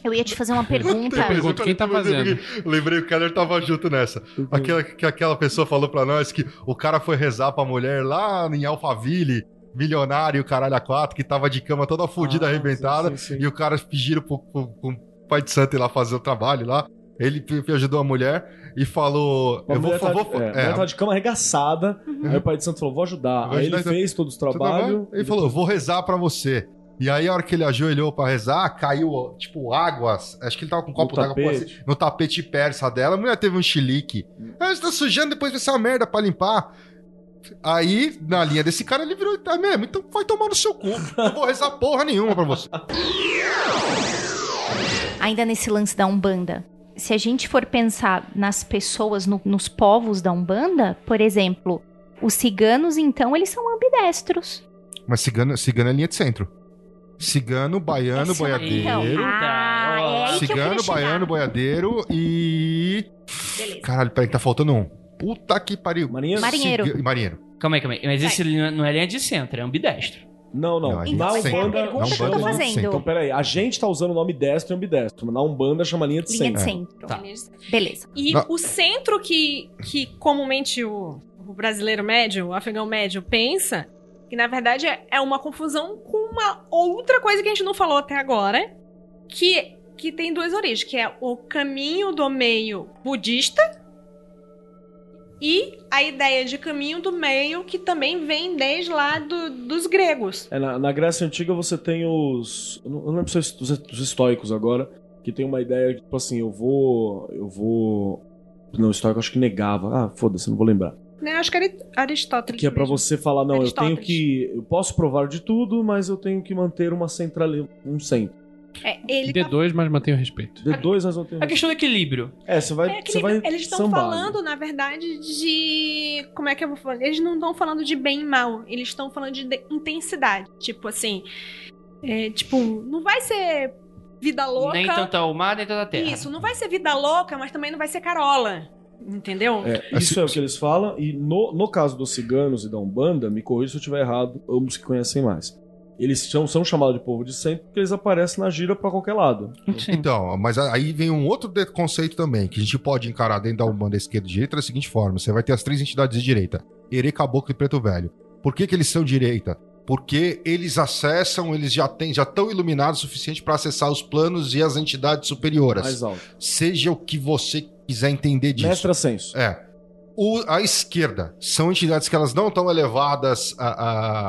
Eu ia te fazer uma pergunta.
É,
Eu pergunto, quem tá fazendo?
Lembrei que o Keller tava junto nessa.
é
Aquela, que aquela pessoa falou pra nós que o cara foi rezar pra mulher lá em Alphaville, milionário, caralho, a quatro, que tava de cama toda fodida,
Ah,
arrebentada.
sim, sim, sim.
E o cara pediram pro, pro- pro pai de santo ir lá fazer o trabalho lá. Ele p- ajudou a mulher e falou:
A
Eu vou.
mulher tá-
vou
é, a
é,
mulher tava de cama arregaçada. Aí o pai de santo falou, vou ajudar.
Vou
aí
ajudar
ele
essa-
fez todo o
Você tá
trabalho.
bem? Ele falou, vou rezar pra você. E aí, a hora que ele ajoelhou pra rezar, caiu, tipo, águas. Acho que ele tava com um copo d'água pô,
tapete. Hum.
assim, no tapete persa dela. A mulher teve um chilique. Ah, você tá sujando, depois vai ser uma merda pra limpar. Aí, na linha desse cara, ele virou, tá mesmo, então vai tomar no seu cu. Não vou rezar porra nenhuma pra você.
ainda nesse lance da Umbanda. Se a gente for pensar nas pessoas, no- nos povos da Umbanda, por exemplo, os ciganos, então, eles são ambidestros.
Mas cigano, cigano é linha de centro. Cigano, baiano,
Essa-
boiadeiro.
Então, ah, é aí que eu queria
Cigano,
chegar.
baiano, boiadeiro e.
Beleza.
Caralho, peraí, que tá faltando um. Puta que pariu.
Marinha?
Marinheiro.
Ciga- Marinheiro.
Calma aí, calma aí. Mas esse não é linha de centro, é ambidestro.
Não, não.
Não, a gente
na
Então, essa é a
Umbanda.
pergunta
na
que eu
Umbanda,
tô
é linha de
fazendo.
centro.
Então, peraí, a gente tá usando o nome destro e ambidestro, mas na Umbanda chama linha de
Linha
é.
centro.
de centro.
Tá.
Beleza.
E
Não.
o centro que, que comumente o, o brasileiro médio, o afegão médio, pensa, que na verdade é, é uma confusão com uma outra coisa que a gente não falou até agora, que, que tem duas origens, que é o caminho do meio budista e a ideia de caminho do meio que também vem desde lá do- dos gregos.
É, na, na Grécia Antiga você tem os. Eu não eu não lembro se é os, os- os estoicos agora, que tem uma ideia de, tipo assim, eu vou. Eu vou. Não, o estoico acho que negava. Ah, foda-se, não vou lembrar.
Né? Acho que era Aristóteles.
Que é pra
mesmo.
você falar, não, eu tenho
Aristóteles.
que. Eu posso provar de tudo, mas eu tenho que manter uma central. um centro.
É, ele tá
D2, mas mantenha o respeito.
D2, mas não tem.
A questão do equilíbrio.
É, você vai.
É
você
aquele-
vai
eles estão
sambar, né?
falando, na verdade, de. Como é que eu vou falar? Eles não estão falando de bem e mal, eles estão falando de, de- intensidade. Tipo assim. é, tipo, não vai ser vida louca.
Nem tanto ao mar, nem tanto à terra.
Isso, não vai ser vida louca, mas também não vai ser carola. Entendeu?
É, isso é o que eles falam, e no, no caso dos ciganos e da Umbanda, me corrija se eu estiver errado, ambos que conhecem mais. Eles são, são chamados de povo de centro porque eles aparecem na gira pra qualquer lado.
Sim.
Então, mas a- aí vem um outro de- conceito também, que a gente pode encarar dentro da Umbanda esquerda e direita da seguinte forma: você vai ter as três entidades de direita: Herê, Caboclo e Preto Velho. Por que, que eles são direita? Porque eles acessam, eles já têm, já estão iluminados o suficiente para acessar os planos e as entidades superiores.
Mais alto.
Seja o que você quiser entender disso.
Mestra senso.
É. O- a esquerda são entidades que elas não estão elevadas, a,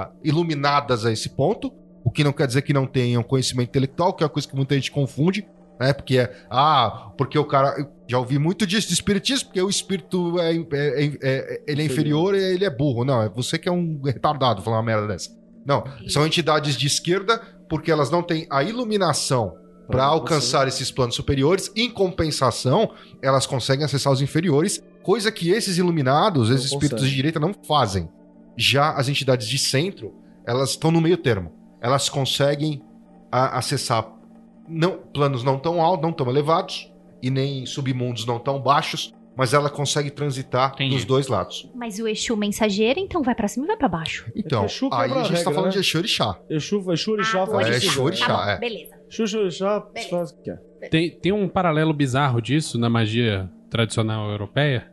a- iluminadas a esse ponto, o que não quer dizer que não tenham conhecimento intelectual, que é uma coisa que muita gente confunde, né? Porque é, ah, porque o cara. eu já ouvi muito disso de espiritismo, porque o espírito é, é- é- é- ele é inferior e ele é burro. Não, é você que é um retardado falar uma merda dessa. Não, são entidades de esquerda porque elas não têm a iluminação para alcançar esses planos superiores. Em compensação, elas conseguem acessar os inferiores, coisa que esses iluminados, esses
Não
espíritos
consegue.
de direita não fazem. Já as entidades de centro, elas estão no meio termo. Elas conseguem a- acessar não- planos não tão altos, não tão elevados, e nem submundos não tão baixos, mas ela consegue transitar
Entendi.
dos dois lados.
Mas o Exu mensageiro, então, vai pra cima e vai pra baixo.
Então,
Exu
aí
quebra
a
a
gente está
regra,
falando
né?
de Exu Orixá.
Exu, Exu Orixá,
Ah,
faz o que
é, Exu
quiser.
Orixá.
Tá
é.
bom, beleza.
Exu, Exu
Tá
Orixá, faz o que quer.
Tem, tem um paralelo bizarro disso na magia tradicional europeia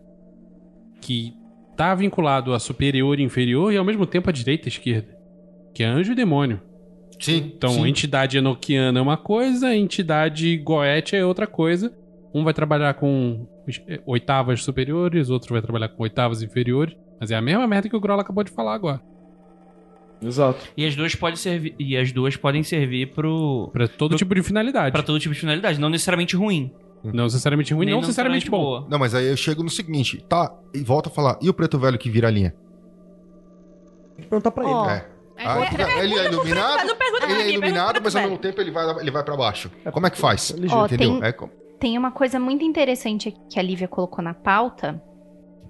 que tá vinculado a superior e inferior e ao mesmo tempo a direita e esquerda, que é anjo e demônio.
Sim.
Então,
sim.
entidade enoquiana é uma coisa, entidade goétia é outra coisa. Um vai trabalhar com es- eh, oitavas superiores, outro vai trabalhar com oitavas inferiores. Mas é a mesma merda que o Grola acabou de falar agora.
Exato.
E as duas podem servir. E as duas podem servir pro.
Pra todo
Pro-
tipo de finalidade.
Pra todo tipo de finalidade, não necessariamente ruim.
Não necessariamente ruim,
nem
não necessariamente bom.
boa.
Não, mas aí eu chego no seguinte, tá, e volta a falar, e o preto velho que vira a linha?
Tem que perguntar pra ele.
Ó,
É.
É,
Ah,
é,
ele é iluminado,
Não pergunta pra
ele
mim,
é
pergunta
iluminado,
pro
mas ao
velho.
mesmo tempo ele vai, ele vai pra baixo. Como é que faz?
Ele
Ó,
Entendeu?
tem-
É como-
Tem uma coisa muito interessante aqui que a Lívia colocou na pauta,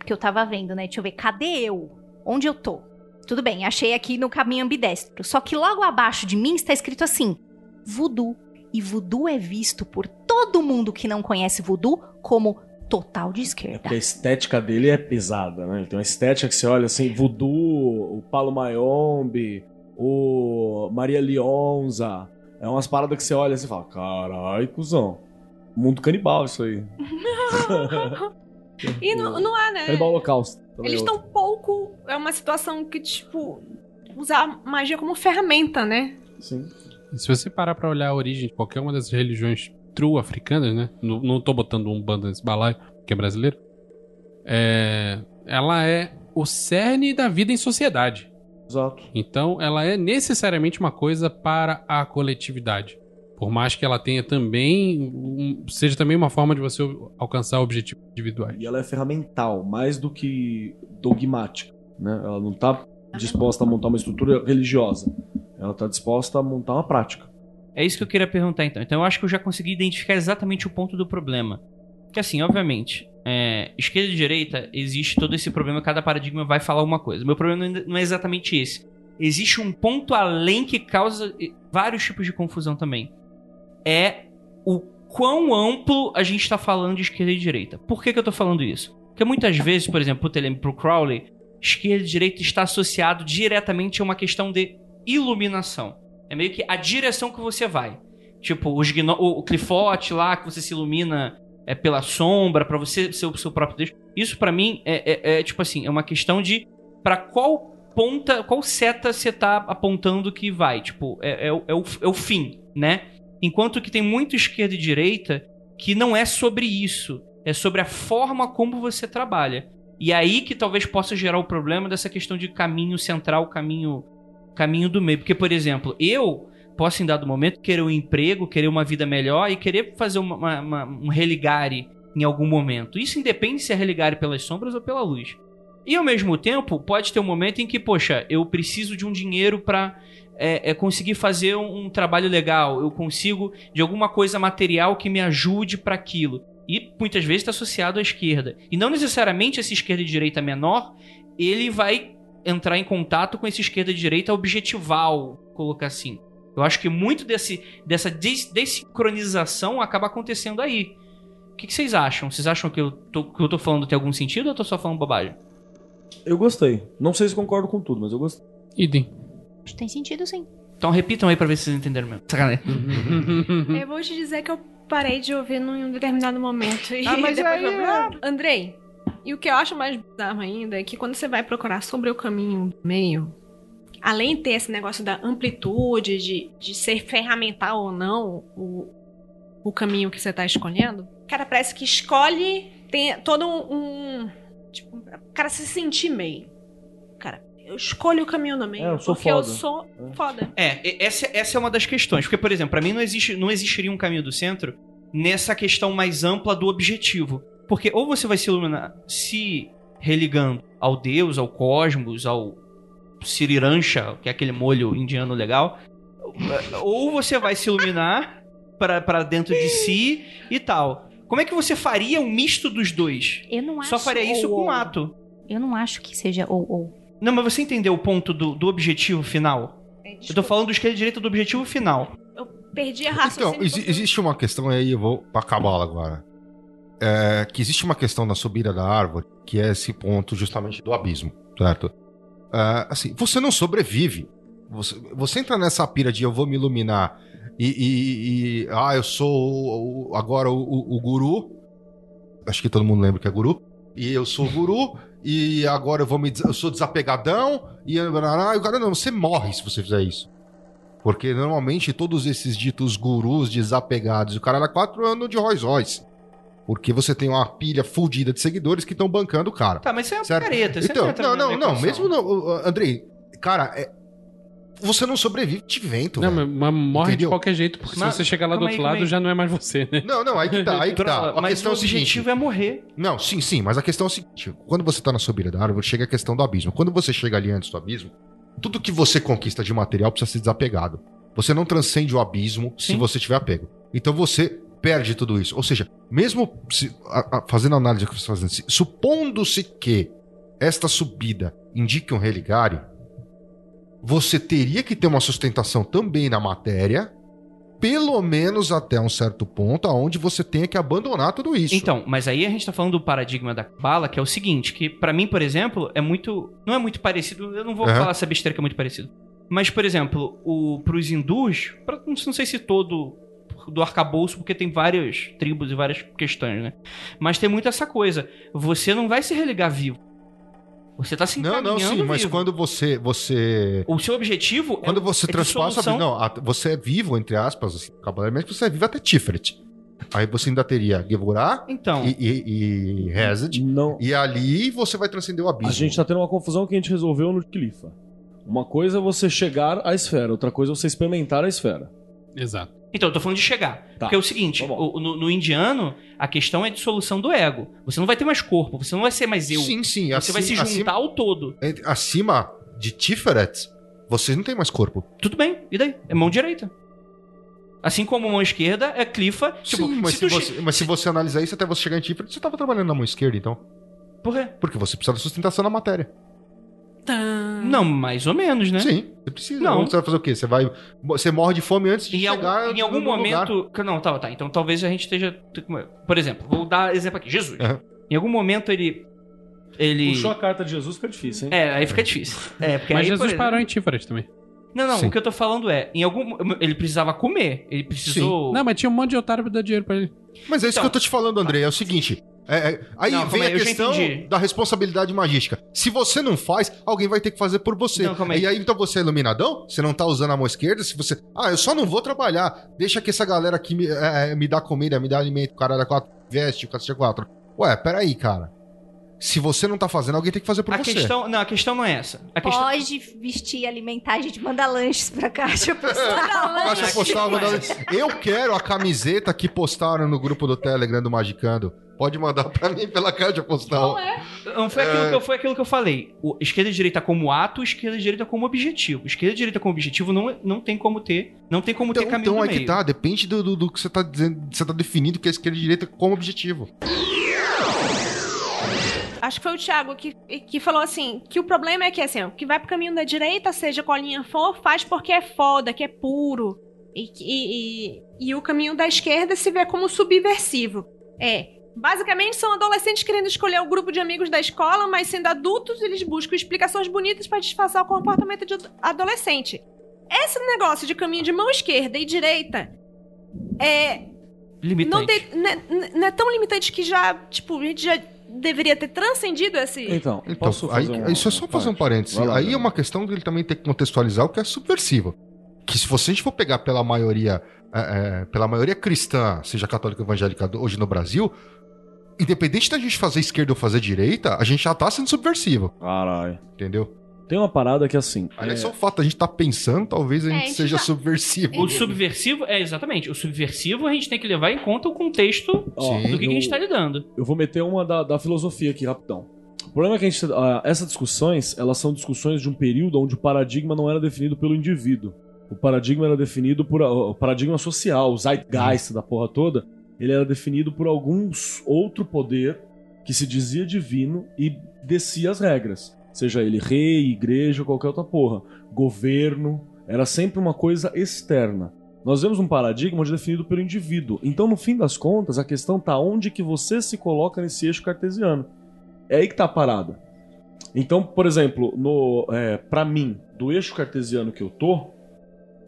que eu tava vendo, né? Deixa eu ver, cadê eu? Onde eu tô? Tudo bem, achei aqui no caminho ambidestro. Só que logo abaixo de mim está escrito assim: voodoo. E voodoo é visto por todo mundo que não conhece voodoo como total de
É
esquerda.
porque a estética dele é pesada, né? Ele tem uma estética que você olha assim, voodoo, o Palo Mayombe, o Maria Lionza, É umas paradas que você olha assim e fala: carai, cuzão. Mundo canibal, isso aí.
E não, não
É.
há, né?
Canibal holocausto. também
Eles
outro.
estão pouco. É uma situação que, tipo, usar a magia como ferramenta, né?
Sim.
E se você parar pra olhar a origem de qualquer uma dessas religiões true africanas, né? Não, não tô botando um bando nesse balaio, porque é brasileiro. É, ela é o cerne da vida em sociedade.
Exato.
Então, ela é necessariamente uma coisa para a coletividade. Por mais que ela tenha também. um- seja também uma forma de você alcançar objetivos individuais.
E ela é ferramental, mais do que dogmática. Né? Ela não tá disposta a montar uma estrutura religiosa. Ela tá disposta a montar uma prática.
É isso que eu queria perguntar então. Então eu acho que eu já consegui identificar exatamente o ponto do problema. Que assim, obviamente, é, esquerda e direita existe todo esse problema, cada paradigma vai falar uma coisa. Meu problema ainda não é exatamente esse. Existe um ponto além que causa eh, vários tipos de confusão também. É o quão amplo a gente está falando de esquerda e direita. Por que, que eu tô falando isso? Porque muitas vezes, por exemplo, pro Telem pro Crowley, esquerda e direita está associado diretamente a uma questão de iluminação. É meio que a direção que você vai. Tipo, os gno- o o clifote lá, que você se ilumina é, pela sombra, pra você ser o seu próprio Deus. Isso pra mim é, é- é, tipo assim, é uma questão de pra qual ponta, qual seta você tá apontando que vai. Tipo, é, é o- é o, é o fim, né? Enquanto que tem muito esquerda e direita que não é sobre isso. É sobre a forma como você trabalha. E aí que talvez possa gerar o problema dessa questão de caminho central, caminho caminho do meio. Porque, por exemplo, eu posso, em dado momento, querer um emprego, querer uma vida melhor e querer fazer uma- uma- uma- um religare em algum momento. Isso independe se é religare pelas sombras ou pela luz. E ao mesmo tempo, pode ter um momento em que, poxa, eu preciso de um dinheiro pra é, é, conseguir fazer um, um trabalho legal, eu consigo de alguma coisa material que me ajude pra aquilo. E muitas vezes está associado à esquerda. E não necessariamente essa esquerda e direita menor, ele vai entrar em contato com esse esquerda e direita objetival, colocar assim. Eu acho que muito desse, dessa des- desincronização acaba acontecendo aí. O que, que vocês acham? Vocês acham que eu, tô, que eu tô falando tem algum sentido ou eu tô só falando bobagem?
Eu gostei. Não sei se concordo com tudo, mas eu gostei.
Idem.
Acho que tem sentido sim.
Então repitam aí pra ver se vocês entenderam mesmo. Sacanagem.
Eu vou te dizer que eu parei de ouvir num determinado momento. E
Ah, mas
depois
aí
eu... Andrei, e o que eu acho mais bizarro ainda é que quando você vai procurar sobre o caminho do meio, além de ter esse negócio da amplitude, de, de ser ferramental ou não o, o caminho que você tá escolhendo, cara, parece que escolhe, tem todo um. um- tipo, o cara se sentir meio. Cara, eu escolho o caminho do meio
É, eu sou
porque eu
foda.
sou
É.
foda.
É, e- essa, essa é uma das questões. Porque, por exemplo, pra mim não, existe, não existiria um caminho do centro nessa questão mais ampla do objetivo. Porque ou você vai se iluminar se religando ao Deus, ao cosmos, ao Sirirancha, que é aquele molho indiano legal, ou você vai se iluminar pra pra dentro de si e tal. Como é que você faria um misto dos dois?
Eu não é
Só
acho
faria isso
ou,
com um
ou.
ato.
Eu não acho que seja ou ou.
Não, mas você entendeu o ponto do, do objetivo final? Eu tô falando do esquerda e direita do objetivo final.
Perdi a raça.
Então, exi- existe uma questão aí, eu vou pra cabala agora. É, que existe uma questão na subida da árvore, que é esse ponto justamente do abismo, certo? É, assim, você não sobrevive. Você, você entra nessa pira de eu vou me iluminar e, e- e- ah, eu sou o- o- agora o, o- o guru. Acho que todo mundo lembra que é guru. E eu sou o guru, e agora eu vou me. des- Eu sou desapegadão, e, eu- e o cara não, você morre se você fizer isso. Porque normalmente todos esses ditos gurus desapegados, o cara era quatro anos de Rolls Royce. Porque você tem uma pilha fudida de seguidores que estão bancando o cara.
Tá, mas isso é uma
Certo.
picareta. Isso
Então,
entra na
não, não,
minha
não,
equação.
mesmo não. ô, ô, Andrei, cara, é- você não sobrevive de vento.
Não,
velho.
mas, mas morre de
Entendeu?
qualquer jeito, porque
Mas-
se você chegar lá do
calma aí,
outro
calma
lado
aí.
já não é mais você, né?
Não, não, aí que tá, aí que tá. A
Mas
questão é
o
o seguinte.
objetivo é morrer.
Não, sim, sim, mas a questão é o seguinte: quando você tá na subida da árvore, chega a questão do abismo. Quando você chega ali antes do abismo, tudo que você conquista de material precisa ser desapegado. Você não transcende o abismo se
Sim.
você tiver apego. Então você perde tudo isso. Ou seja, mesmo se- a- a- fazendo a análise que você está fazendo, se- supondo-se que esta subida indique um religare, você teria que ter uma sustentação também na matéria, pelo menos até um certo ponto, aonde você tenha que abandonar tudo isso.
Então, mas aí a gente tá falando do paradigma da Kabbalah, que é o seguinte, que pra mim, por exemplo, é muito... Não é muito parecido, eu não vou
Aham.
falar essa besteira que é muito parecido. Mas, por exemplo, o, pros hindus, pra, não sei- não sei se todo do arcabouço, porque tem várias tribos e várias questões, né? Mas tem muito essa coisa. Você não vai se religar vivo. Você tá se
Não,
encaminhando
não, sim, mas
vivo.
quando você. você...
O seu objetivo é
Quando você
de
transpassa.
solução.
Não, a- você é vivo, entre aspas, assim, cabalmente, você é vivo até Tiferet. Aí você ainda teria Gevurah
Então,
e, e, e Hazard.
Não.
E ali você vai transcender o abismo.
A gente tá tendo uma confusão que a gente resolveu no Kilifa. Uma coisa é você chegar à esfera, outra coisa é você experimentar a esfera.
Exato.
então eu tô falando de chegar.
Tá.
Porque é o seguinte,
Tá bom.
o- no, no indiano, a questão é de solução do ego. Você não vai ter mais corpo, você não vai ser mais eu.
Sim, Assim- sim.
você vai se juntar
acima,
ao todo.
entre- acima de Tiferet, vocês não têm mais corpo.
Tudo bem, e daí? É mão direita. Assim como mão esquerda é clifa. Tipo,
sim, mas se,
tu che-
você, mas se você analisar isso até você chegar em Tiferet, você tava trabalhando na mão esquerda, então.
Por quê?
Porque você precisa da sustentação na matéria.
Tã.
Não, mais ou menos, né?
Sim, você precisa.
Não.
Você vai fazer o quê? Você vai. Você morre de fome antes de
Em algum,
chegar.
em algum
num lugar.
momento. Não, tá, tá. Então talvez a gente esteja. Por exemplo, vou dar exemplo aqui. Jesus.
Aham.
Em algum momento ele. Ele.
Puxou a carta de Jesus fica difícil, hein?
É, aí fica difícil. É, porque
Mas
aí,
Jesus
por- É
parou em Tífares também.
Não, não,
Sim.
o que eu tô falando é, em algum. Ele precisava comer. Ele precisou.
Não, mas tinha um monte de otário pra dar dinheiro pra ele.
Mas é isso
Então-
que eu tô te falando, André. É o seguinte. é, é, aí
Não,
vem
calma aí,
a
eu já
questão
entendi.
da responsabilidade magística. Se você não faz, alguém vai ter que fazer por você.
Não, calma aí.
e aí, então você é iluminadão? Você não tá usando a mão esquerda? Se você. Ah, eu só não vou trabalhar. Deixa que essa galera aqui me, é, é, me dá comida, me dá alimento, o cara da quatro, veste, o cacete é quatro. Ué, peraí, cara. Se você não tá fazendo, alguém tem que fazer por
a
você.
questão. Não, a questão não é essa. A questão.
Pode vestir e alimentar, a gente manda lanches pra caixa
Caixa
é
postal.
postal mandando- Eu quero a camiseta que postaram no grupo do Telegram do Magicando. Pode mandar pra mim pela caixa postal.
Não foi aquilo,
É.
que, eu- foi aquilo que eu falei. O, esquerda e direita como ato, esquerda e direita como objetivo. Esquerda e direita como objetivo não, não tem como ter. Não tem como
Então,
ter caminho
então
do
é
meio.
que tá, depende do, do- do que você tá dizendo, você tá definindo que é esquerda e direita como objetivo.
Acho que foi o Thiago que, que falou assim: que o problema é que assim, o que vai pro caminho da direita, seja qual linha for, faz porque é foda, que é puro. E, que- e, e- e o caminho da esquerda se vê como subversivo. É. Basicamente, são adolescentes querendo escolher o grupo de amigos da escola, mas sendo adultos, eles buscam explicações bonitas pra disfarçar o comportamento de ad- adolescente. Esse negócio de caminho de mão esquerda e direita é,
Limitante.
não, de- né- né- não é tão limitante que já, tipo, a gente já deveria ter transcendido esse.
Então,
Então,
posso
aí,
fazer uma-
isso é só fazer um parênteses.
Vai lá,
aí é
Bruno.
uma questão que ele também tem que contextualizar o que é subversivo. Que se você a gente for pegar pela maioria, é, é, pela maioria cristã, seja católica ou evangélica do- hoje no Brasil, independente da gente fazer esquerda ou fazer direita, a gente já tá sendo subversivo,
Caralho.
entendeu?
Tem uma parada que assim.
Aliás,
é-
só o fato de a gente tá pensando, talvez a
É,
gente
a gente
seja
tá-
subversivo.
O subversivo, é exatamente. O subversivo a gente tem que levar em conta o contexto
ó,
Sim.
do que, que a gente tá lidando.
Eu vou meter uma da, da filosofia aqui, rapidão. O problema é que a gente, ah, essas discussões, elas são discussões de um período onde o paradigma não era definido pelo indivíduo. O paradigma era definido por... ah, O paradigma social, o zeitgeist da porra toda, ele era definido por alguns outro poder que se dizia divino e descia as regras. Seja ele rei, igreja, qualquer outra porra. Governo, era sempre uma coisa externa. Nós vemos um paradigma onde é definido pelo indivíduo. Então, no fim das contas, a questão tá onde que você se coloca nesse eixo cartesiano. É aí que tá a parada. Então, por exemplo, no é, para mim, do eixo cartesiano que eu tô,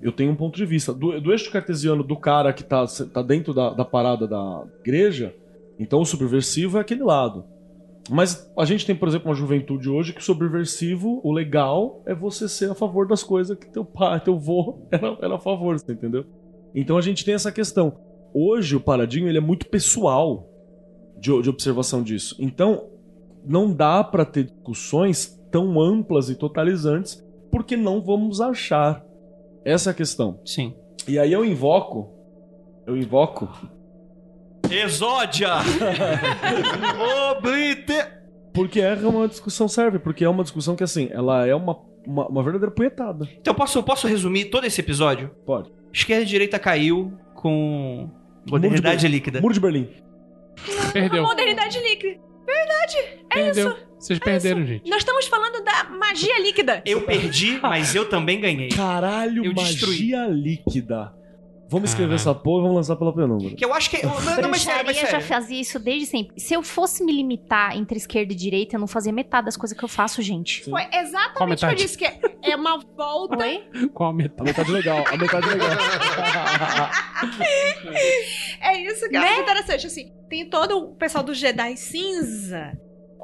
eu tenho um ponto de vista. Do, do eixo cartesiano do cara que tá, tá dentro da, da parada da igreja, então o subversivo é aquele lado. Mas a gente tem, por exemplo, uma juventude hoje que o subversivo, o legal, é você ser a favor das coisas que teu pai, teu vô era, era a favor, você entendeu? Então a gente tem essa questão. Hoje o paradigma ele é muito pessoal de, de observação disso. Então não dá pra ter discussões tão amplas e totalizantes porque não vamos achar. Essa é a questão.
Sim.
E aí eu invoco. Eu invoco.
Exódia! Obliter...
Porque é uma discussão serve, porque é uma discussão que, assim, ela é uma, uma, uma verdadeira punhetada.
Então posso, posso resumir todo esse episódio?
Pode.
Esquerda e direita caiu com
Muro de
modernidade líquida.
Muro de Berlim.
Perdeu.
Modernidade líquida.
É
Perdeu. Vocês perderam, gente.
Nós estamos falando da magia líquida.
Eu perdi, mas eu também ganhei.
Caralho,
Eu
magia
destruí.
líquida. Vamos escrever essa porra e vamos lançar pela penumbra.
Que eu acho que.
é-
Não, não, mas sério, mas
Bruxaria já
sério.
fazia isso desde sempre. Se eu fosse me limitar entre esquerda e direita, eu não fazia metade das coisas que eu faço, gente.
Foi
Qual
exatamente o que eu
metade?
disse, que é é uma volta.
Oi?
Qual a metade?
A metade legal, a metade legal.
É isso que eu acho interessante, assim. Tem todo o pessoal do Jedi cinza.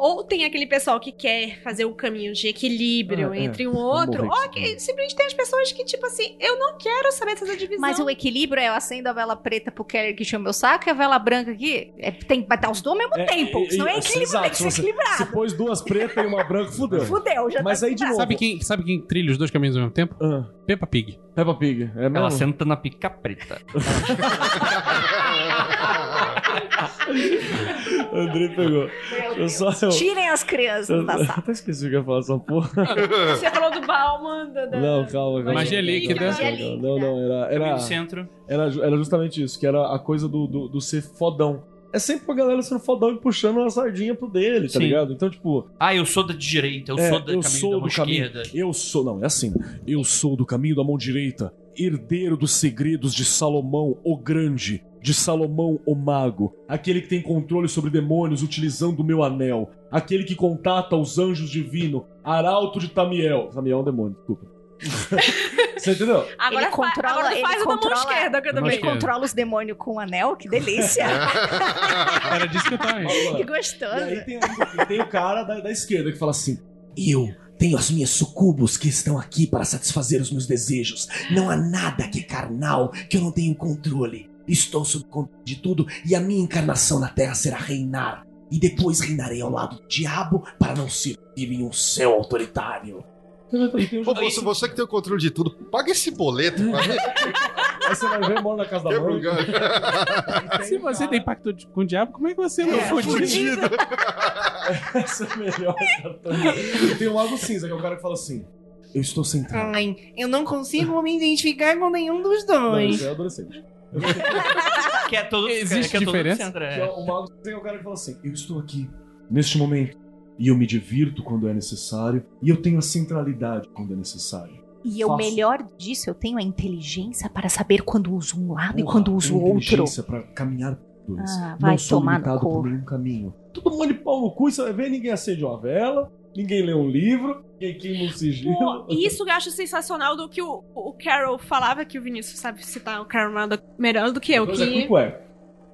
Ou tem aquele pessoal que quer fazer o caminho de equilíbrio
Ah, é.
entre um outro.
morrer.
Ou que simplesmente tem as pessoas que, tipo assim, eu não quero saber dessa divisão.
Mas o equilíbrio é eu acendo a vela preta pro Keller que chama meu saco e a vela branca aqui. É, tem que bater os dois ao mesmo
É,
tempo.
e-
Senão é
e-
equilíbrio, tem
exato,
que ser
você-
equilibrado.
Se pôs duas pretas e uma branca, fudeu.
Fudeu, já
Mas
tá
aí de novo.
Sabe quem, sabe quem trilha os dois caminhos ao mesmo tempo?
Ah,
Peppa Pig.
Peppa Pig. É
Ela
mesmo?
senta na pica preta.
André pegou. Eu só. Eu,
Tirem as crianças
eu,
da sala.
até esqueci o que eu ia falar essa porra.
Você falou do né? Bauman, da... da-
Não, calma, calma.
Magia líquida.
Magia
Não,
líquida.
Não, não, era.
Caminho
Era,
do centro.
era, ju- era justamente isso, que era a coisa do, do, do ser fodão. É sempre a galera sendo fodão e puxando a sardinha pro dele, tá
Sim.
ligado? Então, tipo,
Ah, eu sou da direita, eu
É,
sou da caminho da mão esquerda.
Eu sou, não, é assim. né? Eu sou do caminho da mão direita, herdeiro dos segredos de Salomão o Grande, de Salomão o Mago, aquele que tem controle sobre demônios utilizando o meu anel, aquele que contata os anjos divinos, arauto de Tamiel. Tamiel é um demônio, desculpa. Você entendeu?
Agora
Ele
fa-
controla-
agora
ele
faz o da
controla-
mão esquerda, que eu
Da mão
também.
Ele controla os demônios com um anel, que delícia.
Era disso que eu tava rindo.
que
E
gostoso.
aí tem, o- tem o cara da, da esquerda que fala assim: Eu tenho as minhas sucubos que estão aqui para satisfazer os meus desejos. Não há nada que é carnal que eu não tenho controle. Estou sob controle de tudo e a minha encarnação na Terra será reinar. E depois reinarei ao lado do diabo para não ser vivo em um céu autoritário.
Pô, você, você que tem o controle de tudo, paga esse boleto pra mim.
Aí você vai ver, mora na casa
quebra o galho.
Se você tem pacto de- com o diabo, como é que você não é
Fudido.
Essa é a melhor cartão. Tem o Lago Cinza, que é o cara que fala assim: Eu estou centrado.
eu não consigo me identificar com nenhum dos dois.
é adolescente.
Que é todo,
Existe
que é todo
diferença?
centro,
Que é
é.
o mago tem o cara que fala assim: Eu estou aqui neste momento. E eu me divirto quando é necessário. E eu tenho a centralidade quando é necessário.
E o
Faço.
melhor disso, eu tenho a inteligência para saber quando uso um lado e
Porra,
quando uso
tenho
o outro.
inteligência pra caminhar por dois.
Ah, vai
Não sou
tomar no
limitado
cu.
por nenhum caminho. Todo mundo de pau no cu, e você vai ver, ninguém acende uma vela, ninguém lê um livro, ninguém queima um sigilo.
Pô, isso eu acho sensacional do que o, o Carol falava, que o Vinícius sabe citar o Carol melhor- melhor do que eu.
Dois é
Que...
cu, ué.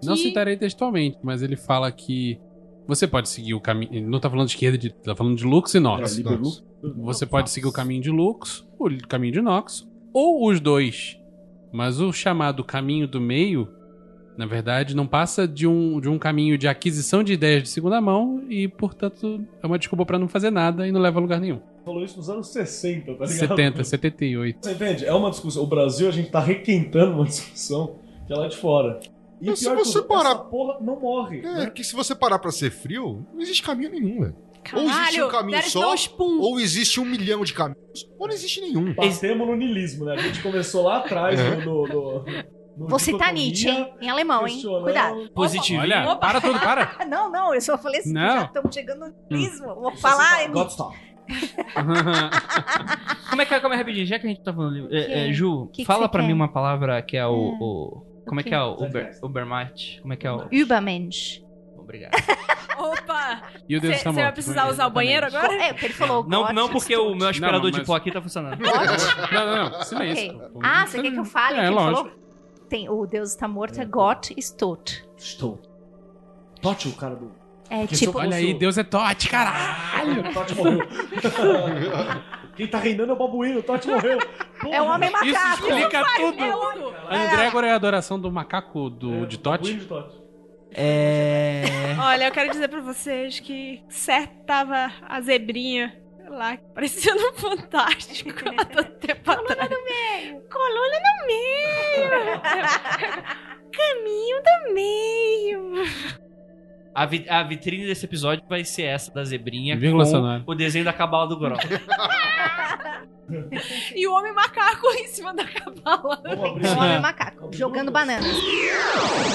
Não
Que-
citarei textualmente, mas ele fala que você pode seguir o caminho. Ele não tá falando de esquerda, e direita, tá falando de Lux e
É.
Era
Nox.
livro Lux.
Você pode seguir o caminho de Lux, o caminho de Nox, ou os dois. Mas o chamado caminho do meio, na verdade, não passa de um, de um caminho de aquisição de ideias de segunda mão e, portanto, é uma desculpa pra não fazer nada e não leva a lugar nenhum.
Falou isso nos anos 60, tá ligado?
70, 78.
Você entende? É uma discussão. O Brasil, a gente tá requentando uma discussão que é lá de fora. E
Mas se
pior de
você
tudo,
parar-
essa porra não morre. né?
É, que se você parar pra ser frio, não existe caminho nenhum, velho. Ou existe
Caralho,
um caminho
there is
só,
no spoon.
ou existe um milhão de caminhos, ou não existe nenhum.
Batemos no niilismo, né? A gente começou lá atrás
É.
no, no, no, no
Vou citar
dicotomia,
Nietzsche, tá hein? Em alemão, hein?
questionando-
Cuidado.
Positivo.
Olha, para tudo, para!
Ah, não, não, eu só falei assim, que
Não.
já estamos chegando
Hum.
no niilismo. Vou falar.
Gottstall.
Como é que é? Como é rapidinho? Já que a gente tá falando. É, é, Ju,
Que que
fala
você
pra
quer?
mim uma palavra que é o.
É.
o- como é
quê?
que é o Uber, Ubermite? Como é que é o.
Übermensch.
Obrigado.
Opa!
E o Deus tá
Você vai precisar usar o banheiro agora?
É, porque ele falou
Não, não porque o meu aspirador
Não, mas-
de pó aqui tá funcionando.
Não, não, não.
é
Silêncio.
Ok. Ah, você quer que eu fale?
É,
que ele
lógico.
falou? Tem, o Deus está morto é Gott ist tot.
Estou. Tote o cara do.
É
Que
tipo,
sou-
Olha aí, Deus é Tote, caralho!
Tote morreu.
é.
Quem tá reinando é o babuíno, o Tote morreu. né?
é um homem
Isso
macaco.
explica tudo!
É ouro!
Andrégor é a adoração do macaco do, de Tote.
Babuíno de Tote.
É.
Olha, eu quero dizer pra vocês que certo tava a zebrinha lá, parecendo um fantástico há tanto tempo atrás. Coluna no meio! Coluna no meio! Caminho do meio!
A, vi- a vitrine desse episódio vai ser essa da zebrinha
Vírgula
com
sonora.
o desenho da cabala do Goró.
E o homem macaco em cima da cabala.
Vamos abrir.
Um homem macaco, jogando banana.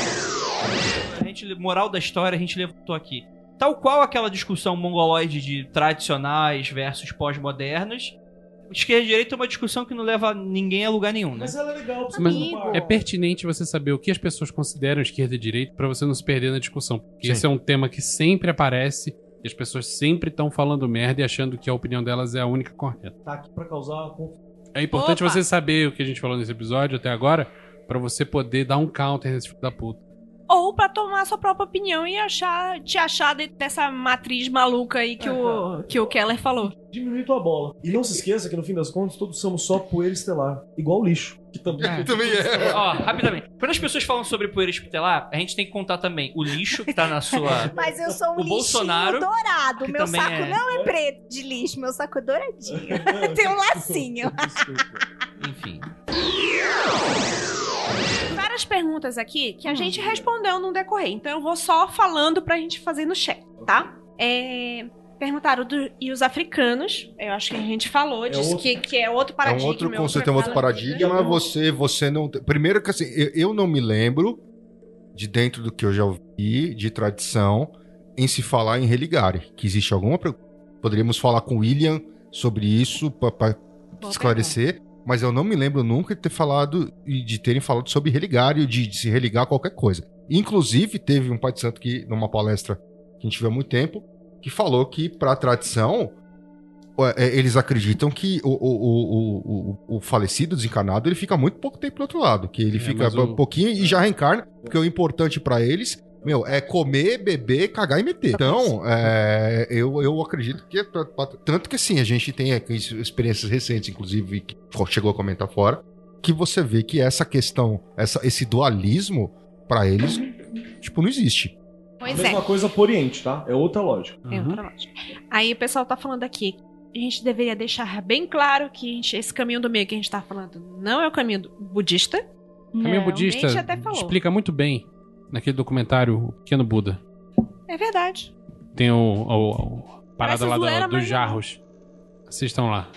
a gente, moral da história, a gente levantou aqui. Tal qual aquela discussão mongoloide de tradicionais versus pós-modernos, esquerda e direita é uma discussão que não leva ninguém a lugar nenhum, né?
Mas ela é legal pra você
Mas
ocupar.
é pertinente você saber o que as pessoas consideram esquerda e direita pra você não se perder na discussão. Porque
Sim.
esse é um tema que sempre aparece e as pessoas sempre estão falando merda e achando que a opinião delas é a única correta.
Tá aqui pra causar confusão.
É importante
Opa!
você saber o que a gente falou nesse episódio até agora pra você poder dar um counter nesse filho da puta.
Ou pra tomar sua própria opinião e achar, te achar dentro dessa matriz maluca aí que, o, que o Keller falou.
Diminuir tua bola. E não se esqueça que no fim das contas todos somos só poeira estelar. Igual lixo. Que também.
Um
Também é.
Ó, rapidamente. Quando as pessoas falam sobre poeira escutelar, a gente tem que contar também o lixo que tá na sua.
Mas eu sou um
O
lixinho
Bolsonaro,
dourado.
que
Meu
também
saco
é-
não é preto de lixo, meu saco é douradinho. Tem um lacinho.
Desculpa.
Enfim.
Várias perguntas aqui que a gente respondeu no decorrer, então eu vou só falando pra gente fazer no chat, tá? É, Perguntaram do, e os africanos, eu acho que a gente falou, disse
outro-
que, que é outro
É
paradigma.
um outro
outra
conceito, é um outro
fala-
paradigma. Você, você não. tem- Primeiro que assim, eu, eu não me lembro de dentro do que eu já ouvi de tradição em se falar em religare. Que existe alguma. pre- Poderíamos falar com o William sobre isso para
Boa
esclarecer. Mas eu não me lembro nunca de ter falado e de terem falado sobre religário, de, de se religar a qualquer coisa. Inclusive, teve um pai de santo que, numa palestra que a gente viu há muito tempo, que falou que, pra tradição, é, é, eles acreditam que o, o- o- o- o- o falecido, desencarnado, ele fica muito pouco tempo do outro lado. Que ele
É,
fica um
mas o-
pouquinho e já reencarna, porque o importante pra eles. Meu, é comer, beber, cagar e meter. Então, é, eu, eu acredito que. é pra- pra- Tanto que assim, a gente tem é, isso, experiências recentes, inclusive, que chegou a comentar fora, que você vê que essa questão, essa, esse dualismo, pra eles, tipo, não existe.
Pois é.
Mesma coisa pro Oriente, tá? É outra lógica.
É outra lógica. Aí o pessoal tá falando aqui. A gente deveria deixar bem claro que a gente- esse caminho do meio que a gente tá falando não é o caminho do- budista.
É
Caminho budista
mente É, até falou.
explica muito bem naquele documentário O Pequeno Buda.
É verdade.
Tem o, o- o- a
Parece
parada lá do-
zoeira,
dos
mas é
jarros. Assistam lá.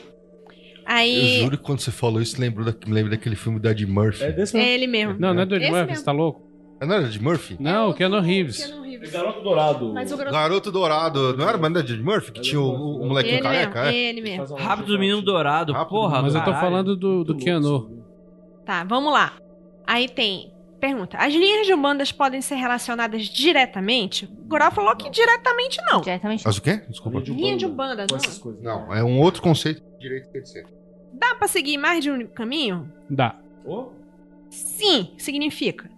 Aí
Eu juro que quando você falou isso, lembrou da, me lembro daquele filme do Ed Murphy.
É desse
é
mesmo.
ele mesmo.
Não, não é do
Esse
Ed Murphy,
mesmo. É
você tá louco?
Ah, Não era Ed Murphy?
Não, o Keanu Reeves.
Keanu
É
Reeves.
Garoto Dourado.
Mas o garoto
Garoto Dourado. Não era mas não era de Ed Murphy? Que tinha o, o molequinho
ele mesmo,
careca? É.
ele mesmo.
Faz uma
Rápido do
lógica,
menino
tipo,
dourado.
Rápido do
porra,
Mas eu tô
caralho.
falando do, do
muito
Keanu.
louco, assim.
Tá, vamos lá. Aí tem pergunta. As linhas de bandas podem ser relacionadas diretamente? O Goró falou que diretamente não.
Diretamente.
Mas o quê?
sabe?
Desculpa.
Linha de Umbanda, não.
com essas coisas.
Não, é um outro conceito de direito de ser.
Dá pra seguir mais de um caminho?
Dá.
Ô,
Sim, significa.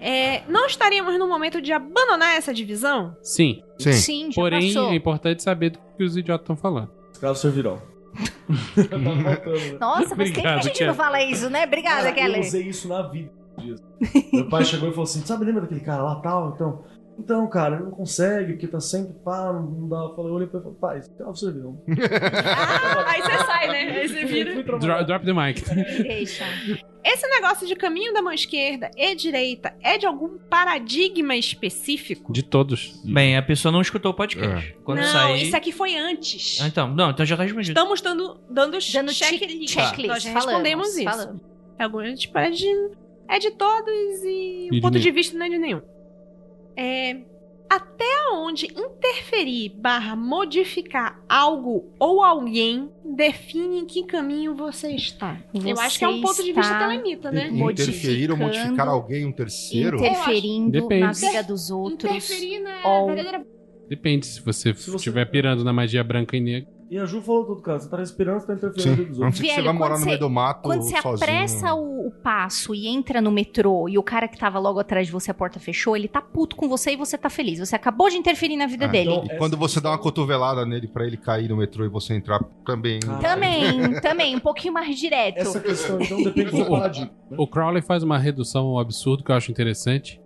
É, não estaríamos no momento de abandonar essa divisão?
Sim.
Sim.
Sim, já
Porém,
passou.
é importante saber do que os idiotas estão falando.
escravos servirão. tá faltando, né?
Nossa, mas quem que a
Obrigado,
gente
Kelly.
não fala isso, né? Obrigada,
Cara, Eu
Kelly.
usei isso na vida. esses dias. Meu pai chegou e falou assim: sabe, lembra daquele cara lá tal? Então, então cara, ele não consegue, porque tá sempre pá, não dá. Eu falei, eu olhei pra ele e falei, pai, escravo servidão.
Ah, aí você sai, né? Aí você vira.
Fui trabalhar.
Dro- drop the mic.
Deixa.
Esse negócio de caminho da mão esquerda e direita é de algum paradigma específico?
De todos.
Bem, a pessoa não escutou o
É.
podcast. Quando
não,
sair.
isso aqui foi antes.
Ah, Então, não, então já tá respondido.
Estamos dando, dando,
Dando
checklist.
checklist.
Nós já
falamos,
respondemos isso.
falamos.
É algum tipo é de, é de todos e
E
um
de
ponto de
nenhum.
vista não é de nenhum. É, até onde interferir barra modificar algo ou alguém define em que caminho você está. Eu
Você
acho que é um ponto de
está
vista telemita, né?
Modificando.
Interferir ou Um modificar alguém, um terceiro.
Interferindo
Depende.
na vida dos outros.
Interferir na
Ou-
verdadeira...
Depende se você
Se você-
estiver pirando na magia branca e negra.
E a Ju falou tudo, cara. Você tá respirando, você tá interferindo
Sim.
dos
A não
outros.
ser que você
Velho,
vai morar
quando
no meio
você-
do mato
Quando você
sozinho. É.
apressa o, o passo e entra no metrô e o cara que tava logo atrás de você, a porta fechou, ele tá puto com você e você tá feliz. Você acabou de interferir na vida
É.
dele.
Então-
E quando você dá uma cotovelada nele pra ele cair no metrô e você entrar também.
Ah.
Também, também, um pouquinho mais direto.
Essa questão, então, depende do
O-
paradigma.
O Crowley faz uma redução ao absurdo que eu acho interessante.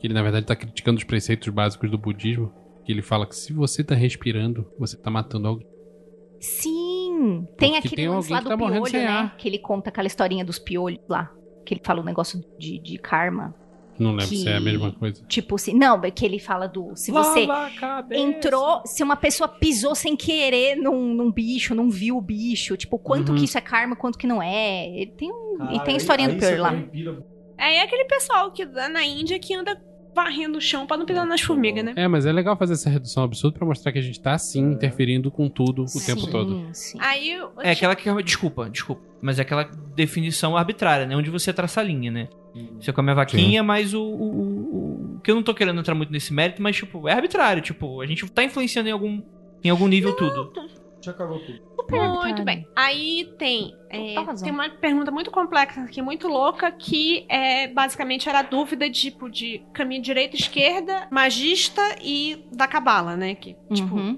Que ele, na verdade, tá criticando os preceitos básicos do budismo. Que ele fala que se você tá respirando, você tá matando alguém.
Sim, tem
Porque
aquele
tem
lance
alguém
lá
que
do
tá morrendo
piolho,
sem
né?
ar.
Que ele conta aquela historinha dos piolhos lá. Que ele fala o negócio de, de karma.
Não lembro
Que-
se é a mesma coisa.
Tipo, se, não, é que ele fala do. Se você
Lava a cabeça.
entrou, se uma pessoa pisou sem querer num, num bicho, não viu o bicho, tipo, quanto
Uhum.
que isso é karma, quanto que não é. Ele tem um. e
Caralho,
tem a historinha
aí-
do
aí
piolho
você
lá.
vai e pira-
É aquele pessoal que dá na Índia que anda varrendo o chão pra não pisar nas formigas, né?
É, mas é legal fazer essa redução absurda pra mostrar que a gente tá
É.
sim interferindo com tudo o tempo todo.
Sim.
Aí eu-
É aquela que. Desculpa, desculpa. Mas é aquela definição arbitrária, né? Onde você traça a linha, né? Você come a vaquinha, mas o, o, o- o- Que eu não tô querendo entrar muito nesse mérito, mas, tipo, é arbitrário. Tipo, a gente tá influenciando em algum, em algum nível tudo.
Já cagou tudo.
Muito bem. Aí tem, é,
Total razão.
tem uma pergunta muito complexa aqui, muito louca, que é basicamente era a dúvida tipo, de caminho direito, esquerda, magista e da cabala, né? Que, tipo,
Uhum.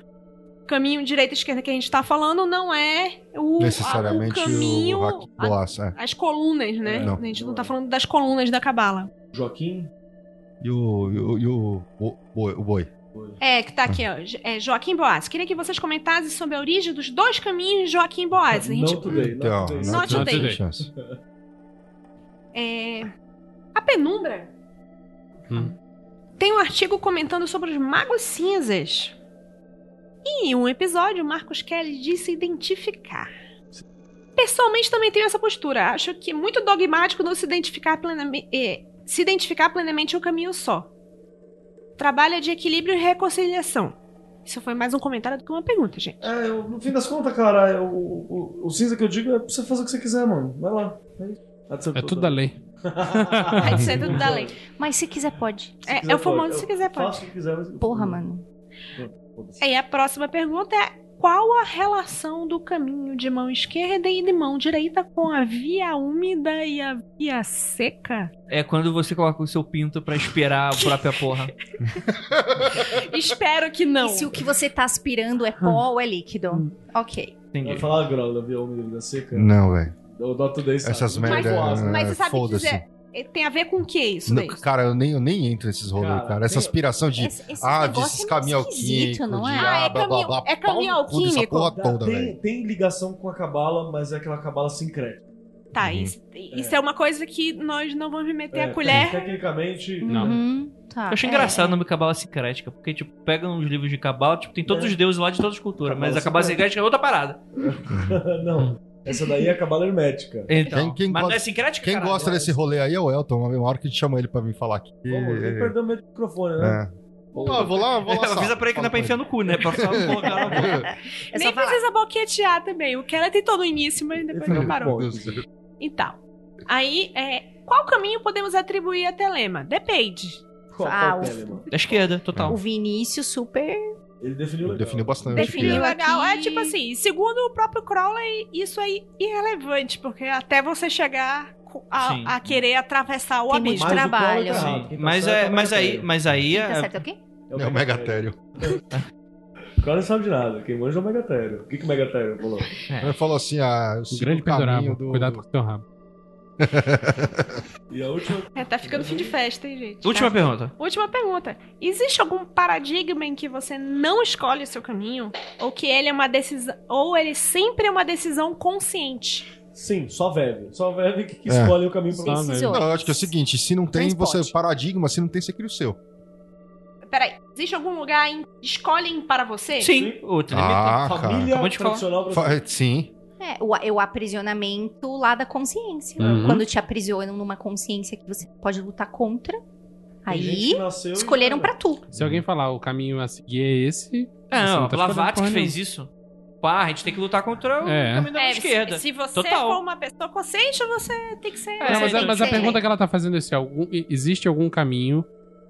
caminho direita e esquerda que a gente tá falando não é o,
Necessariamente
a- o caminho.
o hack
a-
boas, é.
as colunas, né?
É, não.
a gente não tá falando das colunas da cabala.
Joaquim.
E o. E o, e o, o, boi- o boi.
É, que tá aqui, ó. Jo- É Joaquim Boas. Queria que vocês comentassem sobre a origem dos dois caminhos de Joaquim Boas. A gente
Não today,
Então,
não today.
não
tem
today.
muita chance.
É... A penumbra.
Hum.
Tem um artigo comentando sobre os magos cinzas. E em um episódio, Marcos Kelly disse identificar. Pessoalmente também tenho essa postura. Acho que é muito dogmático não se identificar plenamente, se identificar plenamente um caminho só. Trabalha de equilíbrio e reconciliação. Isso foi mais um comentário do que uma pergunta, gente.
É, eu- no fim das contas, cara, eu- o, o- o cinza que eu digo é pra você fazer o que você quiser, mano. Vai lá. É isso.
É tudo da lei.
Aí isso é tudo da lei.
Mas se quiser, pode.
É,
quiser,
eu formando
pode.
se quiser, pode. É
Faça o que quiser. Mas...
Porra, mano.
Foda-se.
Aí a próxima pergunta é: qual a relação do caminho de mão esquerda e de mão direita com a via úmida e a via seca?
É quando você coloca o seu pinto pra esperar a própria porra.
Espero que não.
E se o que você tá aspirando é pó ou é líquido? Ok.
Entendi.
Vai falar, Grola, viu a umidade da seca?
Não, velho.
Eu dou today, sabe?
Essas
Muito
merda,
boas, né?
né?
mas você sabe
foda-se.
dizer. eh, Tem a ver com o que isso
Não,
daí?
Cara, eu nem, eu nem entro nesses rolês,
Cara,
cara.
tem-
Essa aspiração de.
Esse, esse
Ah,
negócio
desses
é meio
caminhão
esquisito,
químico.
não
de,
é?
Ah, é
blá, blá,
caminhão-
blá,
é
pau no
caminhão
cu dessa
químico.
Porra toda, velho.
tem, tem ligação com a cabala, mas é aquela cabala sem crédito.
Tá,
Uhum.
isso, isso é. uma coisa que nós não vamos meter
É,
a colher.
Tecnicamente, né?
Uhum, tá.
Eu acho
É,
engraçado o nome Cabala Sincrética, porque, tipo, pega uns livros de Cabala, tipo, tem todos
É.
os deuses lá de todas as culturas,
Cabala
mas a Cabala Sincrética é outra parada.
não. Essa daí é a cabala hermética.
Então,
Quem- quem
mas não é
gosta-
sincrética,
Quem
caralho?
gosta desse rolê aí é o Elton. Na mesma hora que a gente chama ele pra vir falar aqui.
Vamos, tem que perder o medo do microfone, né?
É. Ah, eu vou lá, eu vou lá. só.
Avisa pra ele que não é pra enfiar no cu, né? Pra só colocar na boca.
É só
Nem
falar.
precisa boquetear também. O Keller tentou no início, mas
é
depois não parou.
Meu Deus do céu.
E tal. Aí, é, qual caminho podemos atribuir a Telema? Depende.
Qual, é,
Ah,
qual
o-
tema, mano?
Da esquerda, total.
O Vinícius super.
Ele definiu.
Ele
legal.
definiu bastante.
Definiu
que
Definiu
é.
legal.
aqui.
É tipo assim, segundo o próprio Crowley, isso é irrelevante, porque até você chegar co-
Sim.
a, a querer atravessar o
Tem
abismo.
muito
Mas o
trabalho.
Crowley tá errado. Quem tá
Mas,
certo
é,
o
mas aí,
Megatério.
mas aí
Tá
é,
certo, ok?
É o Megatério.
O cara não sabe de nada. Quem manja é o Megatério. O que, que o Megatério falou?
Ele falou assim: ah, eu sigo
Um grande
o
pendurado.
caminho do.
Cuidado com o teu rabo.
E a última.
É, tá ficando fim de festa, hein, gente?
Última
Tá.
pergunta.
Última pergunta. Existe algum paradigma em que você não escolhe o seu caminho? Ou que ele é uma decisão. Ou ele sempre é uma decisão consciente?
Sim, só Veve. Só Veve que, que
É.
escolhe o caminho pra
Sim,
Precisou.
Não, eu acho que é o seguinte: se não tem você
Transporte.
paradigma, se não tem, você cria o seu.
Peraí, existe algum lugar em. Escolhem para você?
Sim, o
Ah,
família
Acabou de falar.
tradicional brasileira.
Fa- Sim.
É, o, é o aprisionamento lá da consciência.
Uhum.
Quando te aprisionam numa consciência que você pode lutar contra,
Tem gente
aí
que nasceu e-
escolheram pra tu.
É.
Se alguém falar o caminho a seguir é esse,
Não,
Você não tá
Blavatsky
escolhendo porra
fez isso. Pá, a gente tem que lutar contra o
É.
caminho da
É, se-
esquerda.
Se, você
Total.
for uma pessoa consciente, você tem que ser.
É,
Não, mas, a-
tem
mas a
que-
pergunta que ela tá fazendo é se algum- e- existe algum caminho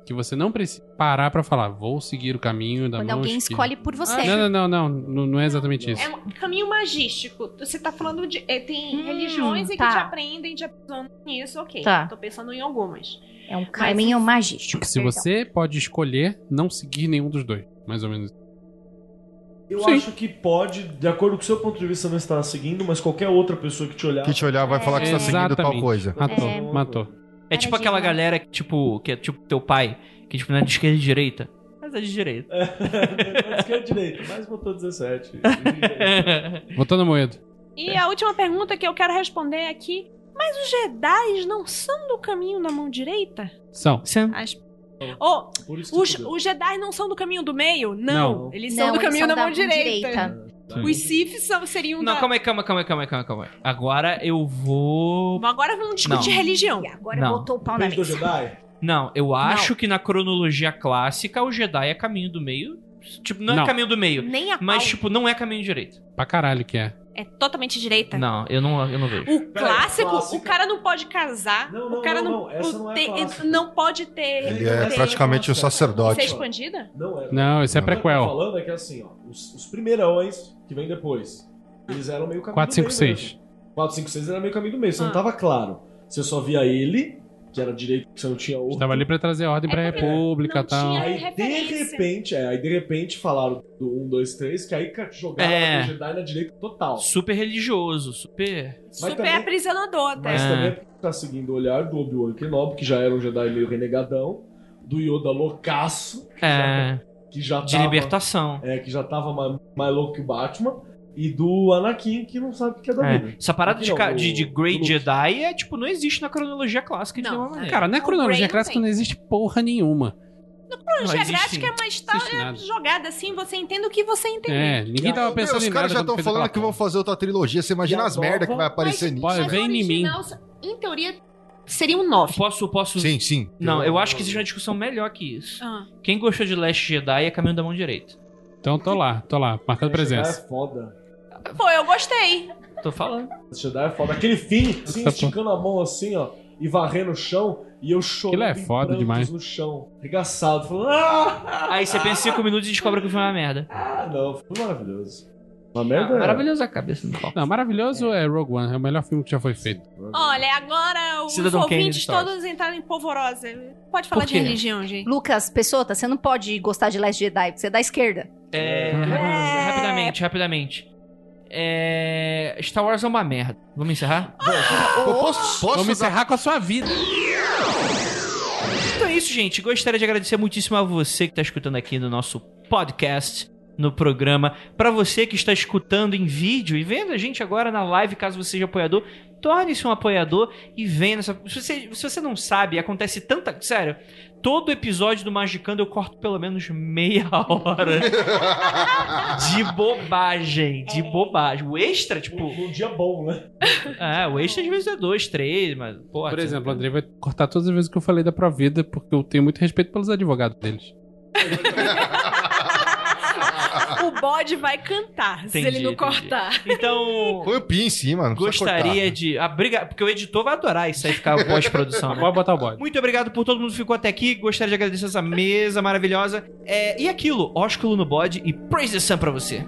que você não precisa parar pra falar, vou seguir o caminho da
Quando
mão
alguém
esquerda. Ah,
escolhe por você.
Não, não, não, não, não, não é exatamente isso.
É um caminho magístico. Você tá falando de. é, tem
Hum,
religiões em que
tá.
te aprendem, te aprendem nisso, ok.
Tá.
Tô pensando em algumas.
É um caminho magístico.
Se
perdão.
você pode escolher não seguir nenhum dos dois, mais ou menos.
Eu
Sim.
acho que pode, de acordo com o seu ponto de vista, não estar seguindo, mas qualquer outra pessoa que te olhar.
Quem te olhar vai falar que está seguindo tal
Exatamente.
coisa.
Matou,
É.
matou.
É tipo aquela
Paradigma.
galera que, tipo, que é tipo teu pai, que tipo, não é de esquerda e direita. Mas é de direita.
Mas que é direito, mas botou 17.
É.
Botando moedo.
E
É.
a última pergunta que eu quero responder aqui. Mas os Jedi não são do caminho da mão direita?
São.
Sam,
As... Oh,
Por isso que
os,
fudeu.
os Jedi não são do caminho do meio? Não.
Não.
Eles
Não,
é um
são do
eles
caminho
são
da, mão direita. Os Sith são, seriam
Não,
da...
calma aí, calma, calma aí, calma aí, calma aí, calma aí. Agora eu vou.
Agora vamos discutir
Não.
religião.
E agora
Não.
botou o pau na
Beijo do
mesa.
Jedi?
Não, eu acho que na cronologia clássica o Jedi é caminho do meio. Tipo, não,
Não.
é caminho do meio.
Nem a
Mas,
pau.
tipo, não é caminho direito.
Pra caralho que é.
É totalmente direita.
Não, eu não, eu não vejo.
O
Pera aí,
clássico, o
clássica.
cara não pode casar.
Não, não,
o cara
não,
não,
não, essa não é
tem-
clássica.
não pode ter.
Ele
ter-
é praticamente o
é
Ser
sacerdote.
expandida?
Não, é.
Não, esse é
Não,
O que eu
prequel.
tô falando é que assim, ó, os, os primeirões que vem depois, eles eram meio caminho
4, 5, 6.
4, 5, 6 era meio caminho do meio, você
Ah.
não tava claro. Você só via ele, que era direito, que você não tinha outro.
Estava ali pra trazer ordem pra
É porque
República e
não
tal.
tinha-
Aí de
Referência.
repente, é, aí de repente falaram do 1, 2, 3, que aí ca- jogaram
É.
o Jedi na direita total.
Super religioso, super.
Super
também-
aprisionador até.
Mas
É.
também é porque tá seguindo o olhar do Obi-Wan Kenobi, que já era um Jedi meio renegadão, do Yoda loucaço,
É.
que já
De
tava,
libertação.
é, que já tava mais, mais louco que o Batman, e do Anakin, que não sabe o que é da
É.
vida.
Essa parada de,
Não,
ca-
o-
de, de
o
Great
Luke.
Jedi é, tipo, não existe na cronologia clássica de
Não,
nenhuma
não.
maneira.
Cara, não é
O
cronologia
Grey não
clássica,
tem.
não existe porra nenhuma.
não
Cronologia
existe.
gráfica é uma
existe
história
nada.
jogada assim, você entende o que você entende.
É, ninguém tava
Meu,
pensando
os
em nada.
caras já
quando
estão
fez aquela
falando que vão
porra.
fazer outra trilogia. Você imagina
E a
as merda que
nova-
vai aparecer nisso.
Pode
velho.
ver em mim.
em teoria, seria um 9.
Posso, posso.
Sim, sim.
Não, eu acho que existe uma discussão melhor que isso.
Ah.
Quem gostou de Last Jedi é caminho da mão direita.
Então tô lá, tô lá, marcando presença.
Jedi é foda.
Pô, eu gostei.
Tô falando.
Jedi é foda. Aquele fim, assim,
Tá
esticando a mão assim, ó, e varrendo o chão, e eu chorando
Aquilo é
em
foda
prantos
demais.
no chão, arregaçado, falando... "Ah!"
Aí você pensa cinco minutos e descobre que foi uma merda.
Ah, não, foi maravilhoso. Uma
Ah,
merda é.
maravilhoso a cabeça do pau.
Não, maravilhoso é. Rogue One, é o melhor filme que já foi feito.
Olha, agora os
Cidadão Kane
ouvintes
Stories.
todos entraram em polvorosa. Pode falar
Por
de
quê?
religião, gente.
Lucas, Pessota, você não pode gostar de Last Jedi, porque você é da esquerda.
É,
Uhum.
Rapidamente, rapidamente. É, Star Wars é uma merda. Vamos encerrar?
Pô, posso, posso
Vamos
dar-
encerrar com a sua vida.
Então é isso, gente. Gostaria de agradecer muitíssimo a você que está escutando aqui no nosso podcast, no programa. Para você que está escutando em vídeo e vendo a gente agora na live, caso você seja apoiador, torne-se um apoiador e venha nessa. Se você, se você não sabe, acontece tanta. Sério, todo episódio do Magicando eu corto pelo menos meia hora de bobagem. De bobagem. O extra, tipo.
Um, um dia bom, né?
É, o extra às vezes é dois, três, mas. Pô,
Por exemplo, o Andrei vai cortar todas as vezes que eu falei da Provida, porque eu tenho muito respeito pelos advogados deles.
Ah.
O bode vai cantar se
Entendi,
ele não
entendi.
cortar.
Então.
Põe o pin em cima. não precisa né?
Gostaria de. Ah, briga- porque o editor vai adorar isso aí ficar pós-produção. né?
Tá, Pode botar o bode.
Muito obrigado por todo mundo que ficou até aqui. Gostaria de agradecer essa mesa maravilhosa. É, e aquilo, ósculo no bode e praise the sun pra você.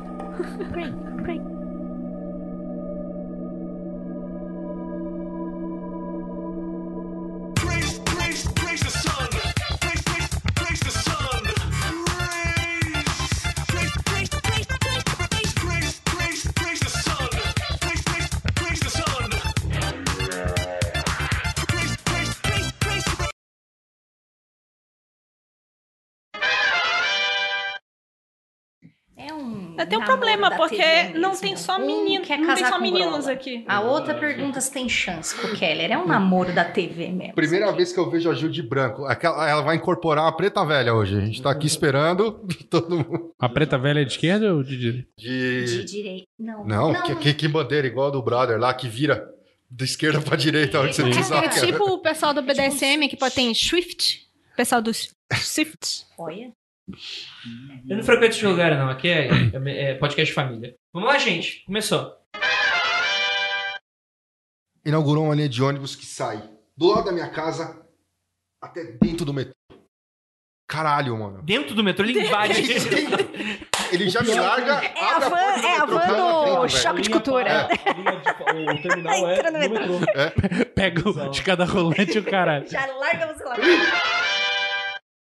É um.
Tem um
namoro
problema,
da
porque
TV
não
mesmo.
tem só
Um
menino,
quer
não tem
casar
só
com
meninos
Grola.
aqui.
A outra pergunta se tem chance com o Keller. É
Hum.
um namoro da TV mesmo.
Primeira vez que eu vejo a Gil de branco. Aquela- Ela vai incorporar uma preta velha hoje. A gente tá aqui esperando todo mundo
A preta velha é de esquerda ou de direita?
De
de...
direito. Não.
Não, que, que, que bandeira, igual a do brother lá, que vira da esquerda pra direita a hora que você
É
precisar.
É tipo o pessoal do
um
BDSM que pode ter Swift. Pessoal do Swift.
Olha.
Eu não frequento esse lugar, não. Aqui é, é- é podcast família. Vamos lá, gente. Começou.
Inaugurou uma linha de ônibus que sai do lado da minha casa até dentro do metrô. Caralho, mano.
Dentro do metrô, ele invade.
Ele já me larga.
É a van, é a van do choque de cultura.
é, A linha para- linha de- o terminal é
Entra
no
no
metrô.
Pega o de cada rolante e o caralho.
Já larga você lá.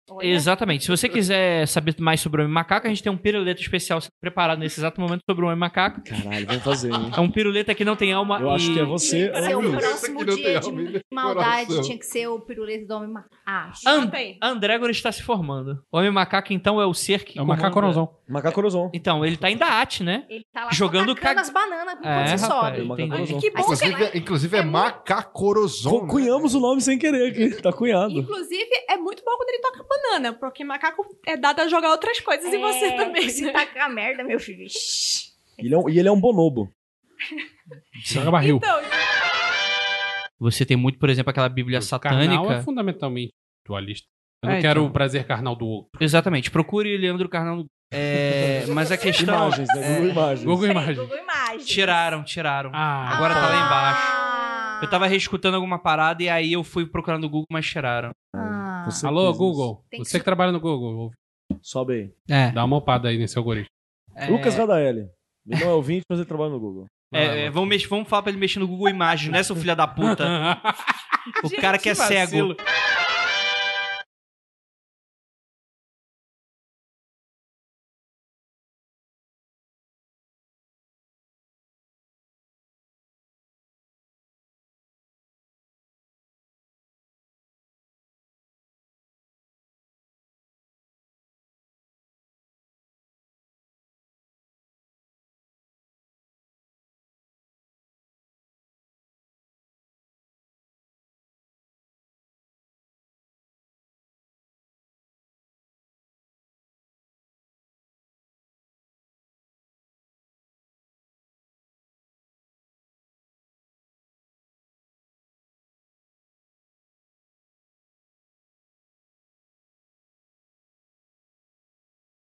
Olha.
Exatamente. Se você quiser saber mais sobre o Homem Macaco, a gente tem um piruleto especial preparado nesse exato momento sobre o Homem Macaco.
Caralho, vamos fazer, hein?
É um piruleta que não tem alma e...
Eu acho que é você
Seu
ou o Luiz.
próximo
Isso aqui não
dia
tem alma
de
nem
maldade
coração.
tinha que ser o piruleto do homem ma- Ah,
And-
Chuta aí.
Andrégor está se formando. O Homem Macaco, então, é o ser que
É o
comanda-
macaco orozão.
Macaco Orozon.
Então, ele tá ainda ate, né?
Ele tá lá
Jogando
só tacando
ca-
as bananas quando
É,
você
rapaz.
sobe.
Macaco
entendi.
Orozon.
Que bom que
Inclusive, inclusive é, né?
É muito-
macacorozon.
né?
Co- Cunhamos o nome sem querer aqui. Tá cunhado.
Inclusive, é muito bom quando ele toca banana, porque macaco é dado a jogar outras coisas e você
É,
também.
Se
né?
tacar merda, meu filho. Shhh.
Ele é um- e ele é um bonobo.
Joga
Ah,
barril.
Então,
Você tem muito, por exemplo, aquela Bíblia
Carnal é
satânica.
fundamentalmente dualista. Eu não
É,
quero
então.
o prazer carnal do outro.
Exatamente. Procure Leandro Carnal. no- É, mas a questão. é,
Imagens, né? Google Imagens.
Google
Peraí,
Imagem.
Google Imagens.
Tiraram, tiraram.
Ah,
Agora tá lá embaixo.
Ah.
Eu tava reescutando alguma parada e aí eu fui procurando no Google, mas tiraram.
Ah,
Você
Alô,
fez
Google.
Tem que-
Você que trabalha no Google,
isso. Sobe aí.
É.
dá uma opada aí nesse algoritmo.
Lucas Radaelli. Ele não é ouvinte, mas ele trabalha no Google.
É, é, vamos, mex- vamos falar pra ele mexer no Google Imagens, né, seu filho da puta? O cara que é
vacilo.
cego.